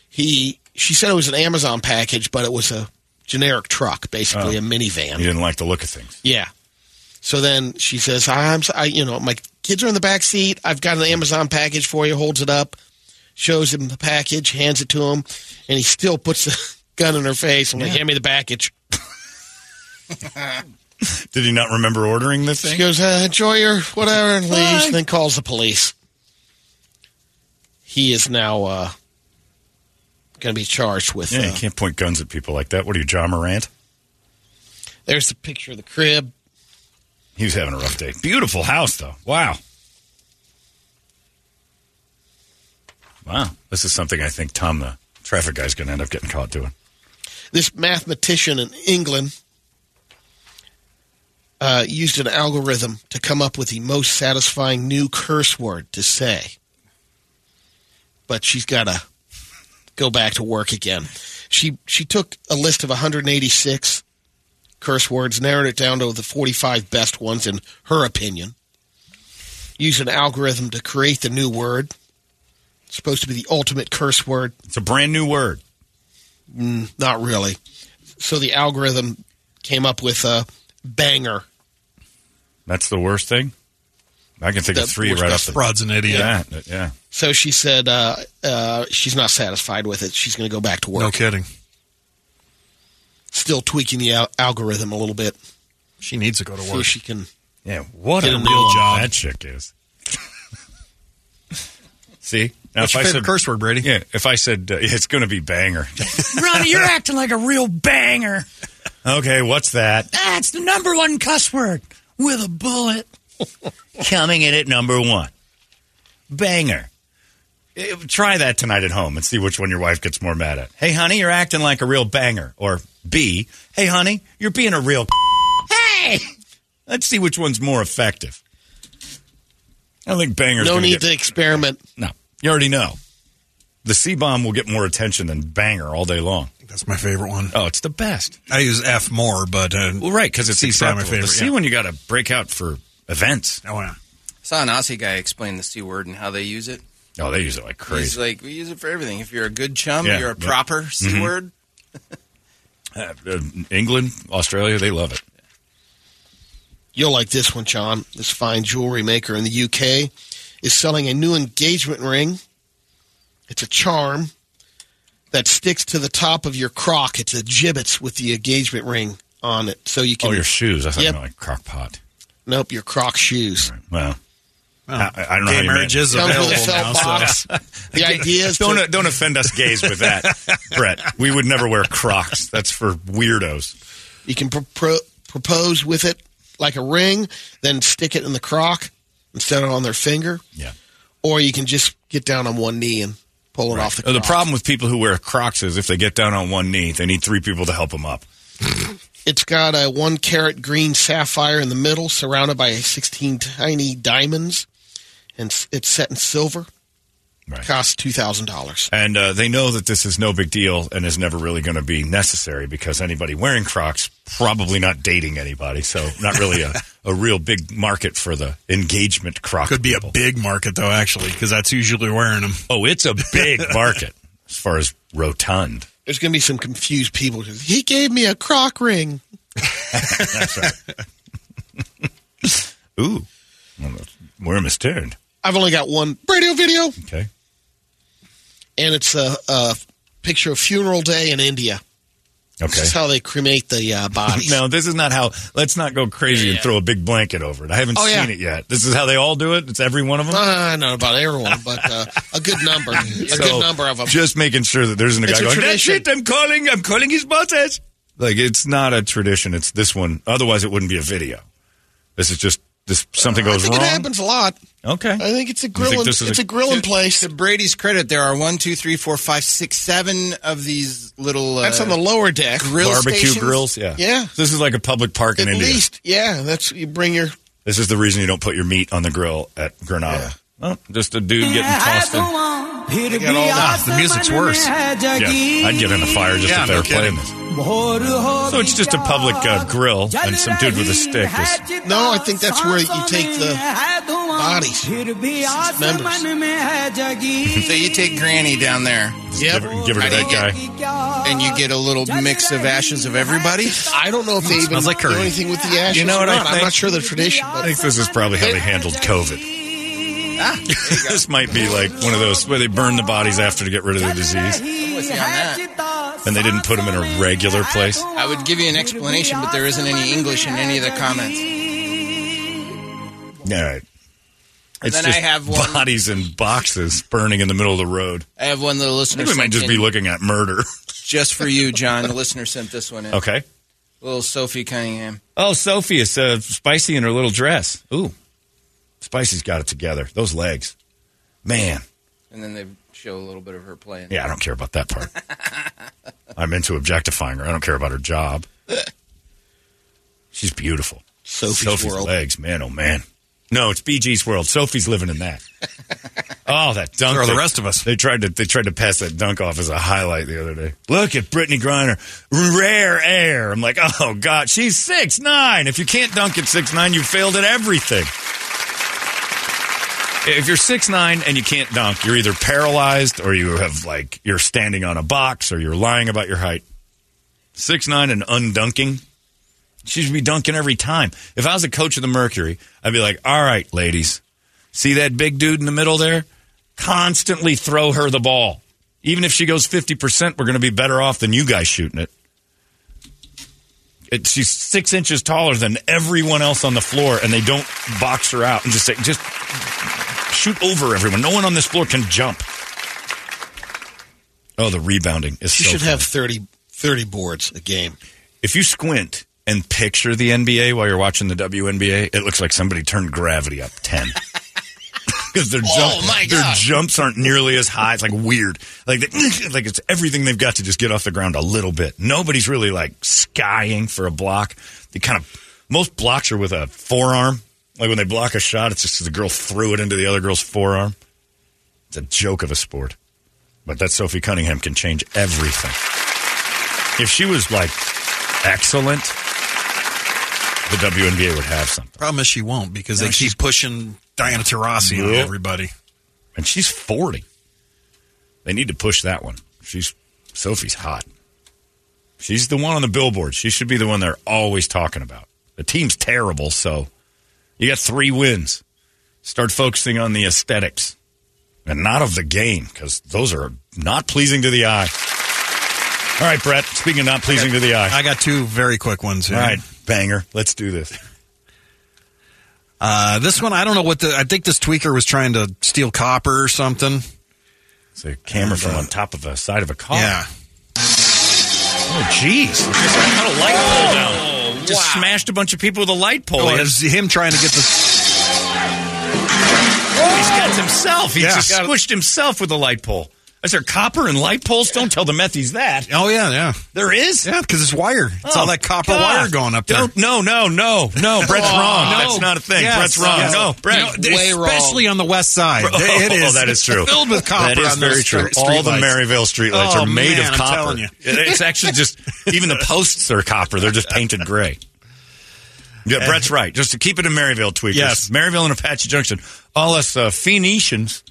S3: he. She said it was an Amazon package, but it was a generic truck, basically
S2: Oh.
S3: a minivan.
S2: You didn't like the look of things.
S3: Yeah. So then she says, "I'm, s- I, you know, my kids are in the back seat. I've got an Amazon package for you." Holds it up, shows him the package, hands it to him, and he still puts the gun in her face. I'm like, "Hand me the package."
S2: Did he not remember ordering the
S3: She
S2: thing?
S3: goes, uh, "Enjoy your whatever," and leaves. And then calls the police. He is now uh, going to be charged with.
S2: yeah,
S3: uh,
S2: you can't point guns at people like that. What are you, John Morant?
S3: there's the picture of the crib.
S2: He was having a rough day. Beautiful house, though. Wow. Wow. This is something I think Tom, the traffic guy's going to end up getting caught doing.
S3: This mathematician in England uh, used an algorithm to come up with the most satisfying new curse word to say. But she's got to go back to work again. She she took a list of 186 curse words, narrowed it down to the 45 best ones in her opinion. Used an algorithm to create the new word. It's supposed to be the ultimate curse word.
S2: It's a brand new word.
S3: Mm, not really. So the algorithm came up with uh, banger.
S2: That's the worst thing? I can think of
S3: The
S2: three
S3: worst
S2: right off
S3: best
S2: the
S3: thing. Fraud's an idiot.
S2: Yeah. that- yeah.
S3: So she said uh, uh, she's not satisfied with it. She's going to go back to work.
S7: No kidding.
S3: Still tweaking the al- algorithm a little bit.
S7: She needs to go to
S3: See
S7: work.
S3: if she can.
S2: Yeah. What
S3: get
S2: a
S3: new
S2: real
S3: one.
S2: job that chick is. See? Now,
S7: What's
S2: if
S7: your
S2: I
S7: favorite
S2: said,
S7: curse word, Brady?
S2: Yeah. If I said uh, it's going to be banger.
S5: Ronnie, you're acting like a real banger.
S2: okay. What's that?
S5: That's the number one cuss word with a bullet.
S2: Coming in at number one. Banger. Eh, Try that tonight at home and see which one your wife gets more mad at. Hey, honey, you're acting like a real banger. Or B, hey, honey, you're being a real. Hey! Let's see which one's more effective. I don't think banger's
S3: No
S2: gonna
S3: need
S2: get-
S3: to experiment.
S2: No, you already know. The C bomb will get more attention than banger all day long.
S7: That's my favorite one.
S2: Oh, it's the best.
S7: I use F more, but uh,
S2: well, right because it's
S7: C's probably my
S2: acceptable.
S7: favorite.
S2: The C
S7: yeah.
S2: one you got to break out for events.
S7: Oh yeah.
S15: saw an Aussie guy explain the C word and how they use it.
S2: Oh, they use it like crazy.
S15: He's like, we use it for everything. If you're a good chum,
S2: Yeah,
S15: you're a
S2: yeah.
S15: proper C
S2: Mhm.
S15: word.
S2: Uh, uh, England, Australia, they love it.
S3: You'll like this one, John. This fine jewelry maker in the UK is selling a new engagement ring. It's a charm that sticks to the top of your crock. It's a gibbets with the engagement ring on it, so you can.
S2: Oh, your shoes. I thought you
S3: Yep.
S2: meant like crock pot.
S3: Nope, your crock shoes.
S2: Well, I, I don't know.
S3: gay
S2: how you meant
S3: marriage
S2: it.
S3: is Comes with a available felt now, so- box. The idea is
S2: don't
S3: to-
S2: don't offend us gays with that, Brett. We would never wear Crocs. That's for weirdos.
S3: You can pro- pro- propose with it like a ring, then stick it in the crock instead of on their finger.
S2: Yeah.
S3: Or you can just get down on one knee and pull it off the
S2: Uh,
S3: crock.
S2: The problem with people who wear Crocs is if they get down on one knee, they need three people to help them up.
S3: It's got a one carat green sapphire in the middle, surrounded by 16 tiny diamonds, and s- it's set in silver. Costs two thousand dollars.
S2: And uh, they know that this is no big deal and is never really going to be necessary because anybody wearing Crocs probably not dating anybody, so not really a, a real big market for the engagement Croc.
S7: Could be a big market though, actually, because that's who's usually wearing them.
S2: Oh, it's a big market as far as rotund.
S3: There's going to be some confused people. 'cause He gave me a crock ring.
S2: That's right. Ooh, well, the worm is turned.
S3: I've only got one radio video.
S2: Okay.
S3: And it's a, a picture of funeral day in India.
S2: Okay.
S3: This is how they cremate the uh, bodies.
S2: No, this is not how. Let's not go crazy and throw a big blanket over it. I haven't
S3: Oh, yeah.
S2: seen it yet. This is how they all do it. It's every one of them.
S3: Uh, I don't know about everyone, but uh, a good number. A
S2: So,
S3: good number of them.
S2: Just making sure that there isn't a
S3: It's
S2: guy
S3: a
S2: going. "That's
S3: tradition.
S2: it. I'm calling. I'm calling his bosses. Like it's not a tradition. It's this one. Otherwise, it wouldn't be a video. This is just this something
S3: I
S2: goes
S3: think
S2: wrong.
S3: it happens a lot.
S2: Okay. I
S3: think it's a
S2: think
S3: grilling.
S2: this is
S3: It's
S2: a-
S3: a, grilling place.
S15: To Brady's credit, there are one, two, three, four, five, six, seven of these little. Uh,
S3: That's on the lower deck.
S15: Grill
S2: Barbecue
S15: stations.
S2: grills. Yeah.
S3: Yeah.
S2: This is like a public park in
S3: At
S2: India.
S3: least, yeah. That's you bring your
S2: This is the reason you don't put your meat on the grill at Granada. Well, just a dude getting tossed in.
S1: They got all that.
S2: the music's worse. Yeah, I'd get in a fire just
S1: Yeah,
S2: if they
S1: no
S2: were
S1: kidding.
S2: playing this. So it's just a public uh, grill, and some dude with a stick is.
S3: No, I think that's where you take the bodies.
S15: members. so you take Granny down there.
S3: Yep.
S15: Give,
S2: her to that
S15: guy. And you get a little mix of ashes of everybody.
S3: I don't know if they even
S15: Smells like
S3: do
S15: curry.
S3: anything with the ashes.
S15: You know what
S3: or
S15: I
S3: not. I'm
S15: think?
S3: not sure the tradition.
S2: I think this is probably how they handled COVID.
S15: Ah,
S2: this might be like one of those where they burn the bodies after to get rid of the disease, and they didn't put them in a regular place.
S15: I would give you an explanation, but there isn't any English in any of the comments.
S2: All right.
S15: And
S2: It's
S15: then I
S2: just
S15: have one-
S2: bodies in boxes burning in the middle of the road.
S15: I have one little
S2: I
S15: listener.
S2: think we might
S15: sent
S2: just
S15: in
S2: be looking at murder.
S15: just for you, John. The listener sent this one in.
S2: Okay.
S15: Little Sophie Cunningham.
S2: Oh, Sophie is uh, spicy in her little dress. Ooh, Spicy's got it together. Those legs, man.
S15: And then they show a little bit of her playing.
S2: Yeah, I don't care about that part. I'm into objectifying her. I don't care about her job. She's beautiful.
S3: Sophie's World.
S2: legs, man, oh man. No, it's BG's world. Sophie's living in that. Oh, that dunk!
S7: Or the
S2: they-
S7: rest of us.
S2: They tried to they tried to pass that dunk off as a highlight the other day. Look at Brittany Griner, rare air. I'm like, oh god, she's six nine. If you can't dunk at six nine, you failed at everything. If you're six nine and you can't dunk, you're either paralyzed or you have like you're standing on a box or you're lying about your height. Six nine and undunking. She should be dunking every time. If I was a coach of the Mercury, I'd be like, all right, ladies, see that big dude in the middle there? Constantly throw her the ball. Even if she goes 50%, we're going to be better off than you guys shooting it. it. She's six inches taller than everyone else on the floor, and they don't box her out and just say, just shoot over everyone. No one on this floor can jump. Oh, the rebounding is
S3: She
S2: so
S3: should
S2: fun.
S3: have 30, 30 boards a game.
S2: If you squint and picture the NBA while you're watching the WNBA, it looks like somebody turned gravity up 10. Because their,
S3: Oh,
S2: jump-
S3: my
S2: their
S3: God.
S2: jumps aren't nearly as high. It's like weird. Like, they, like it's everything they've got to just get off the ground a little bit. Nobody's really like skying for a block. They kind of, most blocks are with a forearm. Like when they block a shot, it's just the girl threw it into the other girl's forearm. It's a joke of a sport. But that Sophie Cunningham can change everything. If she was like excellent, the WNBA would have something.
S7: Problem is, she won't because
S2: No,
S7: they
S2: she's-
S7: keep pushing Diana Taurasi on
S2: Nope.
S7: everybody.
S2: And she's 40. They need to push that one. She's Sophie's hot. She's the one on the billboard. She should be the one they're always talking about. The team's terrible, so you got three wins. Start focusing on the aesthetics and not of the game because those are not pleasing to the eye. All right, Brett. Speaking of not pleasing to the eye,
S7: I got two very quick ones. Here.
S2: All right, banger. Let's do this.
S7: Uh, this one, I don't know what the. I think this tweaker was trying to steal copper or something.
S2: It's a camera from on top of a side of a car.
S7: Yeah.
S2: Oh, jeez. Just cut a light pole down. Just smashed a bunch of people with a light pole.
S7: Oh,
S2: He
S7: it
S2: has-
S7: was him trying to get the.
S2: he's got himself. He
S7: Yeah.
S2: just squished himself with a light pole. Is there copper and light poles? Don't tell the methies that.
S7: Oh yeah, yeah.
S2: There is?
S7: Yeah, because it's wire. It's all that copper wire going up there.
S2: Don't, no, no, no, no. Brett's
S7: Oh,
S2: wrong.
S7: no.
S2: That's not a thing.
S7: Yes,
S2: Brett's wrong.
S7: yes.
S2: No, Brett.
S7: You know, especially on the west side. It
S2: Oh,
S7: is.
S2: that is true.
S7: Filled with copper.
S2: That is
S7: on those
S2: very true.
S7: street-
S2: All the
S7: streetlights.
S2: Maryvale streetlights
S7: Oh,
S2: are made
S7: man,
S2: of
S7: I'm
S2: copper.
S7: telling you.
S2: It- It's actually just even the posts are copper. They're just painted gray. Yeah, Brett's right. Just to keep it in Maryvale, tweakers.
S7: Yes.
S2: Maryvale and Apache Junction. All us uh, Phoenicians,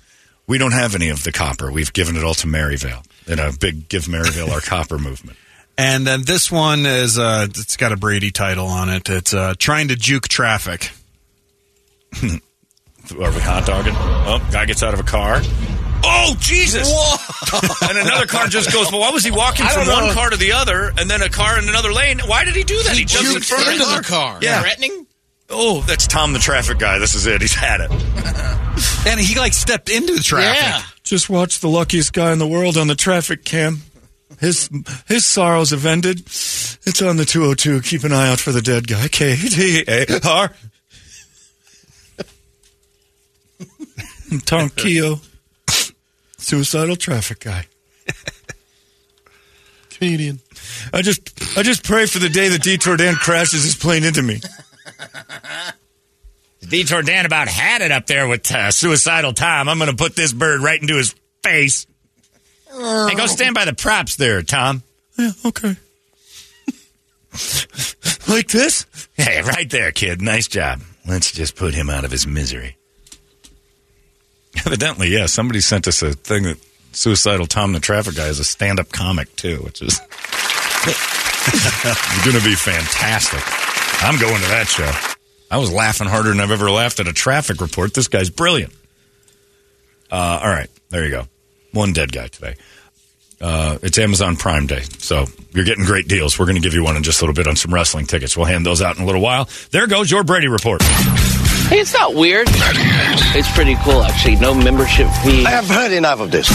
S2: we don't have any of the copper. We've given it all to Maryvale in a big "Give Maryvale Our Copper" movement.
S7: And then this one is uh it's got a Brady title on it. It's uh trying to juke traffic.
S2: Are we hot dogging? Oh, guy gets out of a car. Oh Jesus! and another car just goes. Well, why was he walking
S8: I
S2: from
S8: don't
S2: one
S8: know.
S2: car to the other, and then a car in another lane? Why did he do that? He, jumped in front of another car. Yeah.
S15: Threatening?
S2: Oh, that's Tom the traffic guy. This is it. He's had it.
S7: And he like stepped into the traffic.
S8: Just watch the luckiest guy in the world on the traffic cam. His his sorrows have ended. It's on the 202. Keep an eye out for the dead guy. K D A R. Tonkio. Suicidal traffic guy. Comedian. I just I just pray for the day that Detour Dan crashes his plane into me.
S2: Detour Dan about had it up there with uh, suicidal Tom. I'm going to put this bird right into his face. Hey, go stand by the props there, Tom.
S8: Yeah, okay. like this?
S2: Hey, right there, kid. Nice job. Let's just put him out of his misery. Evidently, yeah. Somebody sent us a thing that suicidal Tom the traffic guy is a stand-up comic too, which is going to be fantastic. I'm going to that show. I was laughing harder than I've ever laughed at a traffic report. This guy's brilliant. Uh, all right, there you go. One dead guy today. Uh, it's Amazon Prime Day, so you're getting great deals. We're going to give you one in just a little bit on some wrestling tickets. We'll hand those out in a little while. There goes your Brady report.
S9: Hey, it's not weird. It's pretty cool, actually. No membership fee. I have heard enough of this.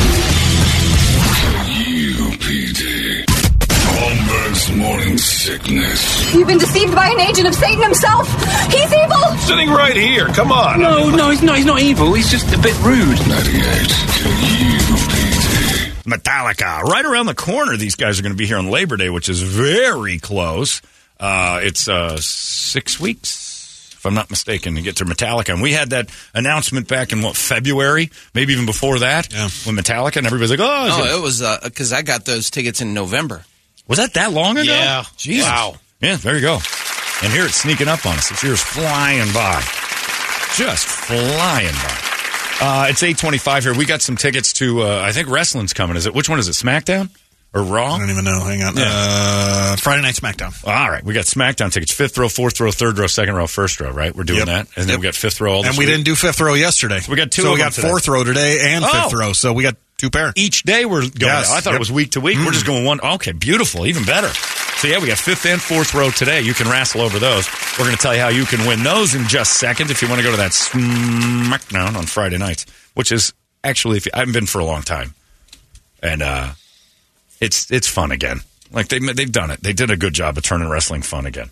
S16: Holmberg's morning sickness.
S10: You've been deceived by an agent of Satan himself. He's evil.
S16: Sitting right here. Come on.
S9: No, no, he's not. He's not evil. He's just a bit rude.
S2: Metallica. Right around the corner, these guys are going to be here on Labor Day, which is very close. Uh, it's uh, six weeks, if I'm not mistaken, to get to Metallica. And we had that announcement back in, what, February? Maybe even before that? Yeah. When Metallica, and everybody's like, oh. it's
S15: Oh,
S2: gonna-
S15: it was because I got those tickets in November.
S2: Was that that long ago?
S15: Yeah.
S2: Jesus.
S15: Wow.
S2: Yeah, there you go. And here it's sneaking up on us. This year's flying by. Just flying by. Uh, it's 825 here. We got some tickets to, uh, I think wrestling's coming. Is it, which one is it, SmackDown or Raw? I don't even know. Hang on. Uh, Friday Night SmackDown. All right. We got SmackDown tickets. Fifth row, fourth row, third row, second row, first row, right? We're doing
S7: Yep.
S2: that. And then we got fifth row all
S7: and
S2: this
S7: we
S2: week.
S7: didn't do fifth row yesterday. So
S2: we got two
S7: So
S2: of
S7: we
S2: them
S7: got
S2: today.
S7: fourth row today and
S2: Oh.
S7: fifth row. So we got two pair.
S2: Each day we're going.
S7: Yes.
S2: I
S7: Yep.
S2: thought
S7: Mm-hmm.
S2: it was week to week. We're just going one. Okay, beautiful, even better. So yeah, we got fifth and fourth row today. You can wrestle over those. We're going to tell you how you can win those in just seconds. If you want to go to that SmackDown on Friday nights, which is actually, if you, I haven't been for a long time, and uh, it's it's fun again. Like they they've done it. They did a good job of turning wrestling fun again.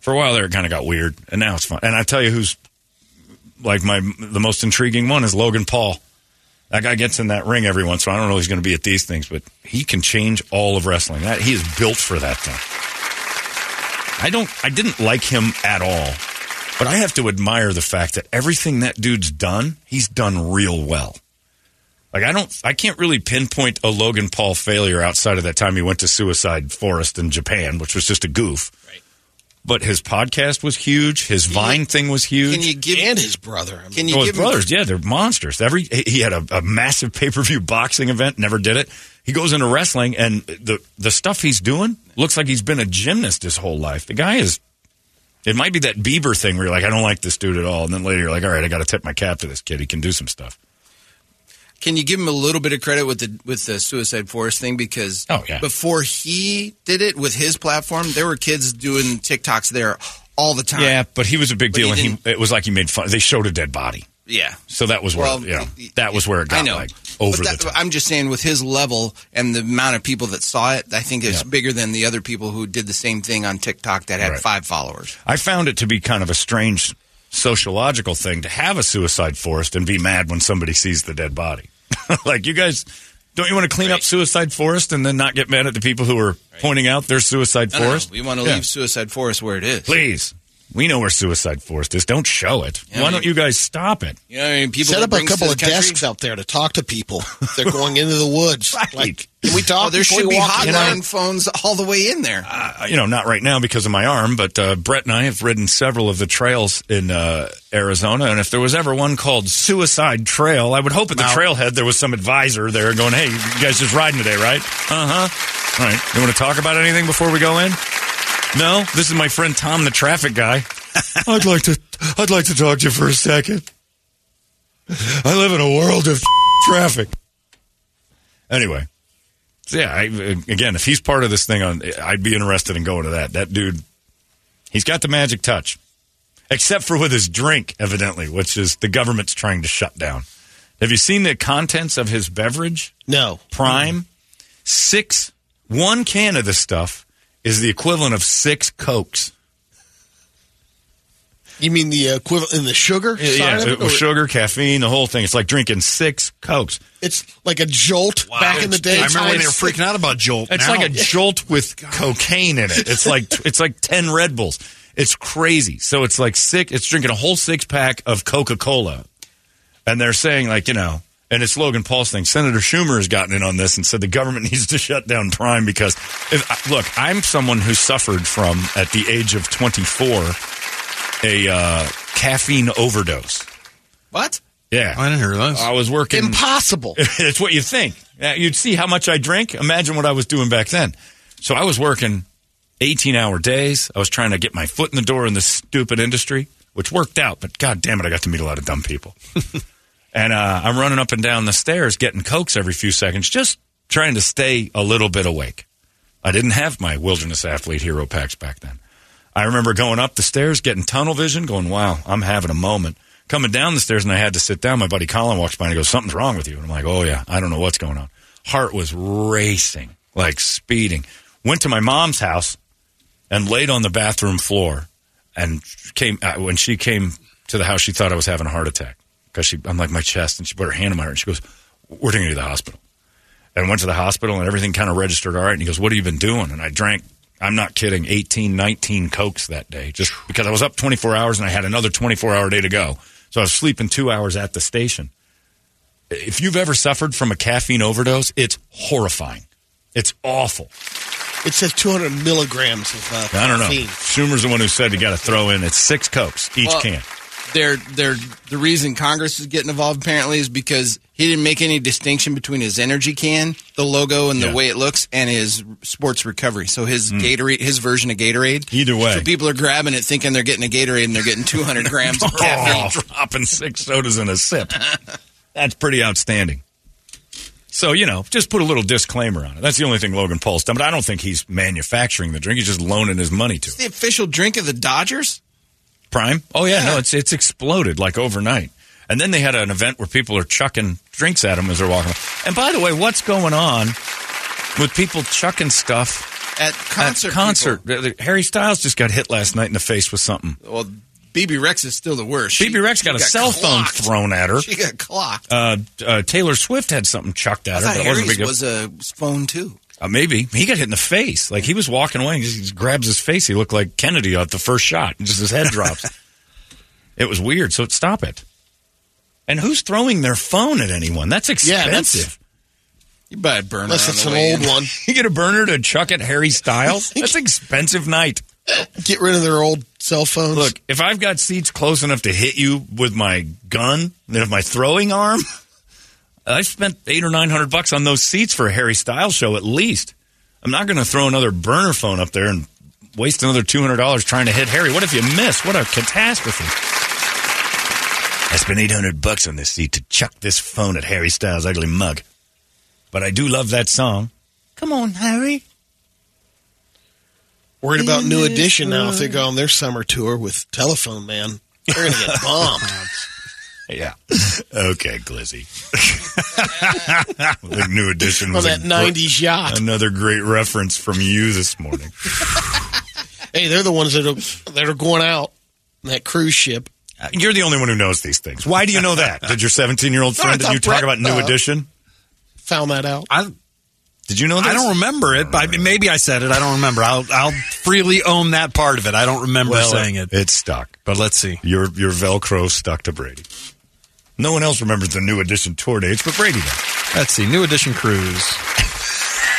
S2: For a while there, it kind of got weird, and now it's fun. And I tell you, who's like my the most intriguing one is Logan Paul. That guy gets in that ring every once in a while. I don't know if he's going to be at these things, but he can change all of wrestling. That he is built for that thing. I don't. I didn't like him at all, but I have to admire the fact that everything that dude's done, he's done real well. Like I don't. I can't really pinpoint a Logan Paul failure outside of that time he went to Suicide Forest in Japan, which was just a goof. Right. But his podcast was huge. His Vine thing was huge.
S3: Can you give and his brother? I mean-
S15: Can you
S2: Oh, his
S15: give him-
S2: brothers? yeah, they're monsters. Every he he had a, a massive pay per view boxing event, never did it. He goes into wrestling, and the the stuff he's doing looks like he's been a gymnast his whole life. The guy is. It might be that Bieber thing where you're like, I don't like this dude at all, and then later you're like, all right, I got to tip my cap to this kid. He can do some stuff.
S15: Can you give him a little bit of credit with the with the Suicide Forest thing because
S2: Oh, yeah.
S15: before he did it with his platform, there were kids doing TikToks there all the time.
S2: Yeah, but he was a big
S15: But
S2: deal,
S15: he
S2: and he it was like he made fun. They showed a dead body,
S15: Yeah.
S2: so that was where
S15: Well,
S2: you know, that was where it got
S15: I know.
S2: like over
S15: But
S2: the
S15: that-
S2: top.
S15: I'm just saying, with his level and the amount of people that saw it, I think it's bigger than the other people who did the same thing on TikTok that had
S2: Right.
S15: five followers.
S2: I found it to be kind of a strange sociological thing to have a suicide forest and be mad when somebody sees the dead body. like you guys, don't you want to clean up suicide forest and then not get mad at the people who are pointing out their suicide
S15: No, no, no.
S2: forest?
S15: we want to
S2: Yeah.
S15: leave Suicide Forest where it is.
S2: Please, we know where suicide forest is. Don't show it.
S15: Yeah,
S2: Why
S15: I
S2: don't you guys stop it?
S15: You know, what I mean, people
S3: Set
S15: that
S3: up a
S15: brings to
S3: couple
S15: the
S3: of
S15: country-
S3: desks out there to talk to people. They're going into the woods. Like, can we talk?
S15: Oh, there
S3: before
S15: should
S3: you
S15: be
S3: walk
S15: hotline
S3: in?
S15: phones all the way in there.
S2: uh, you know, not right now because of my arm, but uh, Brett and I have ridden several of the trails in uh, Arizona. And if there was ever one called Suicide Trail, I would hope at the trailhead there was some advisor there going, hey, you guys just riding today, right? Uh huh. All right. You want to talk about anything before we go in? No? This is my friend Tom, the traffic guy.
S8: I'd like to. I'd like to talk to you for a second. I live in a world of traffic.
S2: Anyway. So, yeah, I, again, if he's part of this thing, on, I'd be interested in going to that. That dude, he's got the magic touch, except for with his drink, evidently, which is the government's trying to shut down. Have you seen the contents of his beverage?
S3: No.
S2: Prime? Six, one can of this stuff is the equivalent of six Cokes.
S3: You mean the equivalent in the sugar?
S2: Yeah,
S3: side of
S2: yeah, it
S3: it,
S2: was
S3: or-
S2: sugar, caffeine, the whole thing. It's like drinking six Cokes.
S3: It's like a jolt back in the day. times.
S2: out about Jolt. It's
S3: now.
S2: like a Jolt with cocaine in it. It's like it's like ten Red Bulls. It's crazy. So it's like six. It's drinking a whole six pack of Coca Cola, and they're saying like you know, and it's Logan Paul's thing. Senator Schumer has gotten in on this and said the government needs to shut down Prime because if uh, look, I'm someone who suffered from at the age of 24 a uh, caffeine overdose.
S15: What?
S2: Yeah, I didn't hear this. I was working.
S3: Impossible.
S2: it's what you think. Uh, You'd see how much I drink. Imagine what I was doing back then. So I was working eighteen-hour days. I was trying to get my foot in the door in this stupid industry, which worked out. But god damn it, I got to meet a lot of dumb people. and uh, I'm running up and down the stairs, getting cokes every few seconds, just trying to stay a little bit awake. I didn't have my wilderness athlete hero packs back then. I remember going up the stairs, getting tunnel vision, going, wow, I'm having a moment. Coming down the stairs, and I had to sit down. My buddy Colin walks by and he goes, something's wrong with you. And I'm like, oh, yeah, I don't know what's going on. Heart was racing, like speeding. Went to my mom's house, and laid on the bathroom floor. And came uh, when she came to the house, she thought I was having a heart attack because she I'm like my chest, and she put her hand on my heart and she goes, "We're taking you to the hospital." And went to the hospital and everything kind of registered all right. And he goes, "What have you been doing?" And I drank. I'm not kidding. 18, 19 cokes that day, just because I was up 24 hours and I had another 24 hour day to go. So I was sleeping two hours at the station if you've ever suffered from a caffeine overdose, it's horrifying. It's awful.
S3: It says 200 milligrams of uh,
S2: I don't know.
S3: caffeine.
S2: Schumer's the one who said you got to throw in. It's six cokes each
S15: Well,
S2: can.
S15: They're, they're, the reason Congress is getting involved apparently is because he didn't make any distinction between his energy can, the logo and the way it looks, and his sports recovery. So his Gatorade, his version of Gatorade.
S2: Hmm. Either way,
S15: so people are grabbing it thinking they're getting a Gatorade and they're getting 200 grams of caffeine.
S2: dropping six sodas in a sip. That's pretty outstanding. So you know, just put a little disclaimer on it. That's the only thing Logan Paul's done. But I don't think he's manufacturing the drink. He's just loaning his money to it.
S15: The official drink of the Dodgers.
S2: Prime. Oh yeah, no, it's it's exploded like overnight. And then they had an event where people are chucking drinks at them as they're walking. And by the way, what's going on with people chucking stuff
S15: at concert?
S2: concert. Harry Styles just got hit last night in the face with something.
S15: Well, BB Rex is still the worst.
S2: BB Rex got a cell phone thrown at her.
S15: She got clocked.
S2: Uh, uh, Taylor Swift had something chucked at
S15: I thought
S2: her. but it wasn't
S15: Harry's
S2: big of-
S15: was a phone too.
S2: Uh, maybe he got hit in the face. Like he was walking away, and he just grabs his face. He looked like Kennedy at the first shot, and just his head drops. it was weird. So stop it. And who's throwing their phone at anyone? That's
S3: Yeah,
S2: expensive.
S3: that's-
S15: you buy a burner.
S3: Unless on it's the an way old in. one.
S2: you get a burner to chuck at Harry Styles. That's expensive night.
S3: Get rid of their old cell phones.
S2: Look, if I've got seats close enough to hit you with my gun and if my throwing arm, I spent eight or nine hundred bucks on those seats for a Harry Styles show at least. I'm not going to throw another burner phone up there and waste another two hundred dollars trying to hit Harry. What if you miss? What a catastrophe! I spent eight hundred bucks on this seat to chuck this phone at Harry Styles' ugly mug. But I do love that song.
S5: Come on, Harry.
S3: Worried about
S5: In
S3: New
S5: this
S3: Edition now if they
S5: world.
S3: go on their summer tour with Telephone Man. They're going to get bombed.
S2: Yeah. Okay, Glizzy. the new edition was
S3: On
S2: a
S3: that
S2: gr-
S3: 90s yacht.
S2: Another great reference from you this morning.
S3: hey, they're the ones that are, that are going out on that cruise ship.
S2: Uh, You're the only one who knows these things. Why do you know that? Did your 17 year old
S3: No, I
S2: friend that you
S3: thought
S2: talk about
S3: Brett,
S2: New
S3: uh,
S2: Edition?
S3: Found that out.
S4: I,
S2: Did you know
S4: I don't remember it, but I- maybe I said it. I don't remember. I'll, I'll freely own that part of it. I don't remember
S2: Well,
S4: saying it.
S2: It's stuck. But let's see. Your your Velcro stuck to Brady. No one else remembers the New Edition tour dates, but Brady does.
S4: Let's see. New Edition cruise.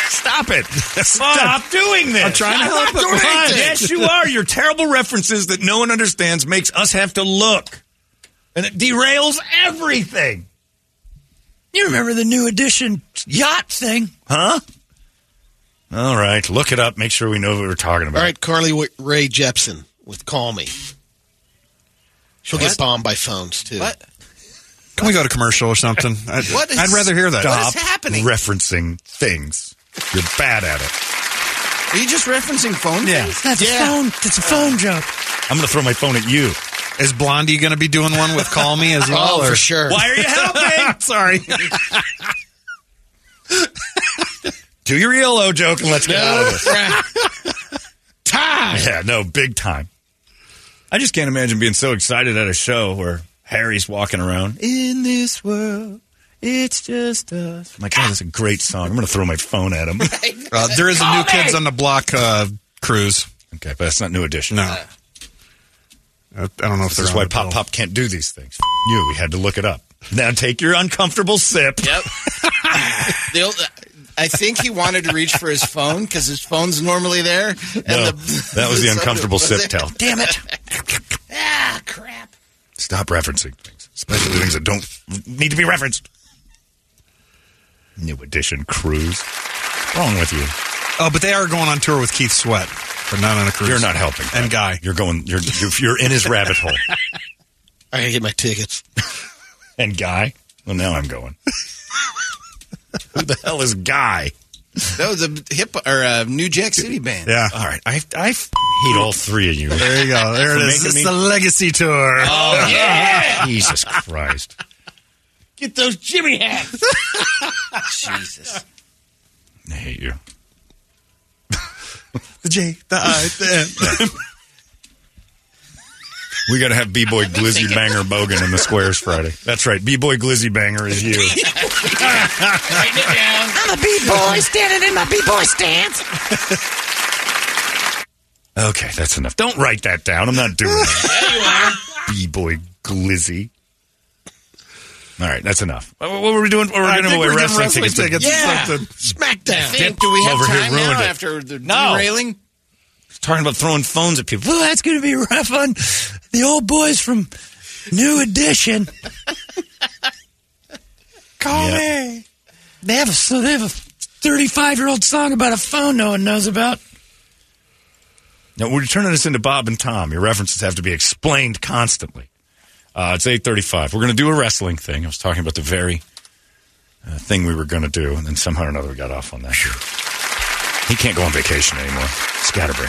S2: Stop it. Stop doing this.
S4: I'm trying to help
S2: not
S4: it.
S2: doing
S4: Come on.
S2: anything. Yes, you are. Your terrible references that no one understands makes us have to look. And it derails everything.
S5: You remember the new edition yacht thing?
S2: Huh? All right. Look it up. Make sure we know what we're talking about.
S3: All right, Carly Wa- Ray Jepsen with Call Me. She'll get
S4: What?
S3: bombed by phones, too.
S4: What? Can we go to commercial or something? I,
S3: What is-
S4: I'd rather hear that.
S2: Stop referencing things. You're bad at it.
S15: Are you just referencing phone? Yeah,
S5: That's a phone. That's a phone joke.
S2: I'm going to throw my phone at you.
S4: Is Blondie going to be doing one with Call Me
S7: Oh,
S3: Oh,
S4: as well? or-
S2: Why are you helping?
S4: Sorry.
S2: Do your ELO joke and let's get out of this.
S3: time.
S2: Yeah, no, big time. I just can't imagine being so excited at a show where Harry's walking around.
S5: In this world, it's just us.
S2: I'm like, God, that's a great song. I'm going to throw my phone at him.
S4: Uh, there is a New Kids on the Block uh, cruise.
S2: Okay, but that's not New Edition.
S4: No. I I don't know if
S2: This is
S4: they're
S2: why
S4: on the
S2: Pop
S4: bill.
S2: Pop can't do these things. F- you, we had to look it up. Now take your uncomfortable sip.
S15: Yep. The old- I think he wanted to reach for his phone because his phone's normally there. And
S2: No, that was the uncomfortable
S15: Was it-
S2: sip tell.
S5: Damn it.
S2: Stop referencing things, especially things that don't need to be referenced. New Edition cruise. What's wrong with you?
S4: Oh, but they are going on tour with Keith Sweat, but not on a cruise.
S2: You're not helping.
S4: And Guy.
S2: You're going. You're you're, you're in his rabbit hole.
S3: I gotta get my tickets.
S2: And Guy. Well, now I'm going. Who the hell is Guy?
S15: That was a hip or a New Jack City band.
S4: Yeah.
S2: All right. I I f- hate all three of you.
S4: There you go. There
S2: For
S4: it is.
S2: making
S4: It's
S2: me-
S4: the Legacy Tour.
S2: Oh yeah. Jesus Christ.
S5: Get those Jimmy hats.
S15: Jesus.
S2: I hate you.
S7: The J, the I, the M.
S2: We got to have B Boy Glizzy Banger Bogan in the squares Friday. That's right. B Boy Glizzy Banger is you.
S6: I'm a b-boy standing in my b-boy stance.
S2: Okay, that's enough. Don't write that down. I'm not doing it. B Boy Glizzy. All right, that's enough. What what were we doing? What We're
S7: I
S2: giving
S7: think
S2: away
S7: we're giving
S2: wrestling
S7: wrestling
S2: tickets.
S7: tickets.
S2: to-
S15: Yeah.
S7: Something.
S15: Smackdown.
S2: Dipped
S15: do we have
S2: over here,
S15: time
S2: ruined
S15: now
S2: it.
S15: after the
S2: No.
S15: derailing?
S2: Talking about throwing phones at people.
S5: Well, that's going to be rough on the old boys from New Edition. Call
S2: Yeah.
S5: me. They have a so they have a thirty-five year old song about a phone no one knows about.
S2: Now we're turning this into Bob and Tom. Your references have to be explained constantly. Uh, it's eight thirty-five. We're going to do a wrestling thing. I was talking about the very uh, thing we were going to do, and then somehow or another we got off on that. He can't go on vacation anymore. Scatterbrain.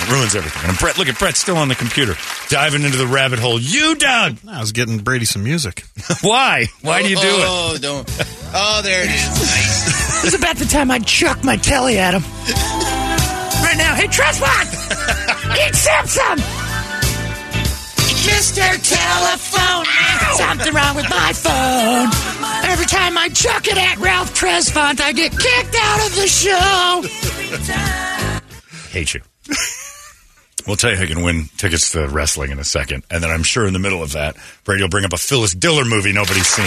S2: It ruins everything. And Brett, look at Brett still on the computer, diving into the rabbit hole. You, Doug. I was getting Brady some music. Why? Why do you do it?
S15: Oh, don't. Oh, there it is.
S5: It was about the time I chucked my telly at him. Right now, hey Trustbot, eat Simpson.
S6: Mr. Telephone Man, something wrong with my phone. Every time I chuck it at Ralph Tresvant, I get kicked out of the show.
S2: Hate you. We'll tell you how you can win tickets to wrestling in a second. And then I'm sure in the middle of that, Brady will bring up a Phyllis Diller movie nobody's seen.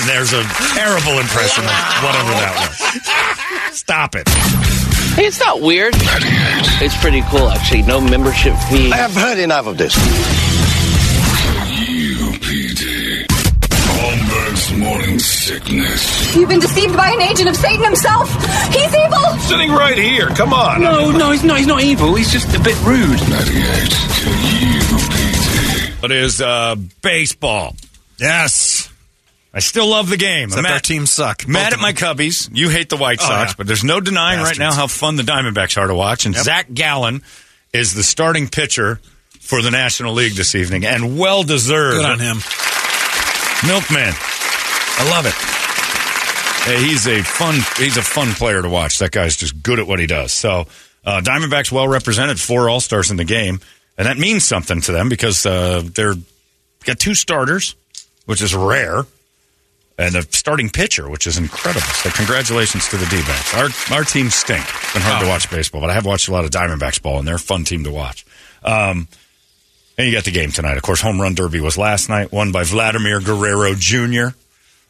S2: and there's a terrible impression of whatever that was. Stop it.
S9: Hey, it's not weird. It's pretty cool, actually. No membership fee. I have heard enough of this.
S16: UPD. Holmberg's morning sickness.
S10: You've been deceived by an agent of Satan himself. He's evil.
S16: Sitting right here. Come on. No, no, he's not. He's not evil. He's just a bit rude.
S2: It is uh, baseball. Yes. I still love the game.
S7: Except our teams suck.
S2: Mad
S7: Both
S2: at
S7: of
S2: my Cubbies. You hate the White
S7: Oh,
S2: Sox,
S7: yeah.
S2: but there's no denying
S7: Bastards.
S2: right now how fun the Diamondbacks are to watch. And
S7: Yep.
S2: Zach Gallen is the starting pitcher for the National League this evening, and well deserved.
S7: Good on him.
S2: Milkman. I love it. Hey, he's a fun. He's a fun player to watch. That guy's just good at what he does. So, uh, Diamondbacks well represented, four All Stars in the game, and that means something to them because uh, they're got two starters, which is rare, and a starting pitcher, which is incredible. So, congratulations to the D-backs. Our our team stink. It's been hard to watch baseball, but I have watched a lot of Diamondbacks ball, and they're a fun team to watch. Um, and you got the game tonight. Of course, home run derby was last night, won by Vladimir Guerrero Jr.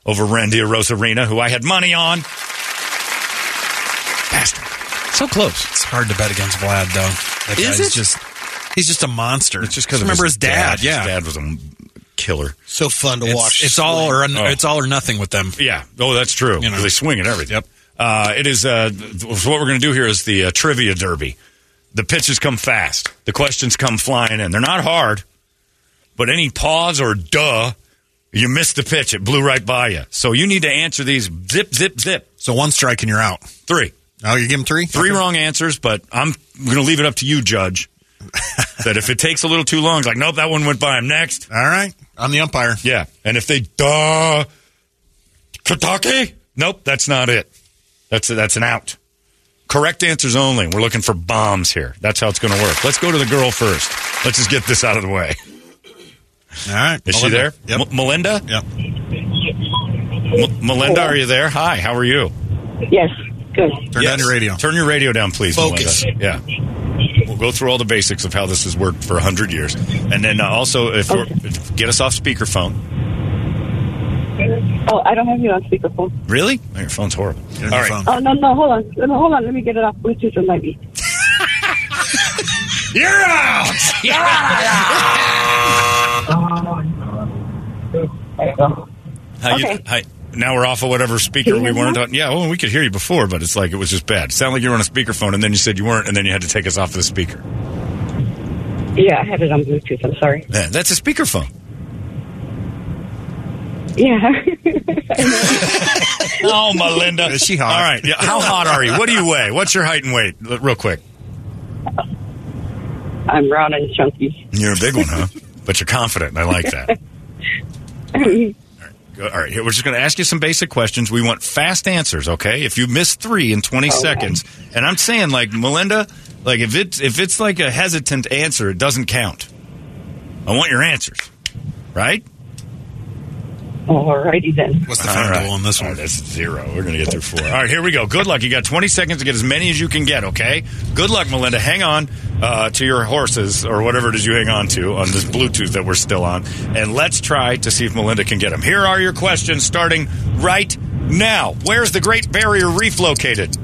S2: over Randy Rosarina, who I had money on. So close.
S7: It's hard to bet against Vlad, though. That
S2: Is
S7: guy's
S2: it?
S7: just he's just a monster. It's just
S2: 'cause of
S7: remember
S2: his
S7: his dad.
S2: dad.
S7: Yeah,
S2: His dad was a killer.
S3: So fun to
S7: it's,
S3: watch.
S7: It's all or
S2: Oh.
S7: it's all or nothing with them.
S2: Yeah. Oh, that's true. They swing at everything. Yep. Uh, it is. Uh, th- so what we're going to do here is the uh, trivia derby. The pitches come fast. The questions come flying in. They're not hard, but any pause or duh, you missed the pitch. It blew right by you. So you need to answer these zip, zip, zip.
S7: So one strike and you're out.
S2: Three.
S7: Oh, you give him three.
S2: Three wrong answers, but I'm going to leave it up to you, Judge. that if it takes a little too long, it's like, nope, that one went by. I'm next.
S7: All right. I'm the umpire.
S2: Yeah. And if they, duh, Kentucky? Nope, that's not it. That's, that's an out. Correct answers only. We're looking for bombs here. That's how it's going to work. Let's go to the girl first. Let's just get this out of the way.
S7: All right.
S2: Is she
S7: Melinda.
S2: there? M- Melinda?
S7: Yep.
S2: M- Melinda, are you there? Hi, how are you?
S17: Yes. Good.
S7: Turn down your radio.
S2: Turn your radio down, please.
S7: Focus.
S2: Melinda. Yeah. We'll go through all the basics of how this has worked for 100 years. And then uh, also, if we're, get us off speakerphone.
S17: Oh, I don't have you on speakerphone.
S2: Really? Oh, your phone's horrible. All right.
S17: Oh no no hold on no, hold on let me get it off Bluetooth and let me.
S2: You're out. You're How you,
S17: Okay.
S2: hi, now we're off of whatever speaker
S17: Can you
S2: we
S17: hear
S2: weren't
S17: me
S2: on. Yeah, well, we could hear you before, but it's like it was just bad. It sounded like you were on a speakerphone, and then you said you weren't, and then you had to take us off the speaker.
S17: Yeah, I had it on Bluetooth. I'm sorry.
S2: Yeah, that's a speakerphone.
S17: Yeah.
S2: Oh, Melinda. Is
S7: she hot?
S2: All right. Yeah, how hot are you? What do you weigh? What's your height and weight? L- Real quick.
S17: I'm round and chunky.
S2: You're a big one, huh? But you're confident, and I like that. All right, here, we're just going to ask you some basic questions. We want fast answers, okay? If you miss three in 20
S18: Okay.
S2: seconds, and I'm saying, like Melinda, like if it's if it's like a hesitant answer, it doesn't count. I want your answers, right?
S17: Alrighty then.
S2: What's the final on this one? that's zero. We're going to get through four. All right, here we go. Good luck. You got 20 seconds to get as many as you can get, okay? Good luck, Melinda. Hang on uh, to your horses or whatever it is you hang on to on this Bluetooth that we're still on. And let's try to see if Melinda can get them. Here are your questions starting right now. Where's the Great Barrier Reef located?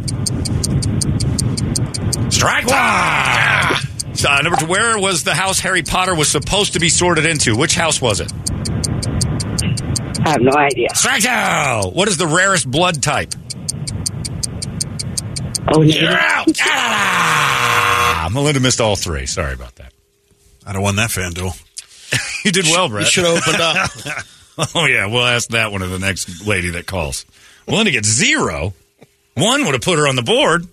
S2: Strike one! Uh, number two, where was the house Harry Potter was supposed to be sorted into? Which house was it?
S17: I have no idea.
S2: Strike out! What is the rarest blood type?
S17: Oh,
S2: You're out! Ah! Melinda missed all three. Sorry about that.
S7: I'd have won that fan duel.
S2: you did well, Brett.
S7: You should have opened up.
S2: oh, yeah. We'll ask that one of the next lady that calls. Melinda gets zero. One would have put her on the board.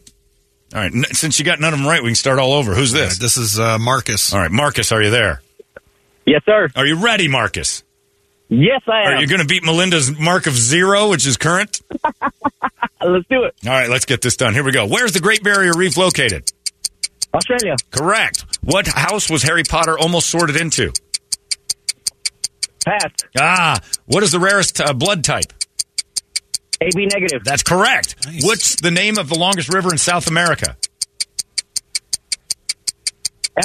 S2: All right. N- since you got none of them right, we can start all over. Who's this?
S7: this is uh, Marcus.
S2: All right. Marcus, are you there?
S19: Yes, sir.
S2: Are you ready, Marcus?
S19: Yes, I
S2: am. Are you going to beat Melinda's mark of zero, which is current?
S19: let's do it.
S2: All right, let's get this done. Here we go. Where's the Great Barrier Reef located?
S19: Australia.
S2: Correct. What house was Harry Potter almost sorted into?
S19: Pass.
S2: Ah, what is the rarest uh, blood type?
S19: AB negative.
S2: That's correct. What's the name of the longest river in South America?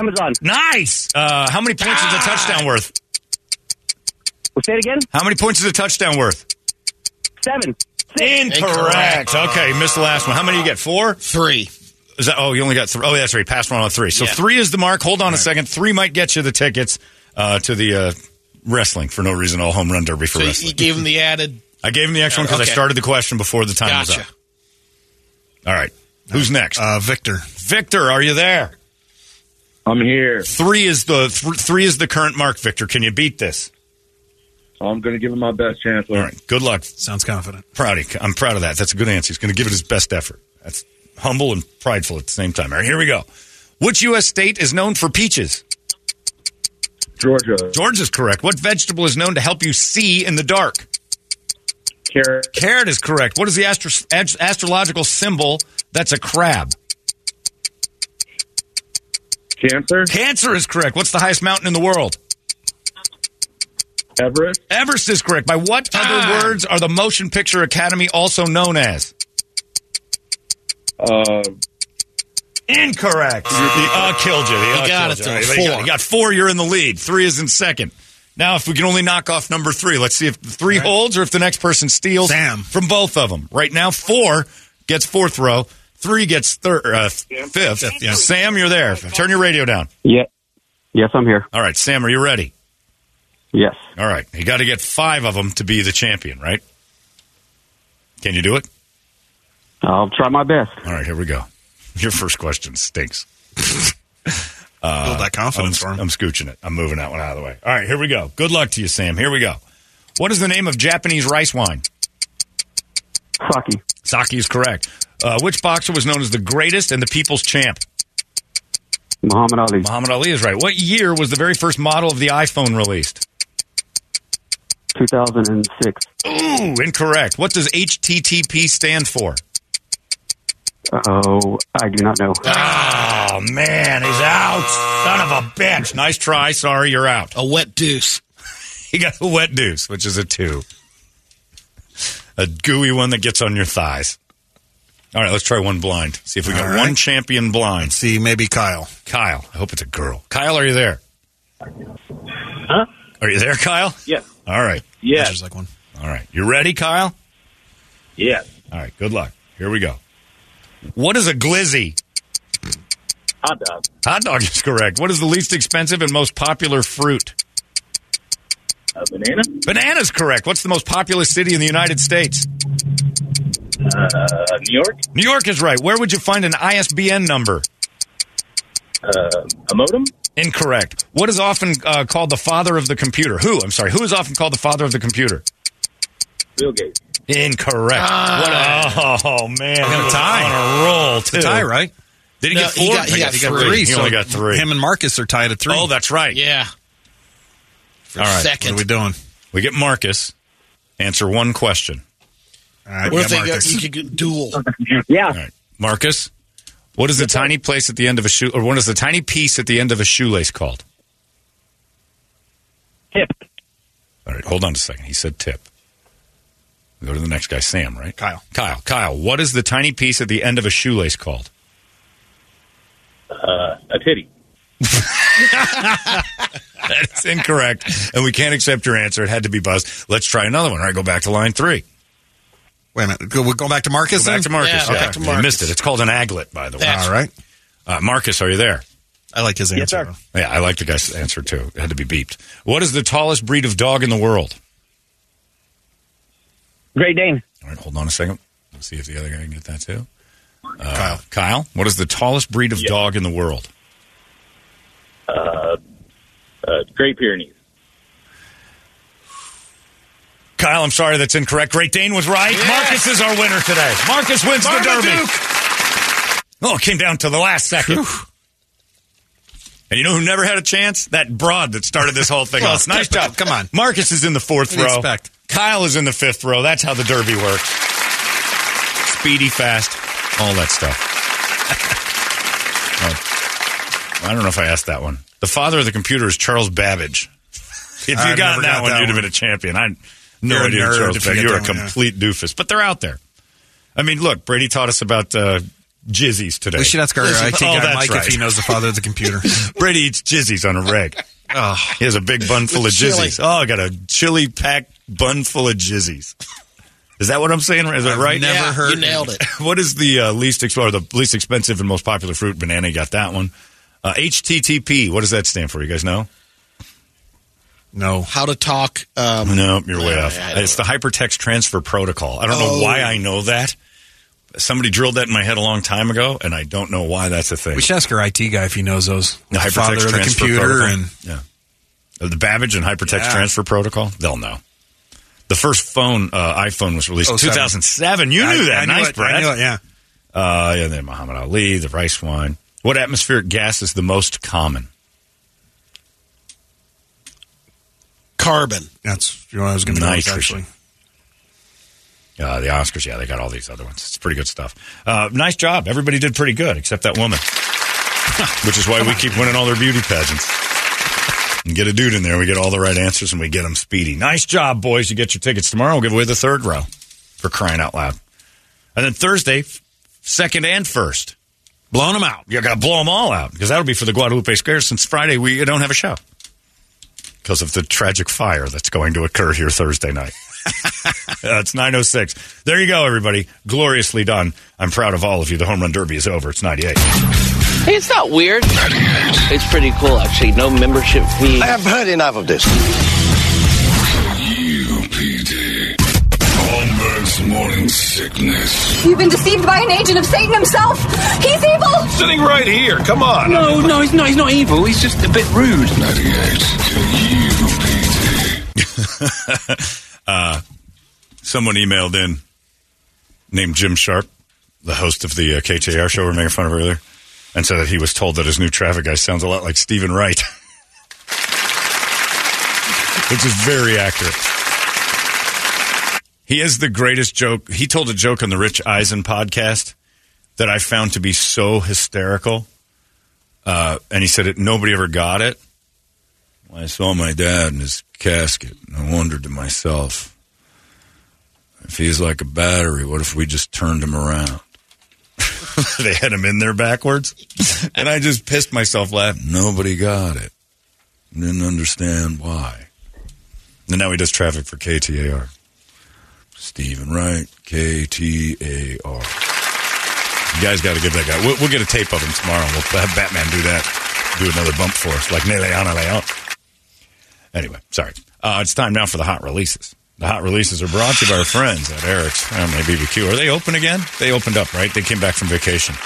S19: Amazon. Ah.
S2: Nice. Uh, how many points is a touchdown worth?
S19: Say it again.
S2: How many points is a touchdown worth?
S19: Seven.
S2: Incorrect. Okay, missed the last one. How many you get? Four? Three. Is that, oh, you only got three. Oh, that's right. Passed one on three. So three is the mark. Hold on a second. Three might get you the tickets uh, to the uh, wrestling for no reason, all home run derby for
S3: So
S2: wrestling.
S3: you gave him the added.
S2: I gave him the extra one because
S3: Okay.
S2: I started the question before the time was
S3: Gotcha.
S2: up. All right. Who's next? Uh,
S7: Victor.
S2: Victor, are you there?
S20: I'm here.
S2: Three is the th- three is the current mark. Victor, can you beat this?
S20: I'm going to give him my best chance.
S2: All right. Good luck.
S7: Sounds confident.
S2: Proud. of- I'm proud of that. That's a good answer. He's going to give it his best effort. That's humble and prideful at the same time. All right. Here we go. Which U.S. state is known for peaches?
S20: Georgia.
S2: Georgia's correct. What vegetable is known to help you see in the dark?
S20: Carrot.
S2: Carrot is correct. What is the astro- ast- astrological symbol that's a crab?
S20: Cancer.
S2: Cancer is correct. What's the highest mountain in the world?
S20: Everest.
S2: Everest is correct. By what other words are the Motion Picture Academy also known as?
S20: Uh,
S2: Incorrect. The uh, killed you. The
S20: You
S2: uh
S20: got it,
S2: killed
S20: though.
S2: All you got-
S20: Four.
S2: You got four. You're in the lead. Three is in second. Now, if we can only knock off number three, let's see if the three holds or if the next person steals from both of them. Right now, four gets fourth row. Three gets thir- uh, fifth. Sam, you're there. Turn your radio down.
S20: Yeah. Yes, I'm here.
S2: All right, Sam, are you ready?
S20: Yes.
S2: All right. You got to get five of them to be the champion, right? Can you do it?
S20: I'll try my best.
S2: All right, here we go. Your first question stinks. uh,
S7: Build that confidence
S2: I'm, for him. I'm scooching it. I'm moving that one out of the way. All right, here we go. Good luck to you, Sam. Here we go. What is the name of Japanese rice wine?
S20: Saki.
S2: Saki is correct. Uh, which boxer was known as the greatest and the people's champ?
S20: Muhammad Ali.
S2: Muhammad Ali is right. What year was the very first model of the iPhone released?
S20: 2006.
S2: Ooh, incorrect. What does HTTP stand for?
S20: Oh, I do not know.
S2: Oh man, he's out. Son of a bitch. Nice try. Sorry, you're out. A wet deuce. he got a wet deuce, which is a two. A gooey one that gets on your thighs. All right, let's try one blind. See if we got
S7: All right.
S2: one champion blind.
S7: see, maybe Kyle.
S2: Kyle. I hope it's a girl. Kyle, are you there?
S20: Huh?
S2: Are you there, Kyle?
S20: Yeah.
S2: All right.
S20: Yeah.
S7: Answers like one.
S2: All right. You ready, Kyle?
S20: Yeah.
S2: All right. Good luck. Here we go. What is a glizzy?
S20: Hot dog.
S2: Hot dog is correct. What is the least expensive and most popular fruit?
S20: A banana.
S2: Banana's correct. What's the most populous city in the United States?
S20: Uh, New York.
S2: New York is right. Where would you find an ISBN number?
S20: Uh, a modem.
S2: Incorrect. What is often uh, called the father of the computer? Who? I'm sorry. Who is often called the father of the computer?
S20: Bill Gates.
S2: Incorrect. what a, oh man,
S7: a tie.
S2: on a roll too.
S7: a tie, right?
S2: Did he get four? I He only got three.
S7: Him and Marcus are tied at three.
S2: Oh, that's right.
S3: Yeah.
S2: All right.
S3: second.
S2: What are we doing? We get Marcus. Answer one question.
S3: What if they got, you could get dual?
S2: Yeah. Marcus, what is the tiny place at the end of a shoe, or what is the tiny piece at the end of a shoelace called?
S19: Tip.
S2: All right, hold on a second. He said tip. Go to the next guy, Sam, right? Kyle. Kyle, Kyle, what is the tiny piece at the end of a shoelace called?
S20: Uh, a titty.
S2: That's incorrect, and we can't accept your answer. It had to be Buzz. Let's try another one. All right, go back to line three. Wait a minute. Go, we go back to Marcus. Go back
S7: then?
S2: to Marcus.
S7: Yeah,
S2: Yeah,
S7: back to
S2: You
S7: Marcus.
S2: missed it. It's called an aglet, by the way.
S7: That's-
S2: All right, uh, Marcus, are you there? I like his
S7: Yes, answer.
S2: yeah, I like the guy's answer too. It had to be beeped. What is the tallest breed of dog in the world?
S19: Great Dane.
S2: All right, hold on a second. Let's see if the other guy can get that too. Uh, Kyle, Kyle, what is the tallest breed of dog in the world?
S20: Uh, uh, Great Pyrenees.
S2: Kyle, I'm sorry that's incorrect. Great Dane was right. Marcus is our winner today. Marcus wins the Derby. Oh, it came down to the last second. And you know who never had a chance? That broad that started this whole thing
S7: Well,
S2: off.
S7: step
S2: Nice
S7: it
S2: job.
S7: up. Come on.
S2: Marcus is in the fourth
S7: What do you
S2: row.
S7: expect?
S2: Kyle is in the fifth row. That's how the Derby works. Speedy, fast, all that stuff. Oh. I don't know if I asked that one. The father of the computer is Charles Babbage. If you
S7: I've
S2: got
S7: never
S2: that
S7: got
S2: one,
S7: that
S2: you'd have
S7: one.
S2: been a champion. I no
S7: You're a
S2: idea. who
S7: nerd
S2: Charles
S7: if you
S2: Babbage-
S7: get
S2: You're a
S7: that one, yeah.
S2: complete doofus, but they're out there. I mean, look, Brady taught us about uh, jizzies today.
S7: We should ask our IT
S2: Oh,
S7: guy
S2: that's
S7: Mike
S2: right.
S7: if he knows the father of the computer.
S2: Brady eats jizzies on a reg. Oh, he has a big bun full
S7: Ah.
S2: of
S7: With chili.
S2: jizzies. Oh, I got a chili pack bun full of jizzies. Is that what I'm saying? Is that
S7: I've
S2: right?
S7: never Yeah, heard- you nailed
S3: it.
S2: what is the uh, least ex- or the least expensive and most popular fruit? Banana. You got that one. Uh, HTTP. What does that stand for? You guys know? No.
S3: How to talk? Um,
S2: no, you're way off.
S3: I
S2: It's the hypertext transfer protocol. I don't
S3: Oh.
S2: know why I know that. Somebody drilled that in my head a long time ago, and I don't know why that's a thing.
S7: We should ask our IT guy if he knows those.
S2: The
S7: The
S2: hypertext
S7: father of the
S2: transfer
S7: computer
S2: protocol.
S7: and
S2: yeah, Uh, the Babbage and hypertext
S7: Yeah.
S2: transfer protocol. They'll know. The first phone, uh, iPhone, was released in
S7: 07.
S2: 2007. You
S7: oh, I-
S2: knew that.
S7: I knew
S2: nice,
S7: it.
S2: Brad.
S7: I knew it, yeah.
S2: Uh, yeah, then Muhammad Ali, the rice wine. What atmospheric gas is the most common?
S3: Carbon.
S7: That's you know, I was going to nice,
S2: Nitrogen.
S7: actually.
S2: Uh, the Oscars, yeah, they got all these other ones. It's pretty good stuff. Uh, nice job. Everybody did pretty good except that woman, which is why we keep winning all their beauty pageants. And get a dude in there. We get all the right answers and we get them speedy. Nice job, boys. You get your tickets tomorrow. We'll give away the third row for crying out loud. And then Thursday, f- second and first. Blowing them out. You got to blow them all out because that'll be for the Guadalupe Squares since Friday we don't have a show because of the tragic fire that's going to occur here Thursday night. Uh, it's 906. There you go, everybody. Gloriously done. I'm proud of all of you. The home run derby is over. It's 98.
S9: Hey, it's not weird. It's pretty cool, actually. No membership fee. I have heard enough of this.
S21: Holmberg's morning sickness.
S10: You've been deceived by an agent of Satan himself. He's evil.
S21: Sitting right here. Come on. No, no, he's not. He's not evil. He's just a bit rude.
S2: uh, someone emailed in named Jim Sharp, the host of the uh, KJR show we were making fun of earlier, and said that he was told that his new traffic guy sounds a lot like Stephen Wright, which is very accurate. He is the greatest joke. He told a joke on the Rich Eisen podcast that I found to be so hysterical. Uh, and he said it, nobody ever got it. I saw my dad in his casket, and I wondered to myself, if he's like a battery, what if we just turned him around? they had him in there backwards, and I just pissed myself laughing. Nobody got it. Didn't understand why. And now he does traffic for KTAR. Stephen Wright, KTAR. You guys got to give that guy. We'll, we'll get a tape of him tomorrow. and We'll have Batman do that. Do another bump for us, like Nele Ana Leon. Anyway, sorry. Uh, it's time now for the hot releases. The hot releases are brought to you by our friends at Eric's Family BBQ. Are they open again? They opened up, right? They came back from vacation.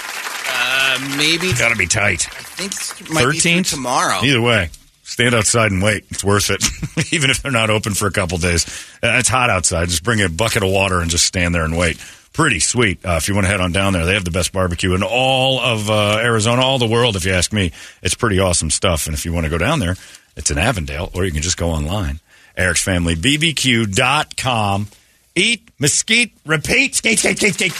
S15: Uh, maybe.
S2: Got to be tight.
S15: I think it might be through
S2: Thirteenth
S5: Oh.
S15: tomorrow.
S2: Either way, stand outside and wait. It's worth it, even if they're not open for a couple days. Uh, It's hot outside. Just bring a bucket of water and just stand there and wait. Pretty sweet. Uh, if you want to head on down there, they have the best barbecue in all of uh, Arizona, all the world. If you ask me, it's pretty awesome stuff. And if you want to go down there, it's in Avondale, or you can just go online Eric's Family BBQ.com. Eat, mesquite, repeat, skate, skate, skate, skate.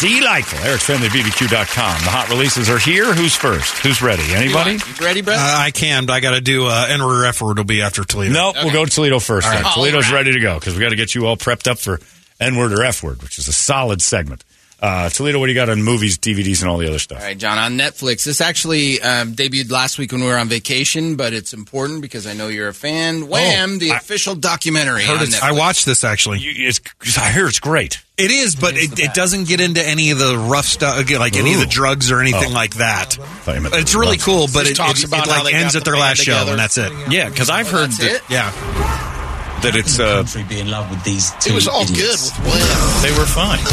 S2: Delightful. Eric's Family BBQ.com. The hot releases are here. Who's first? Who's ready? Anybody?
S15: You ready, Brett?
S7: Uh, I can, but I got to do uh, Enver Effort. Will be after Toledo.
S2: Nope, we'll go to Toledo first.
S7: All
S2: then.
S7: right.
S2: Toledo's ready to go because we got to get you all prepped up for N word or F word, which is a solid segment. Uh, Toledo, what do you got on movies, DVDs, and all the other stuff?
S15: All right, John, on Netflix. This actually um, debuted last week when we were on vacation, but it's important because I know you're a
S2: Oh,
S15: fan. Wham! the official documentary.
S7: Heard
S15: on
S7: it's- I
S15: Netflix.
S7: watched this actually.
S2: it's, I hear it's great.
S7: It is, but it, it doesn't get into any of the rough stuff, again, like any of the
S2: Ooh.
S7: drugs or anything
S2: Oh.
S7: like that.
S2: you meant the
S7: It's really
S2: rough
S7: cool,
S2: stuff.
S7: but
S2: Just
S7: it,
S2: talks
S7: it, it,
S2: about how they
S7: like
S2: got
S7: ends
S2: the
S7: at their
S2: band
S7: last show
S2: together.
S7: and that's it. Oh,
S2: Yeah, because I've heard that.
S7: Yeah,
S2: that it's uh,
S22: be in love with these two.
S2: It was all good with They were fine.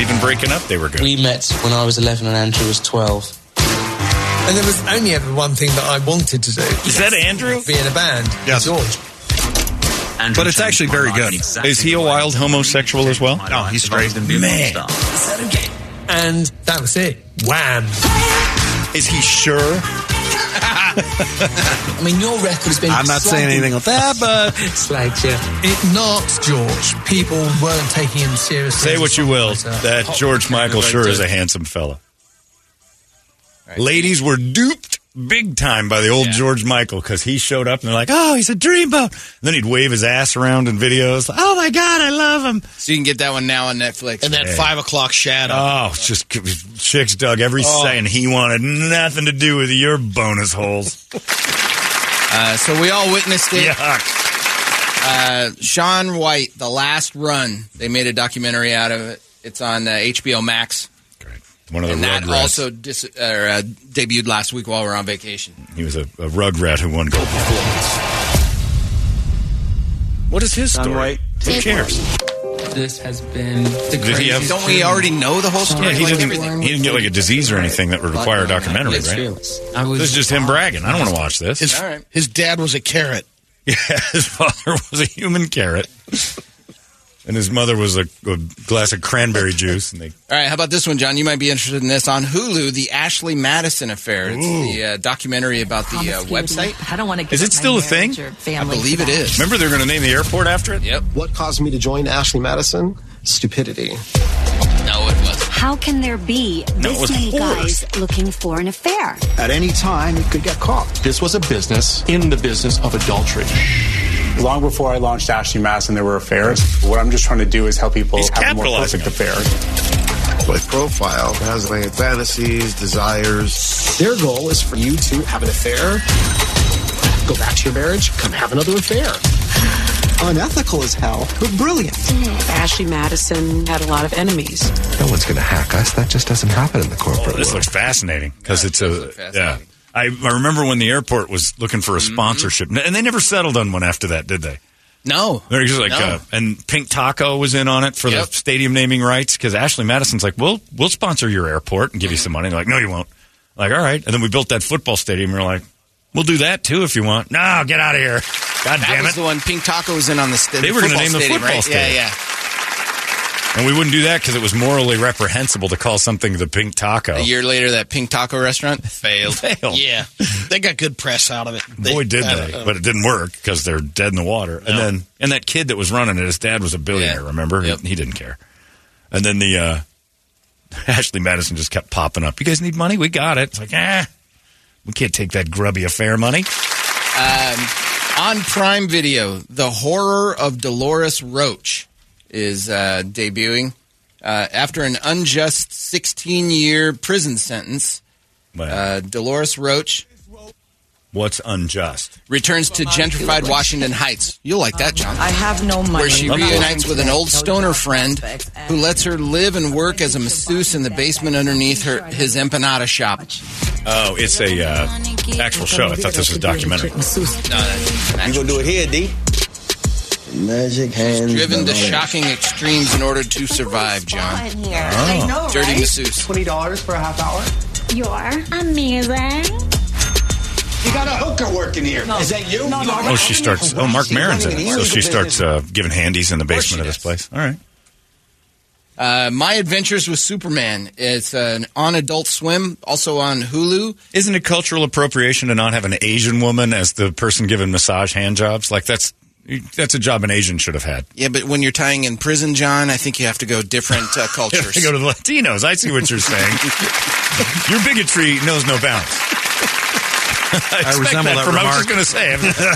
S2: Even breaking up, they were good.
S22: We met when I was 11 and Andrew was 12.
S18: And there was only ever one thing that I wanted to do.
S2: Is that Andrew?
S18: Be in a band.
S7: Yes.
S22: Andrew
S7: but it's actually very good.
S2: Is he a wild homosexual as well?
S7: No, he's straight.
S18: Man. And that was it. Wham.
S2: Is he sure?
S18: I mean, your record has been.
S7: I'm not saying anything like that, but
S18: it's like yeah, it not George. People weren't taking him seriously.
S2: Say what you will. That George Michael sure is a handsome fella. Ladies were duped big time by the old George Michael because he showed up and they're like, oh, he's a dreamboat. And then he'd wave his ass around in videos.
S15: Oh my God, I love him. So you can get that one now on Netflix.
S3: And that
S2: Hey.
S3: five o'clock shadow.
S2: Oh, it's just chicks dug every
S3: Oh.
S2: second. He wanted nothing to do with your bonus holes.
S15: Uh, so we all witnessed it. Uh, Sean White, The Last Run. They made a documentary out of it. It's on uh, HBO Max.
S2: One of the
S15: and that
S2: Rugrats.
S15: also dis- uh, uh, debuted last week while we are on vacation.
S2: He was a, a rug rat who won gold. What is his story? Who cares?
S22: This has been the
S2: Did he have-
S22: craziest
S2: Don't we
S22: journey.
S15: already know the whole
S2: Yeah, he didn't. He didn't get like a disease or anything that would require a documentary, right?
S22: Let's feel
S2: This is just him bragging. I don't want to watch this.
S3: His, his dad was a carrot.
S2: Yeah, his father was a human carrot, and his mother was a, a glass of cranberry juice. And they
S15: All right, how about this one, John? You might be interested in this. On Hulu, The Ashley Madison Affair. It's
S2: Ooh.
S15: the uh, documentary about the uh, website.
S23: I don't want to.
S15: Is it still a thing? I believe it is.
S2: Remember, they're going to name the airport after it.
S15: Yep.
S24: What caused me to join Ashley Madison? Stupidity.
S15: No, it was.
S25: How can there be
S24: No, it
S25: this
S24: was
S25: many
S24: horrors.
S25: guys looking for an affair?
S24: At any time, you could get caught.
S26: This was a business in the business of adultery. Long before I launched Ashley Madison, there were affairs. What I'm just trying to do is help people have a more
S27: capitalizing
S26: perfect affair.
S27: With profile has like fantasies, desires.
S24: Their goal is for you to have an affair, go back to your marriage, come have another affair. Unethical as hell, but brilliant.
S28: Mm, Ashley Madison had a lot of enemies.
S2: No one's going to hack us. That just doesn't happen in the corporate. this looks fascinating because it's a yeah. I, I remember when the airport was looking for a sponsorship, and they never settled on one after that, did they?
S15: No,
S2: They're just like,
S15: No.
S2: uh, and Pink Taco was in on it for
S15: Yep.
S2: the stadium naming rights because Ashley Madison's like, we'll we'll sponsor your airport and give you some money. They're like, no, you won't. Like, all right. And then we built that football stadium. And we're like, we'll do that too if you want. No, get out of here. God
S15: that
S2: damn
S15: was
S2: it.
S15: the one Pink Taco was in on the sta-
S2: They
S15: the
S2: were gonna
S15: football
S2: name the
S15: stadium,
S2: football
S15: right?
S2: stadium.
S15: Yeah, yeah.
S2: And we wouldn't do that because it was morally reprehensible to call something the Pink Taco.
S15: A year later, that Pink Taco restaurant failed.
S2: Failed.
S3: Yeah. They got good press out of it. They-
S2: Boy, did
S3: I
S2: they!
S3: don't know.
S2: but it didn't work because they're dead in the water. And then, and that kid that was running it, his dad was a billionaire. Remember? He didn't care. And then the uh, Ashley Madison just kept popping up. You guys need money? We got it. It's like, ah, we can't take that grubby affair money.
S15: Um, on Prime Video, The Horror of Dolores Roach is uh, debuting. Uh, after an unjust 16 year prison sentence, uh, Dolores Roach
S2: What's unjust?
S15: returns to gentrified Washington Heights. You'll like that, John.
S28: I have no money.
S15: Where she
S28: Love that.
S15: reunites with an old stoner friend who lets her live and work as a masseuse in the basement underneath her his empanada shop.
S2: Oh, it's a uh, actual show. I thought this was a documentary.
S15: You
S28: gonna do it here, D? Magic hands.
S15: Driven to shocking extremes in order to survive, John.
S2: Oh.
S28: I know,
S15: Dirty
S28: right?
S15: masseuse.
S28: Twenty dollars for a half hour.
S25: You're amazing.
S28: You got a hooker working here. Is that you? No,
S2: Oh, she starts. Oh, Mark Maron's in it, so she starts uh, giving handies in the basement of this place. All right.
S15: Uh, My Adventures with Superman. It's an on Adult Swim, also on Hulu.
S2: Isn't it cultural appropriation to not have an Asian woman as the person giving massage hand jobs? Like that's that's a job an Asian should have had.
S15: Yeah, but when you're tying in prison, John, I think you have to go different uh, cultures.
S2: They go to the Latinos. I see what you're saying. Your bigotry knows no bounds. I, expect
S7: resemble that
S2: from- I was
S7: remark.
S2: just going to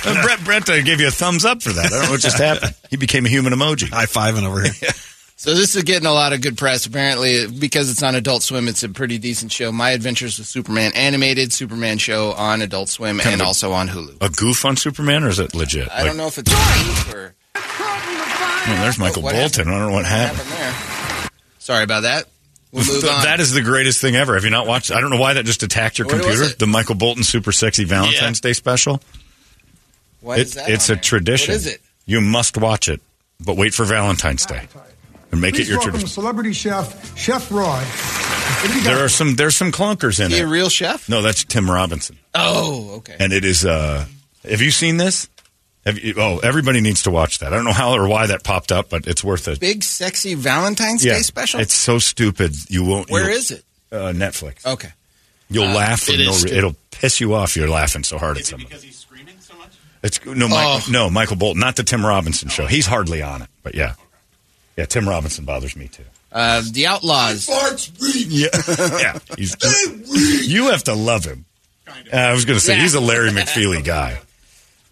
S2: say, I'm- Brett, Brett uh, gave you a thumbs up for that. I don't know what just happened. He became a human emoji.
S7: High fiving over here.
S15: So this is getting a lot of good press. Apparently, because it's on Adult Swim, it's a pretty decent show. My Adventures with Superman, animated Superman show on Adult Swim
S2: Kind
S15: and
S2: of a-
S15: also on Hulu.
S2: A goof on Superman, or is it legit?
S15: I
S2: Like-
S15: don't know if it's Hulu or
S2: Oh, there's Michael
S15: What
S2: Bolton. I don't know what happened.
S15: sorry about that. We'll move on.
S2: That is the greatest thing ever. Have you not watched? I don't know why that just attacked your
S15: What was
S2: computer.
S15: it?
S2: The Michael Bolton Super Sexy Valentine's Day special.
S15: What
S2: It-
S15: is that
S2: It's
S15: on
S2: a tradition.
S15: What is it?
S2: You must watch it, but wait for Valentine's Day and make
S1: Please
S2: it your
S1: welcome
S2: tradition.
S1: celebrity chef, Chef Roy.
S2: There are some. There's some clunkers in
S1: He
S2: it.
S1: a
S15: real chef?
S2: No, that's Tim Robinson.
S15: Oh, okay.
S2: And it is. uh Have you seen this? Have you, oh, everybody needs to watch that. I don't know how or why that popped up, but it's worth it.
S15: Big sexy Valentine's Day special.
S2: It's so stupid. You won't.
S15: Where
S2: you'll-
S15: is it?
S2: Uh, Netflix.
S15: Okay.
S2: You'll
S15: Uh,
S2: laugh. For
S15: it
S2: no,
S15: is
S2: re-
S15: stupid.
S2: it'll piss you off. You're laughing so hard at somebody. because he's screaming so much? Oh. It's no,
S15: Oh.
S2: Michael, no, Michael Bolton, not the Tim Robinson show. He's hardly on it, but yeah, yeah. Tim Robinson bothers me too.
S15: Uh, the Outlaws.
S2: Yeah, yeah. He's, you have to love him. Uh, I was going to say
S15: Yeah.
S2: he's a Larry McFeely guy.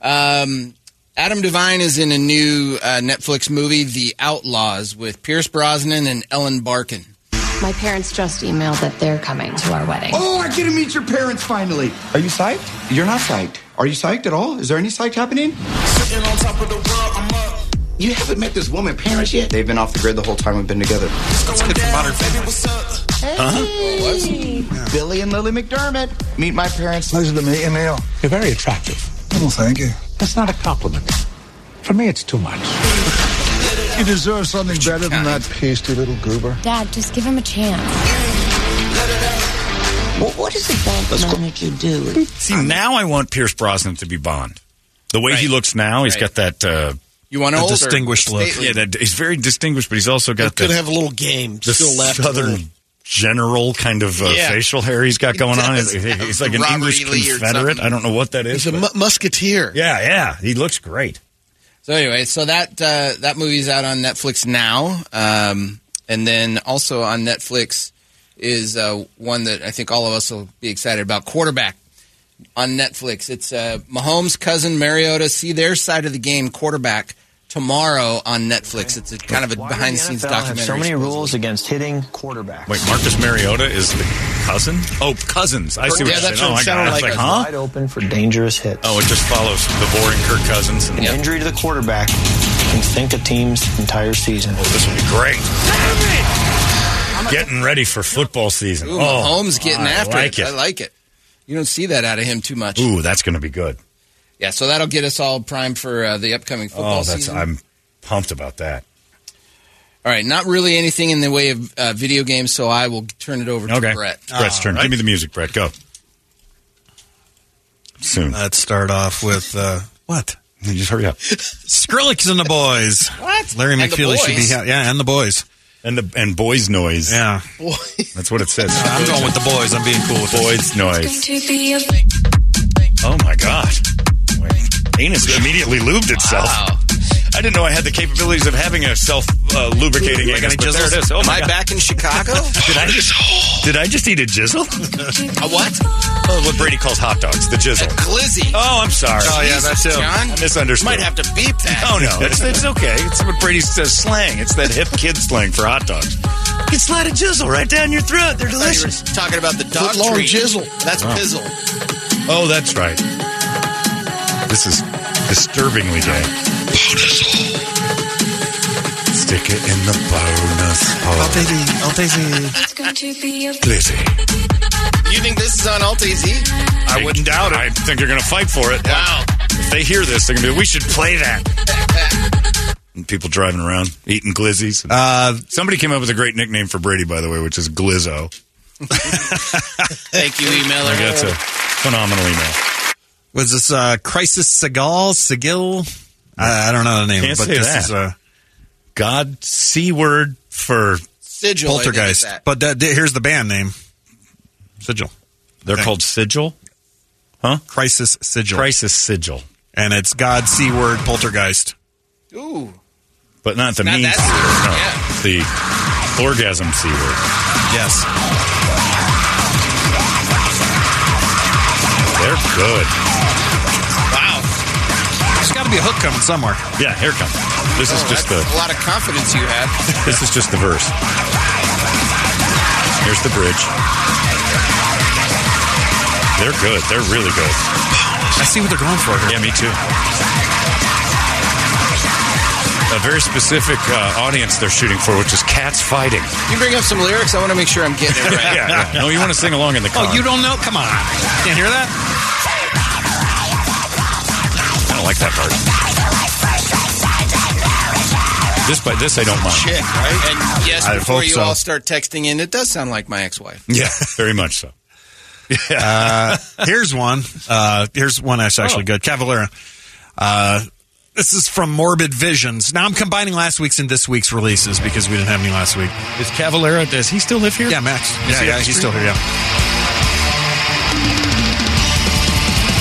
S15: Um, Adam Devine is in a new uh, Netflix movie, The Outlaws, with Pierce Brosnan and Ellen Barkin.
S8: My parents just emailed that they're coming to our wedding.
S28: Oh, I get to meet your parents finally. Are you psyched? You're not psyched. Are you psyched at all? Is there any psych happening?
S4: Sitting on top of the world, I'm up.
S28: You haven't met this woman, parents yet. They've been off the grid the whole time we've been together.
S4: It's good for modern family. What's up?
S28: Billy and Lily McDermott. Meet my parents.
S11: Pleasure to meet you, Neil. You're very attractive. Oh, thank you. That's not a compliment. For me, it's too much. You deserve something better than that pasty little goober.
S8: Dad, just give him a chance.
S2: Well, what does a bank manager do? See, now I want Pierce Brosnan to be Bond. The way he looks now, he's
S15: Right.
S2: got that. Uh,
S15: You want an
S2: the
S15: older, stately-
S2: Yeah, that, he's very distinguished, but he's also got
S3: could
S2: the,
S3: have a little game
S2: the
S3: still left.
S2: southern general kind of uh,
S3: Yeah.
S2: facial hair he's got going on.
S3: does.
S2: He's he's like an
S3: Robert
S2: English
S3: E. Lee or
S2: Confederate.
S3: something.
S2: I don't know what that is.
S3: He's a mu-
S2: but-
S3: musketeer.
S2: yeah, yeah, he looks great.
S15: So anyway, so that uh, that movie's out on Netflix now, um, and then also on Netflix is uh, one that I think all of us will be excited about. Quarterback on Netflix. It's uh, Mahomes' cousin Mariota. See their side of the game. Quarterback tomorrow on Netflix. It's a kind of a behind the scenes documentary.
S12: rules against hitting quarterbacks.
S2: Wait, Marcus Mariota is the cousin? Oh, cousins. I see what
S12: Yeah,
S2: you're
S12: that's
S2: saying.
S12: what
S2: Oh,
S12: it
S2: I got
S12: sounded
S2: it. I was like,
S12: like.
S2: huh?
S12: Wide open for dangerous hits.
S2: Oh, it just follows the boring Kirk Cousins. And
S12: An injury to the quarterback can sink a team's entire season. Oh,
S2: this will be great. Getting ready for football season.
S12: Ooh,
S15: Ooh,
S2: oh,
S15: Mahomes getting
S2: I
S15: after
S2: like
S15: it. I like it. You don't see that out of him too much.
S2: Ooh, that's going to be good.
S15: Yeah, so that'll get us all primed for uh, the upcoming football
S2: oh, that's
S15: season.
S2: I'm pumped about that.
S15: All right, not really anything in the way of uh, video games, so I will turn it over to
S2: Okay,
S15: Brett.
S2: Brett's turn. Give me the music, Brett. Go. Soon.
S7: Let's start off with uh, what?
S2: Just hurry up.
S7: Skrillex and the boys.
S15: what?
S7: Larry
S2: And the
S7: McFeely should be
S2: boys.
S7: ha- yeah, and the boys.
S2: And the and boys noise.
S7: Yeah.
S2: That's what it says.
S7: I'm going with the boys. I'm being cool with it.
S2: boys noise.
S13: to be a
S2: Oh my god. Anus immediately lubed itself. I didn't know I had the capabilities of having a self uh, lubricating
S15: Like
S2: anus,
S15: any
S2: but there
S15: jizzles?
S2: it is. Oh
S15: Am
S2: my
S15: I
S2: God.
S15: back in Chicago?
S2: Did I just did I just eat a jizzle?
S15: A what?
S2: Oh, what Brady calls hot dogs, the jizzle.
S15: glizzy.
S2: Oh, I'm sorry.
S15: Oh, yeah, that's him. John?
S2: I misunderstood.
S15: Might have to beep that.
S2: Oh no, it's, it's okay. It's what Brady says slang. It's that hip kid slang for hot dogs. You can slide a jizzle right down your throat. They're delicious.
S15: Talking about the dog
S3: Footlong
S15: treat.
S3: jizzle.
S15: That's
S2: Wow.
S15: pizzle.
S2: Oh, that's right. This is disturbingly gay. Stick it in the bonus hole.
S13: It's going to be a
S2: Glizzy.
S15: You think this is on Alt AZ?
S2: I wouldn't doubt it. I think you're going to fight for it. Wow. If they hear this, they're going to be we should play that. and people driving around, eating glizzies. Uh, Somebody came up with a great nickname for Brady, by the way, which is Glizzo.
S15: Thank you, emailer.
S2: Like, that's a phenomenal email.
S7: Was this uh, Crisis Segal? Segal? I, I don't know the name,
S2: Can't
S7: but
S2: say
S7: this
S2: that.
S7: is uh,
S2: God C word for
S3: Sigil. I think, is
S7: Poltergeist.
S3: that.
S7: But that, th- here's the band name Sigil. They're called Sigil? Huh? Crisis Sigil. Crisis Sigil. And it's God C word Poltergeist.
S3: Ooh.
S2: But not the mean C word. No, it's the orgasm C word.
S7: Yes.
S2: They're good.
S15: Wow.
S7: There's got to be a hook coming somewhere.
S2: Yeah, here it comes. This is
S15: Oh,
S2: just the
S15: that's a lot of confidence you have.
S2: this is just the verse. Here's the bridge. They're good. They're really good.
S7: I see what they're going for here.
S2: Yeah, me too. A very specific uh, audience they're shooting for, which is cats fighting.
S15: Can you bring up some lyrics? I want to make sure I'm getting it right.
S2: yeah, yeah. No, you want to sing along in the car.
S7: Oh, you don't know? Come on. Can't hear that?
S2: I don't like that part. This by this I don't mind.
S15: Chick, right? And yes,
S2: I
S15: before
S2: hope
S15: you
S2: so.
S15: all start texting in, it does sound like my ex-wife.
S2: Yeah, very much so.
S7: Yeah. Uh, here's one. Uh, here's one that's actually
S2: Oh.
S7: good. Cavalera. Uh, this is from Morbid Visions. Now I'm combining last week's and this week's releases because we didn't have any last week.
S2: Is Cavalera? Does he still live here?
S7: Yeah, Max.
S2: Is
S7: Yeah,
S2: he
S7: yeah,
S2: up
S7: he's
S2: the
S7: still here.
S2: street?
S7: Yeah.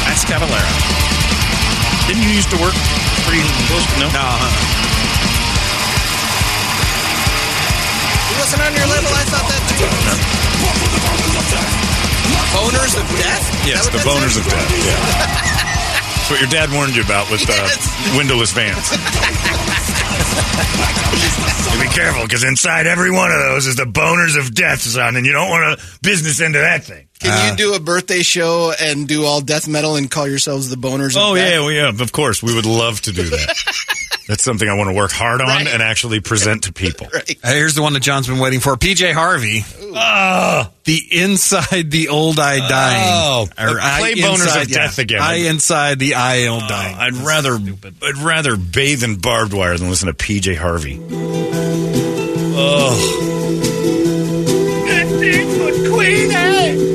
S2: That's Cavalera. Didn't you used to work pretty close to no? No. uh-huh.
S15: It wasn't on your label. I thought that too. Boners of death.
S2: Yes, the boners of death. Yeah. That's what your dad warned you about with uh, windowless vans. You be careful, because inside every one of those is the boners of death, son, and you don't want to business into that thing.
S15: Can you do a birthday show and do all death metal and call yourselves the boners?
S2: Oh
S15: of death?
S2: yeah, well, yeah. Of course, we would love to do that. That's something I want to work hard on and actually present to people.
S7: Uh, here's the one that John's been waiting for. PJ Harvey. Ah, the inside the old eye dying.
S2: Oh, play boners of death again. Uh,
S7: I inside the eye old dying.
S2: I'd rather I'd rather bathe in barbed wire than listen to PJ Harvey. Oh,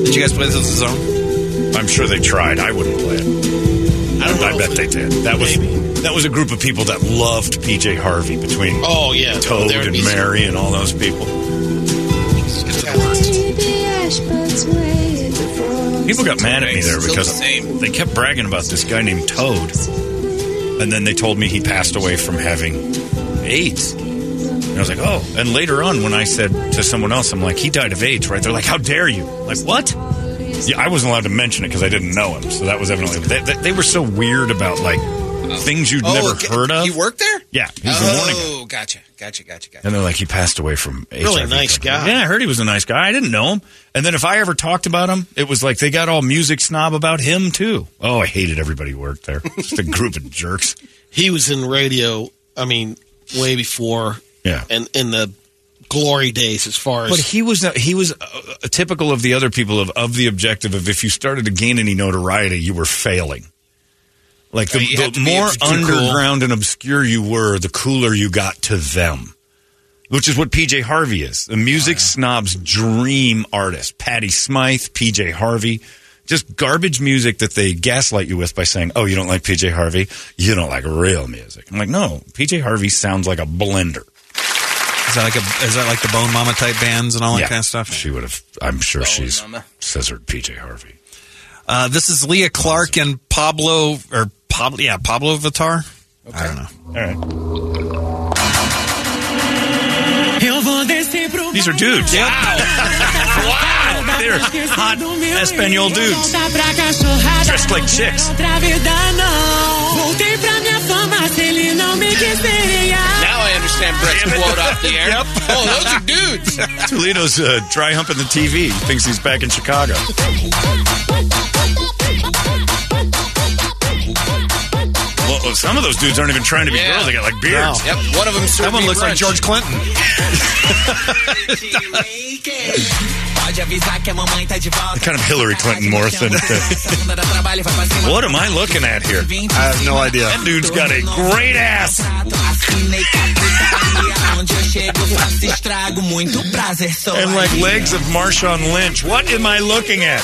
S7: Did you guys play this as a song?
S2: I'm sure they tried. I wouldn't play it. I, I bet they did. That was that was a group of people that loved PJ Harvey between
S3: Oh, yeah.
S2: Toad
S3: There would
S2: and
S3: be some-
S2: Mary and all those people. People got mad at me there because they kept bragging about this guy named Toad, and then they told me he passed away from having AIDS. And I was like, oh. And later on, when I said to someone else, I'm like, he died of AIDS, right? They're like, how dare you? I'm like, what? Yeah, I wasn't allowed to mention it because I didn't know him. So that was evidently. They, they, they were so weird about like things you'd
S15: Oh,
S2: never
S15: okay.
S2: heard of. You
S15: worked there?
S2: Yeah. He was the morning guy.
S15: Oh, gotcha, gotcha, gotcha, gotcha.
S2: And they're like, he passed away from HIV.
S3: Really nice guy.
S2: Yeah, I heard he was a nice guy. I didn't know him. And then if I ever talked about him, it was like they got all music snob about him too. Oh, I hated everybody who worked there. Just a group of jerks.
S3: He was in radio. I mean, way before.
S2: Yeah.
S3: And in the glory days, as far as
S2: But he was he was uh, typical of the other people of of the objective of if you started to gain any notoriety, you were failing. Like the,
S3: Uh, you have
S2: the
S3: to be
S2: more
S3: too cool.
S2: underground and obscure you were, the cooler you got to them. Which is what PJ Harvey is. The music snob's dream artist. Patty Smythe, PJ Harvey. Just garbage music that they gaslight you with by saying, oh, you don't like PJ Harvey? You don't like real music. I'm like, no, PJ Harvey sounds like a blender.
S7: Is that like a is that like the Bone Mama type bands and all that
S2: Yeah.
S7: kind of stuff?
S2: She would have. I'm sure she's scissored PJ Harvey.
S7: Uh, this is Leah Clark and Pablo or Pablo yeah Pablo Vitar. I don't know.
S2: All right. These are dudes. Wow. wow. They're hot Espanol dudes. Dressed like chicks.
S15: Now I understand Brett's quote off the air. Oh, those are dudes.
S2: Toledo's uh, dry humping the TV. Thinks he's back in Chicago. Well, uh, some of those dudes aren't even trying to be girls. They got like beards.
S15: Yep, one of them.
S7: That one looks like George Clinton.
S2: Kind of Hillary Clinton more than. what am I looking at here?
S7: I have no idea.
S2: That dude's got a great ass. and like legs of Marshawn Lynch. What am I looking at?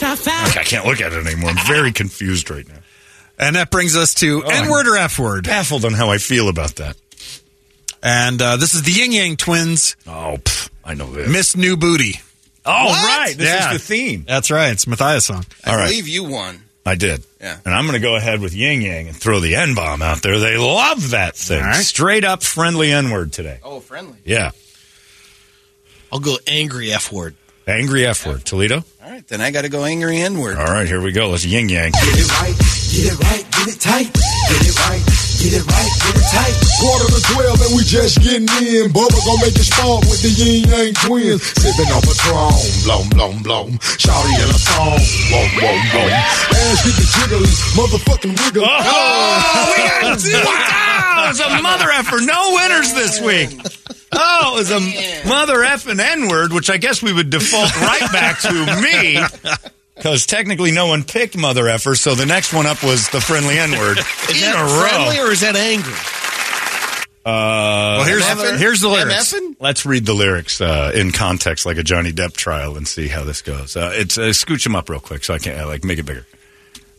S2: Like, I can't look at it anymore. I'm very confused right now. Oh,
S7: And that brings us to N word or F word.
S2: Baffled on how I feel about that.
S7: And uh, this is the Ying Yang twins.
S2: Oh, pff, I know this.
S7: Miss New Booty.
S2: Oh, right. This is the theme.
S7: That's right. It's Matthias' song.
S2: All right.
S15: believe you won.
S2: I did.
S15: Yeah.
S2: And I'm going to go ahead with Ying Yang and throw the N bomb out there. They love that thing.
S15: All right.
S2: Straight up friendly N word today.
S15: Oh, friendly.
S2: Yeah.
S3: I'll go angry F word.
S2: Angry F word. Toledo?
S15: All right, then I got to go angry N word.
S2: All right, here we go. Let's Ying Yang.
S4: Get it right, get it right, get it tight. Get it right, get it right, get it tight.
S6: Quarter to twelve and we just getting in. Bubba gon' make it spark with the yin yang twins. Sipping on Patron, blom blom blom. Shawty in a song, boom boom boom. Ass get the jiggly, motherfucking wiggle.
S2: Oh, we got two downs. A mother effer. No winners this week. Oh, it was a mother effing N word, which I guess we would default right back to me. Because technically no one picked mother effer, so the next one up was the friendly N word.
S3: Is
S2: In
S3: that
S2: a
S3: friendly
S2: row.
S3: or is that angry?
S2: Uh,
S3: Well, here's- MFing?
S2: here's the lyrics.
S3: MFing?
S2: Let's read the lyrics uh, in context, like a Johnny Depp trial, and see how this goes. Uh, it's uh, scooch them up real quick, so I can't uh, like make it bigger.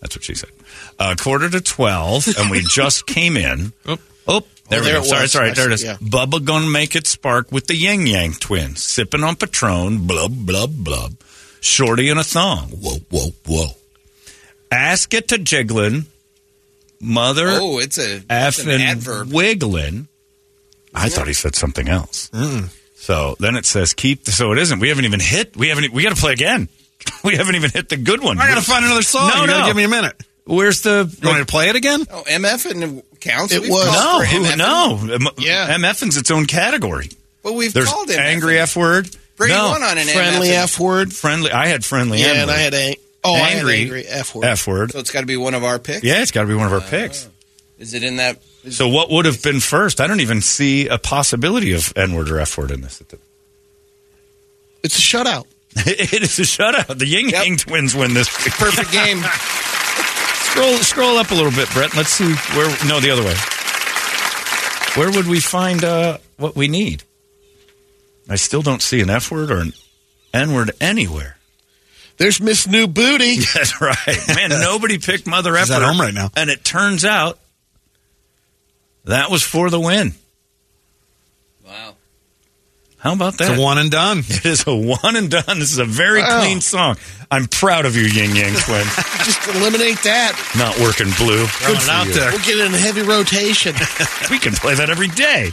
S2: That's what she said. Uh, quarter to twelve, and we just came in. Oh, there,
S3: Oh,
S2: we
S3: there
S2: go.
S3: it
S2: Sorry,
S3: was.
S2: sorry,
S3: I
S2: there it is.
S3: see, yeah.
S2: Bubba gonna make it spark with the Yang Yang twins, sipping on Patron, blub blub blub. Shorty in a thong. Whoa whoa whoa. Ask it to jiggling, mother.
S15: Oh, it's a it's an
S2: effing
S15: adverb.
S2: Wiggling. I thought he said something else. So then it says keep. So it isn't. We haven't even hit. We haven't. We got to play again. We haven't even hit the good one.
S7: I got to find another song.
S2: No,
S7: You gotta
S2: no.
S7: Give me a minute.
S2: Where's the?
S7: You want me to play it again?
S15: Oh, MF and counts.
S3: It
S15: We've
S3: was.
S15: called
S2: no,
S15: for
S2: who,
S15: MF.
S2: no. M-
S15: Yeah.
S2: MFing's its own category.
S15: Well, we've
S2: There's
S15: called it
S2: angry F word.
S15: Bring
S2: no.
S15: one on an
S3: Friendly
S15: MF.
S3: F word.
S2: Friendly. I had friendly.
S3: Yeah,
S2: M
S3: and
S2: word.
S3: I had ang- oh, I had
S2: angry,
S3: angry F word.
S2: F word.
S15: So it's got to be one of our picks.
S2: Yeah, it's got to be one of our picks.
S15: Is it in that?
S2: So what would have been first? I don't even see a possibility of N word or F word in this.
S3: It's a shutout.
S2: it is a shutout. The Ying Yang twins win this.
S15: Perfect game.
S2: scroll scroll up a little bit, Brett. Let's see where. No, the other way. Where would we find uh, what we need? I still don't see an F word or an N word anywhere.
S3: There's Miss New Booty.
S2: That's right, man. nobody picked Mother
S7: She's
S2: Effer
S7: at home right now.
S2: and it turns out that was for the win.
S15: Wow.
S2: How about that?
S7: It's a one and done.
S2: It is a one and done. This is a very
S3: Wow.
S2: clean song. I'm proud of you, Ying Yang twins.
S3: Just eliminate that.
S2: Not working blue. Good for you.
S3: We'll get it in heavy rotation.
S2: We can play that every day.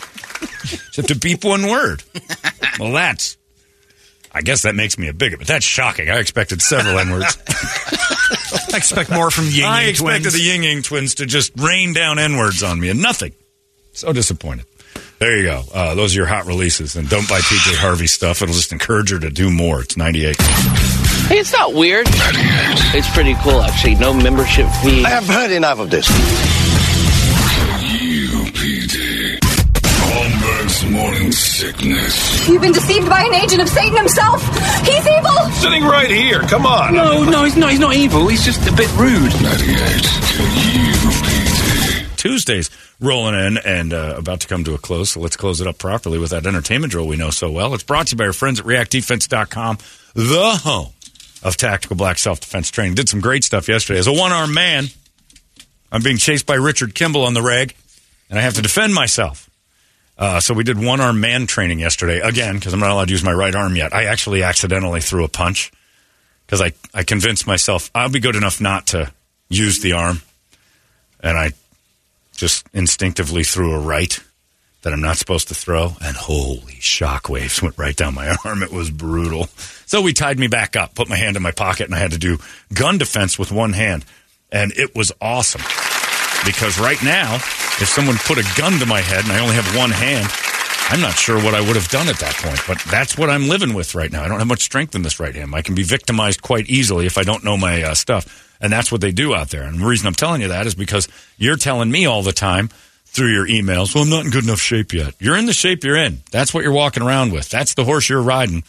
S2: Just have to beep one word. Well, that's. I guess that makes me a bigot, but that's shocking. I expected several N words.
S7: I expect more from Ying
S2: I
S7: Yang
S2: expected
S7: twins.
S2: the Ying Yang twins to just rain down N words on me and nothing. So disappointed. There you go. Uh, those are your hot releases. And don't buy PJ Harvey stuff. It'll just encourage her to do more. It's 98.
S9: Hey, it's not weird. It's pretty cool, actually. No membership fee. I have heard enough of this.
S5: Holmberg's morning sickness.
S10: You've been deceived by an agent of Satan himself. He's evil.
S21: Sitting right here. Come on. No, no, he's not. He's not evil. He's just a bit rude.
S2: Tuesday's rolling in and uh, about to come to a close. So let's close it up properly with that entertainment drill we know so well. It's brought to you by our friends at reactdefense.com, the home of tactical black self defense training. Did some great stuff yesterday. As a one armed man, I'm being chased by Richard Kimball on the reg, and I have to defend myself. Uh, so we did one arm man training yesterday again because I'm not allowed to use my right arm yet. I actually accidentally threw a punch because I, I convinced myself I'll be good enough not to use the arm, and I just instinctively threw a right that I'm not supposed to throw, and holy shockwaves went right down my arm. It was brutal. So we tied me back up, put my hand in my pocket, and I had to do gun defense with one hand, and it was awesome because right now, if someone put a gun to my head and I only have one hand, I'm not sure what I would have done at that point, but that's what I'm living with right now. I don't have much strength in this right hand. I can be victimized quite easily if I don't know my uh, stuff. And that's what they do out there. And the reason I'm telling you that is because you're telling me all the time through your emails, well, I'm not in good enough shape yet. You're in the shape you're in. That's what you're walking around with. That's the horse you're riding.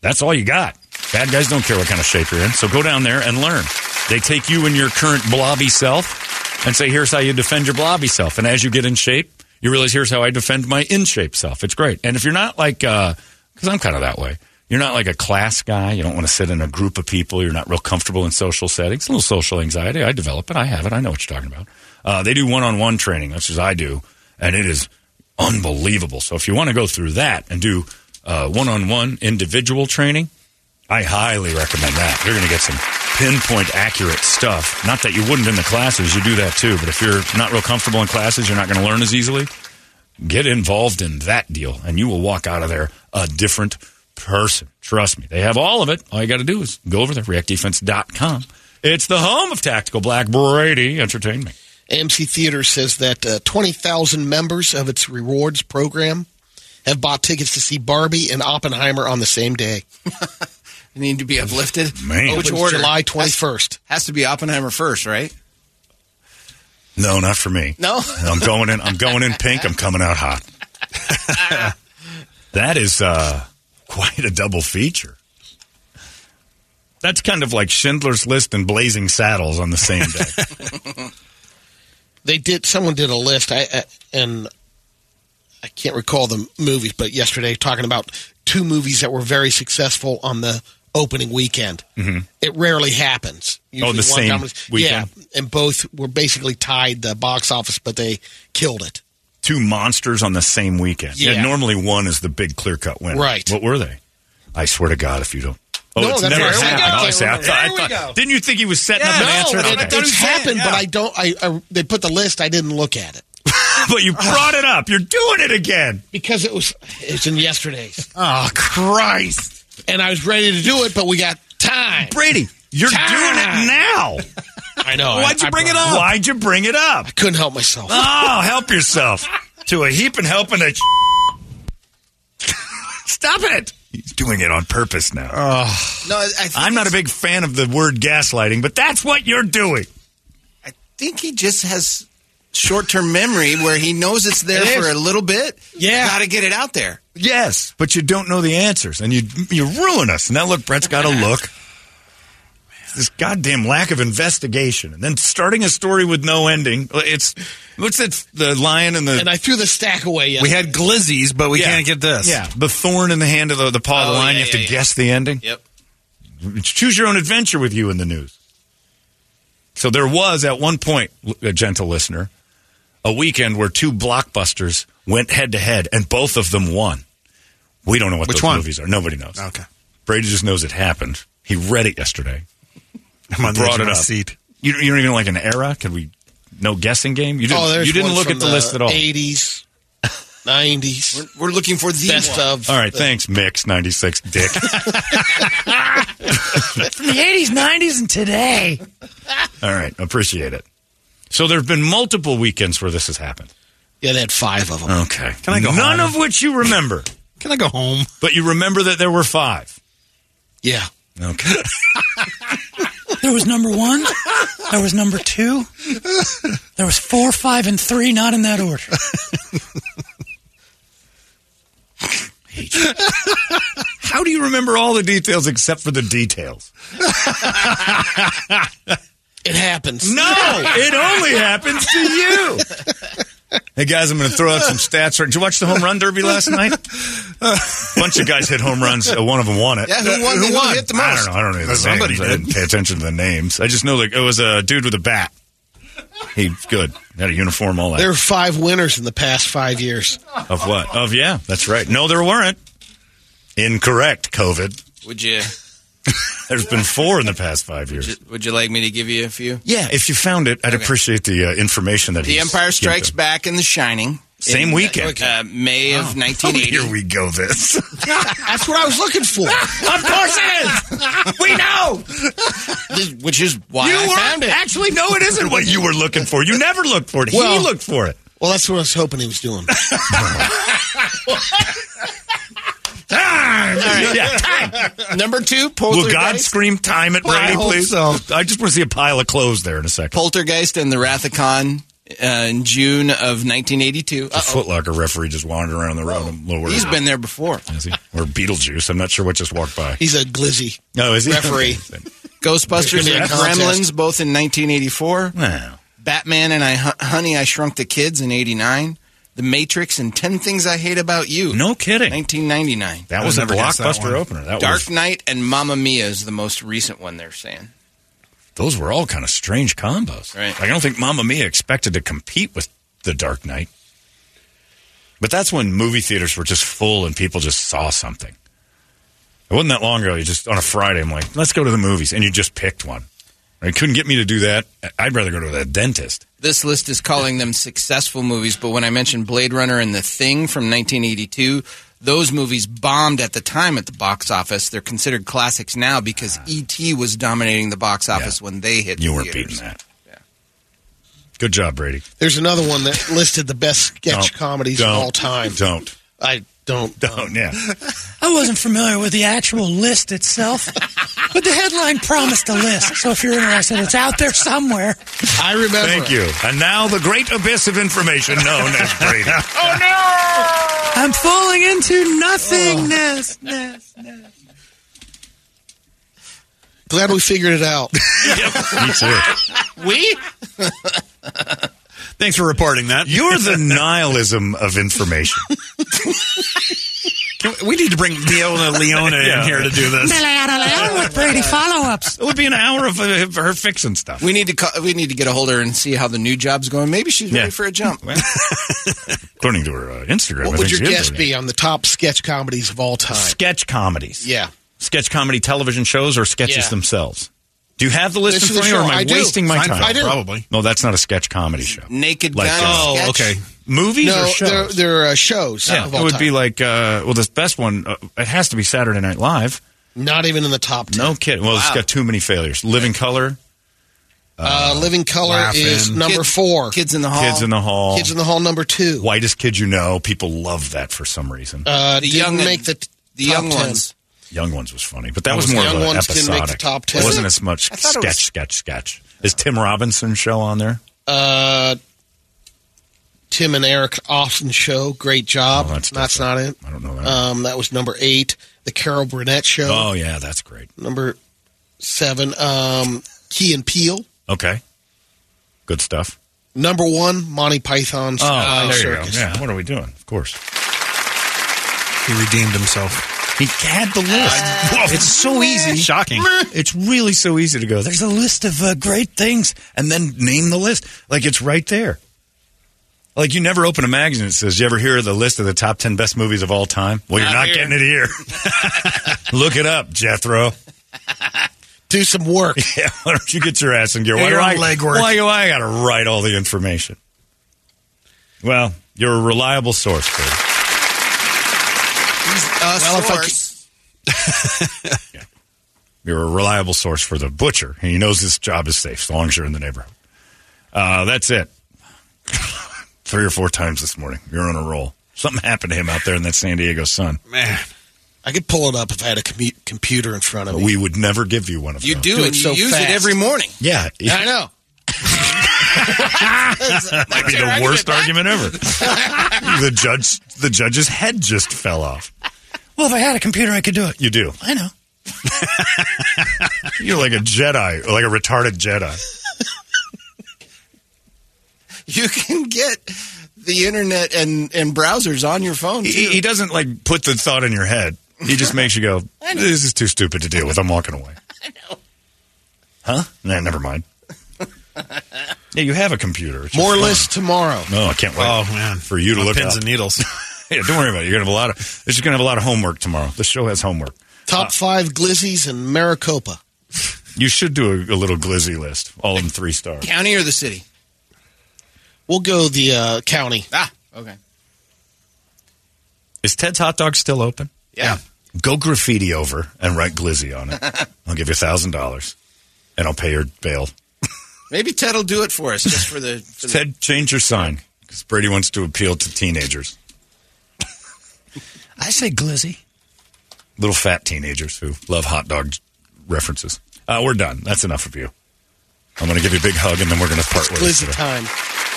S2: That's all you got. Bad guys don't care what kind of shape you're in. So go down there and learn. They take you and your current blobby self and say, here's how you defend your blobby self. And as you get in shape, you realize here's how I defend my in shape self. It's great. And if you're not like, because uh, I'm kind of that way, You're not like a class guy. You don't want to sit in a group of people. You're not real comfortable in social settings. A little social anxiety. I develop it. I have it. I know what you're talking about. Uh, they do one on one training, which is I do, and it is unbelievable. So if you want to go through that and do one on one individual training, I highly recommend that. You're going to get some pinpoint accurate stuff. Not that you wouldn't in the classes, you do that too. But if you're not real comfortable in classes, you're not going to learn as easily. Get involved in that deal, and you will walk out of there a different person. Trust me. They have all of it. All you got to do is go over there, reactdefense.com. It's the home of Tactical Black Brady Entertainment.
S3: AMC Theater says that uh, 20,000 members of its rewards program have bought tickets to see Barbie and Oppenheimer on the same day.
S15: They need to be uplifted.
S2: Man.
S15: Which
S3: Opens
S15: order?
S3: July
S15: first has to be Oppenheimer first, right?
S2: No, not for me.
S15: No?
S2: I'm going in. I'm going in pink. I'm coming out hot. that is uh, quite a double feature. That's kind of like Schindler's List and Blazing Saddles on the same day.
S3: They did. Someone did a list, I, I and I can't recall the movies, but yesterday talking about two movies that were very successful on the opening weekend.
S2: Mhm.
S3: It rarely happens.
S2: Oh, the same weekend?
S3: Yeah, and both were basically tied the box office, but they killed it.
S2: Two monsters on the same weekend. Yeah.
S3: Yeah.
S2: normally one is the big clear cut winner.
S3: Right.
S2: What were they? I swear to God, if you don't. Oh,
S3: No,
S2: it's
S3: that's
S2: never
S3: right. There we
S2: happened.
S3: go.
S2: Honestly, I
S3: There
S2: thought, I
S3: we
S2: thought-
S3: go.
S2: didn't you think he was setting up an answer?
S3: no, it,
S2: Okay.
S3: it's happened, but I don't. I, I they put the list. I didn't look at it
S2: but you brought it up. You're doing it again
S3: because it was it's in yesterday's.
S2: oh Christ!
S3: And I was ready to do it, but we got time.
S2: Brady, you're doing it now.
S3: I know.
S2: Why'd you bring it up? Why'd you bring it up? I
S3: couldn't help myself.
S2: Oh, help yourself to a heap and helping a. Stop it! He's doing it on purpose now.
S15: No, I, I
S2: I'm not a big fan of the word gaslighting, but that's what you're doing.
S15: think he just has short-term memory where he knows it's there
S2: It is.
S15: for a little bit.
S2: Yeah.
S15: got to get it out there.
S2: Yes, but you don't know the answers, and you you ruin us. Now look, Brett's got to look. This goddamn lack of investigation, and then starting a story with no ending. It's what's it? The lion and the
S3: And I threw the stack away.
S2: We
S3: Yesterday.
S2: had glizzies, but we can't get this. Yeah, the thorn in the hand of the, the paw of the
S3: Oh,
S2: lion.
S3: yeah,
S2: you have to
S3: yeah, yeah.
S2: guess the ending.
S15: Yep.
S2: Choose your own adventure with you in the news. So there was at one point, l- a gentle listener, a weekend where two blockbusters went head to head, and both of them won. We don't know what
S7: Which
S2: those
S7: one?
S2: movies are. Nobody knows.
S7: Okay.
S2: Brady just knows it happened. He read it yesterday.
S7: I'm on
S2: He
S7: the edge of my seat.
S2: You, you don't even like an era? Could we? No guessing game. You didn't.
S3: Oh, there's
S2: you didn't
S3: one
S2: look
S3: from
S2: at the, list at all.
S3: 80s, 90s.
S15: We're, looking for the
S3: best
S15: one.
S3: of.
S2: All right, thanks, Mix ninety six, Dick.
S4: From the 80s, 90s, and today.
S2: All right, appreciate it. So there have been multiple weekends where this has happened.
S3: Yeah, they had five of them.
S2: Okay, can I go? None of which you remember.
S7: Can I go home?
S2: But you remember that there were five.
S3: Yeah.
S2: Okay.
S22: There was number one. There was number two. There was four, five, and three, not in that order.
S2: How do you remember all the details except for the details?
S3: It happens.
S2: No, it only happens to you. Hey guys, I'm going to throw out some stats. Did you watch the home run derby last night? A bunch of guys hit home runs. Uh, One of them won it.
S15: Yeah, who won? Who hit the
S2: I
S15: most?
S2: don't know. I don't know. The
S15: Somebody
S2: names. I didn't pay attention to the names. I just know like it was a dude with a bat. He's good. Had a uniform, all that.
S3: There were five winners in the past five years.
S2: Of what? Of yeah, that's right. No, there weren't. Incorrect. COVID.
S15: Would you?
S2: There's been four in the past five years.
S15: Would you like me to give you a few?
S2: Yeah, if you found it, I'd
S15: Okay.
S2: appreciate the uh, information that
S15: The
S2: he's
S15: Empire Strikes
S2: given.
S15: Back and The Shining.
S2: Same
S15: in,
S2: weekend. Oh,
S15: Uh, May of 1980.
S2: Here we go. This.
S3: That's what I was looking for.
S4: Of course it is. We know.
S15: Which is why
S4: You
S15: I
S4: were-
S15: found it.
S2: Actually, no, it isn't what you were looking for. You never looked for it.
S3: Well-
S2: he looked for it.
S3: Well, that's what I was hoping he was doing.
S2: Time. Yeah,
S15: Number two,
S2: Will God
S15: Poltergeist.
S2: scream time at
S15: Well, I
S2: Brady,
S15: hope
S2: please?
S15: so.
S2: I just want to see a pile of clothes there in a second.
S15: Poltergeist and the Wrath of Khan uh, in June of 1982.
S2: The Footlocker referee just wandered around the road. I'm a little worried.
S15: He's been there before.
S2: Is he? Or Beetlejuice. I'm not sure what just walked by.
S3: He's a glizzy.
S2: No, Oh, is he?
S3: Referee. There's
S15: Ghostbusters
S3: gonna be
S15: and
S3: a contest.
S15: Gremlins, both in 1984.
S2: Wow.
S15: Batman and I, Honey, I Shrunk the Kids in 89. The Matrix, and Ten Things I Hate About You.
S2: No kidding.
S15: 1999.
S2: That was a
S15: Never guessed that
S2: blockbuster
S15: one.
S2: opener. That
S15: Dark
S2: was-
S15: Knight and Mamma Mia is the most recent one they're saying.
S2: Those were all kind of strange combos.
S15: Right.
S2: Like, I don't think Mamma Mia expected to compete with The Dark Knight. But that's when movie theaters were just full and people just saw something. It wasn't that long ago. You just on a Friday, I'm like, let's go to the movies, and you just picked one. You couldn't get me to do that. I'd rather go to the dentist.
S15: This list is calling them successful movies, but when I mentioned Blade Runner and The Thing from 1982, those movies bombed at the time at the box office. They're considered classics now because E.T. was dominating the box office when they hit.
S2: Ah. You
S15: the
S2: weren't
S15: theaters.
S2: beating that. Good job, Brady.
S3: There's another one that listed the best sketch
S2: Don't.
S3: comedies
S2: Don't.
S3: of all time.
S2: Don't.
S3: I don't.
S2: Don't, yeah.
S22: I wasn't familiar with the actual list itself, but the headline promised a list. So if you're interested, it's out there somewhere.
S3: I remember.
S2: Thank you. And now the great abyss of information known as Brady.
S22: Oh no! I'm falling into nothingness. ness, ness.
S3: Glad we figured it out.
S2: me too.
S15: We?
S2: Thanks for reporting that. You're the nihilism of information.
S7: We need to bring Viola Leona in
S2: Yeah.
S7: here to do this.
S22: with Brady follow-ups.
S2: Uh, It would be an hour of uh, her fixing stuff.
S15: We need to call, we need to get a hold of her and see how the new job's going. Maybe she's ready for a jump.
S2: According to her uh, Instagram, I
S3: What would
S2: think
S3: your
S2: she is
S3: guess
S2: doing it.
S3: be on the top sketch comedies of all time?
S2: Sketch comedies.
S3: Yeah.
S2: Sketch comedy television shows or sketches
S3: Yeah.
S2: themselves? Do you have the list
S3: This
S2: in
S3: is
S2: front of you,
S3: the
S2: or
S3: show.
S2: am I,
S3: I do.
S2: wasting my
S3: Seinfeld,
S2: time?
S3: I do. probably.
S2: No, that's not a sketch comedy show.
S15: Naked
S2: Like,
S15: Gun.
S2: uh,
S15: sketch.
S2: Movies
S3: no,
S2: or shows?
S3: They're, they're uh, shows.
S2: yeah,
S3: of
S2: it
S3: all
S2: would
S3: time.
S2: be like, uh, well, the best one, uh, it has to be Saturday Night Live.
S3: Not even in the top 10.
S2: No kidding. Well, it's
S3: Wow.
S2: got too many failures. Living Color,
S3: Uh, Living Color is
S2: Laughing.
S3: number
S2: Kid-
S3: four.
S15: Kids in the
S2: Kids in the Hall,
S3: Kids in the Hall number two.
S2: Whitest Kid You Know. People love that for some reason.
S3: Uh,
S15: The
S3: didn't
S15: young and-
S3: make the t-
S15: the
S3: top
S15: young
S3: 10.
S15: ones.
S2: Young Ones was funny, but that was
S3: The
S2: more
S3: Young
S2: of an
S3: Ones didn't
S2: episodic.
S3: make the top 10.
S2: It wasn't as much
S3: I
S2: sketch,
S3: thought it was-
S2: sketch, sketch. Is Tim Robinson show on there?
S3: Uh, Tim and Eric Austin show. Great job.
S2: Oh,
S3: that's not it. I
S2: don't know that.
S3: Um, that was number eight. The Carol Burnett show.
S2: Oh yeah, that's great.
S3: Number seven. Um, Key and Peele.
S2: Okay, good stuff.
S3: Number one. Monty Python's
S2: Oh,
S3: Flying
S2: there you go.
S3: Circus.
S2: Yeah, what are we doing? Of course,
S7: He redeemed himself.
S2: he had the list. it's so easy. Shocking. It's really so easy to go. There's a list of uh, great things, and then name the list. Like it's right there. Like you never open a magazine that says, "You ever hear the list of the top ten best movies of all time?" Well, you're not getting it here. Look it up, Jethro.
S3: Do some work.
S2: Yeah, why don't you get your ass in gear?
S7: Do
S2: Why do
S7: your own
S2: I,
S7: legwork.
S2: Why do I got to write all the information? Well, you're a reliable source for it.
S15: Uh,
S3: Well, if I
S15: source.
S2: You're a reliable source for the butcher, and he knows his job is safe as long as you're in the neighborhood. Uh, that's it. Three or four times this morning, you're on a roll. Something happened to him out there in that San Diego sun.
S7: Man.
S3: I could pull it up if I had a commu- computer in front of me.
S2: We would never give you one of
S15: You
S2: those.
S15: do,
S3: Do
S15: and
S3: it
S15: you
S3: so
S15: use it
S3: fast.
S15: every morning.
S2: Yeah,
S3: I know.
S2: might be the worst argument ever. the judge, the judge's head just fell off.
S22: Well, if I had a computer, I could do it.
S2: You do.
S22: I know.
S2: You're like a Jedi, like a retarded Jedi.
S15: You can get the internet and, and browsers on your phone.
S2: He, he doesn't like put the thought in your head. He just makes you go, "This is too stupid to deal with." I'm walking away. I know. Huh? Nah, never mind. yeah, you have a computer. It's just
S3: More
S2: fun.
S3: lists tomorrow.
S2: No, I can't wait.
S7: Oh, man.
S2: for you to
S7: On
S2: look
S7: pins
S2: up.
S7: and needles.
S2: yeah, don't worry about it. You're gonna have a lot of. This is gonna have a lot of homework tomorrow. The show has homework. Uh,
S3: Top five glizzies in Maricopa.
S2: You should do a, a little glizzy list. All of them three stars.
S15: County or the city?
S3: We'll go the uh, county.
S15: Ah, okay.
S2: Is Ted's hot dog still open?
S15: Yeah.
S2: Go graffiti over and write glizzy on it. I'll give you thousand dollars, and I'll pay your bail.
S15: Maybe Ted will do it for us just for the. For the
S2: Ted, change your sign because Brady wants to appeal to teenagers,
S22: I say glizzy.
S2: little fat teenagers who love hot dog references. Uh, we're done. That's enough of you. I'm going to give you a big hug and then we're going to part ways.
S3: Glizzy
S2: today.
S3: time.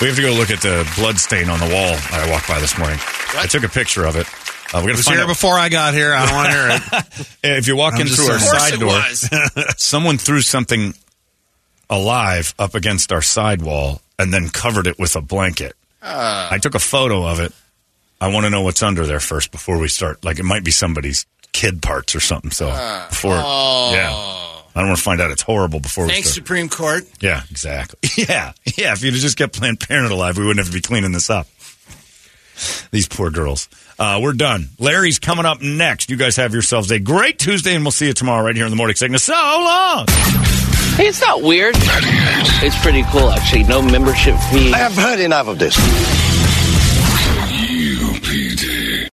S2: We have to go look at the blood stain on the wall I walked by this morning. I took a picture of it. Uh, we're
S7: It
S2: going to
S7: was
S2: find
S7: here
S2: out.
S7: before I got here. I don't want to hear it.
S2: if you walk
S7: I'm
S2: in
S7: just
S2: through our
S7: saying. Of
S2: side door,
S7: course
S2: someone threw something alive up against our side wall and then covered it with a blanket.
S15: uh,
S2: I took a photo of it. I want to know what's under there first before we start. Like it might be somebody's kid parts or something. So
S15: Ah.
S2: before,
S15: Oh.
S2: yeah, I don't want to find out it's horrible before
S15: Thanks,
S2: we start.
S15: Supreme Court.
S2: Yeah, exactly. Yeah, yeah. If you'd have just kept Planned Parenthood alive, we wouldn't have to be cleaning this up. These poor girls. Uh, we're done. Larry's coming up next. You guys have yourselves a great Tuesday, and we'll see you tomorrow right here in the morning sickness. So long.
S9: Hey, it's not weird. It's pretty cool, actually. No membership fee. I have heard enough of this.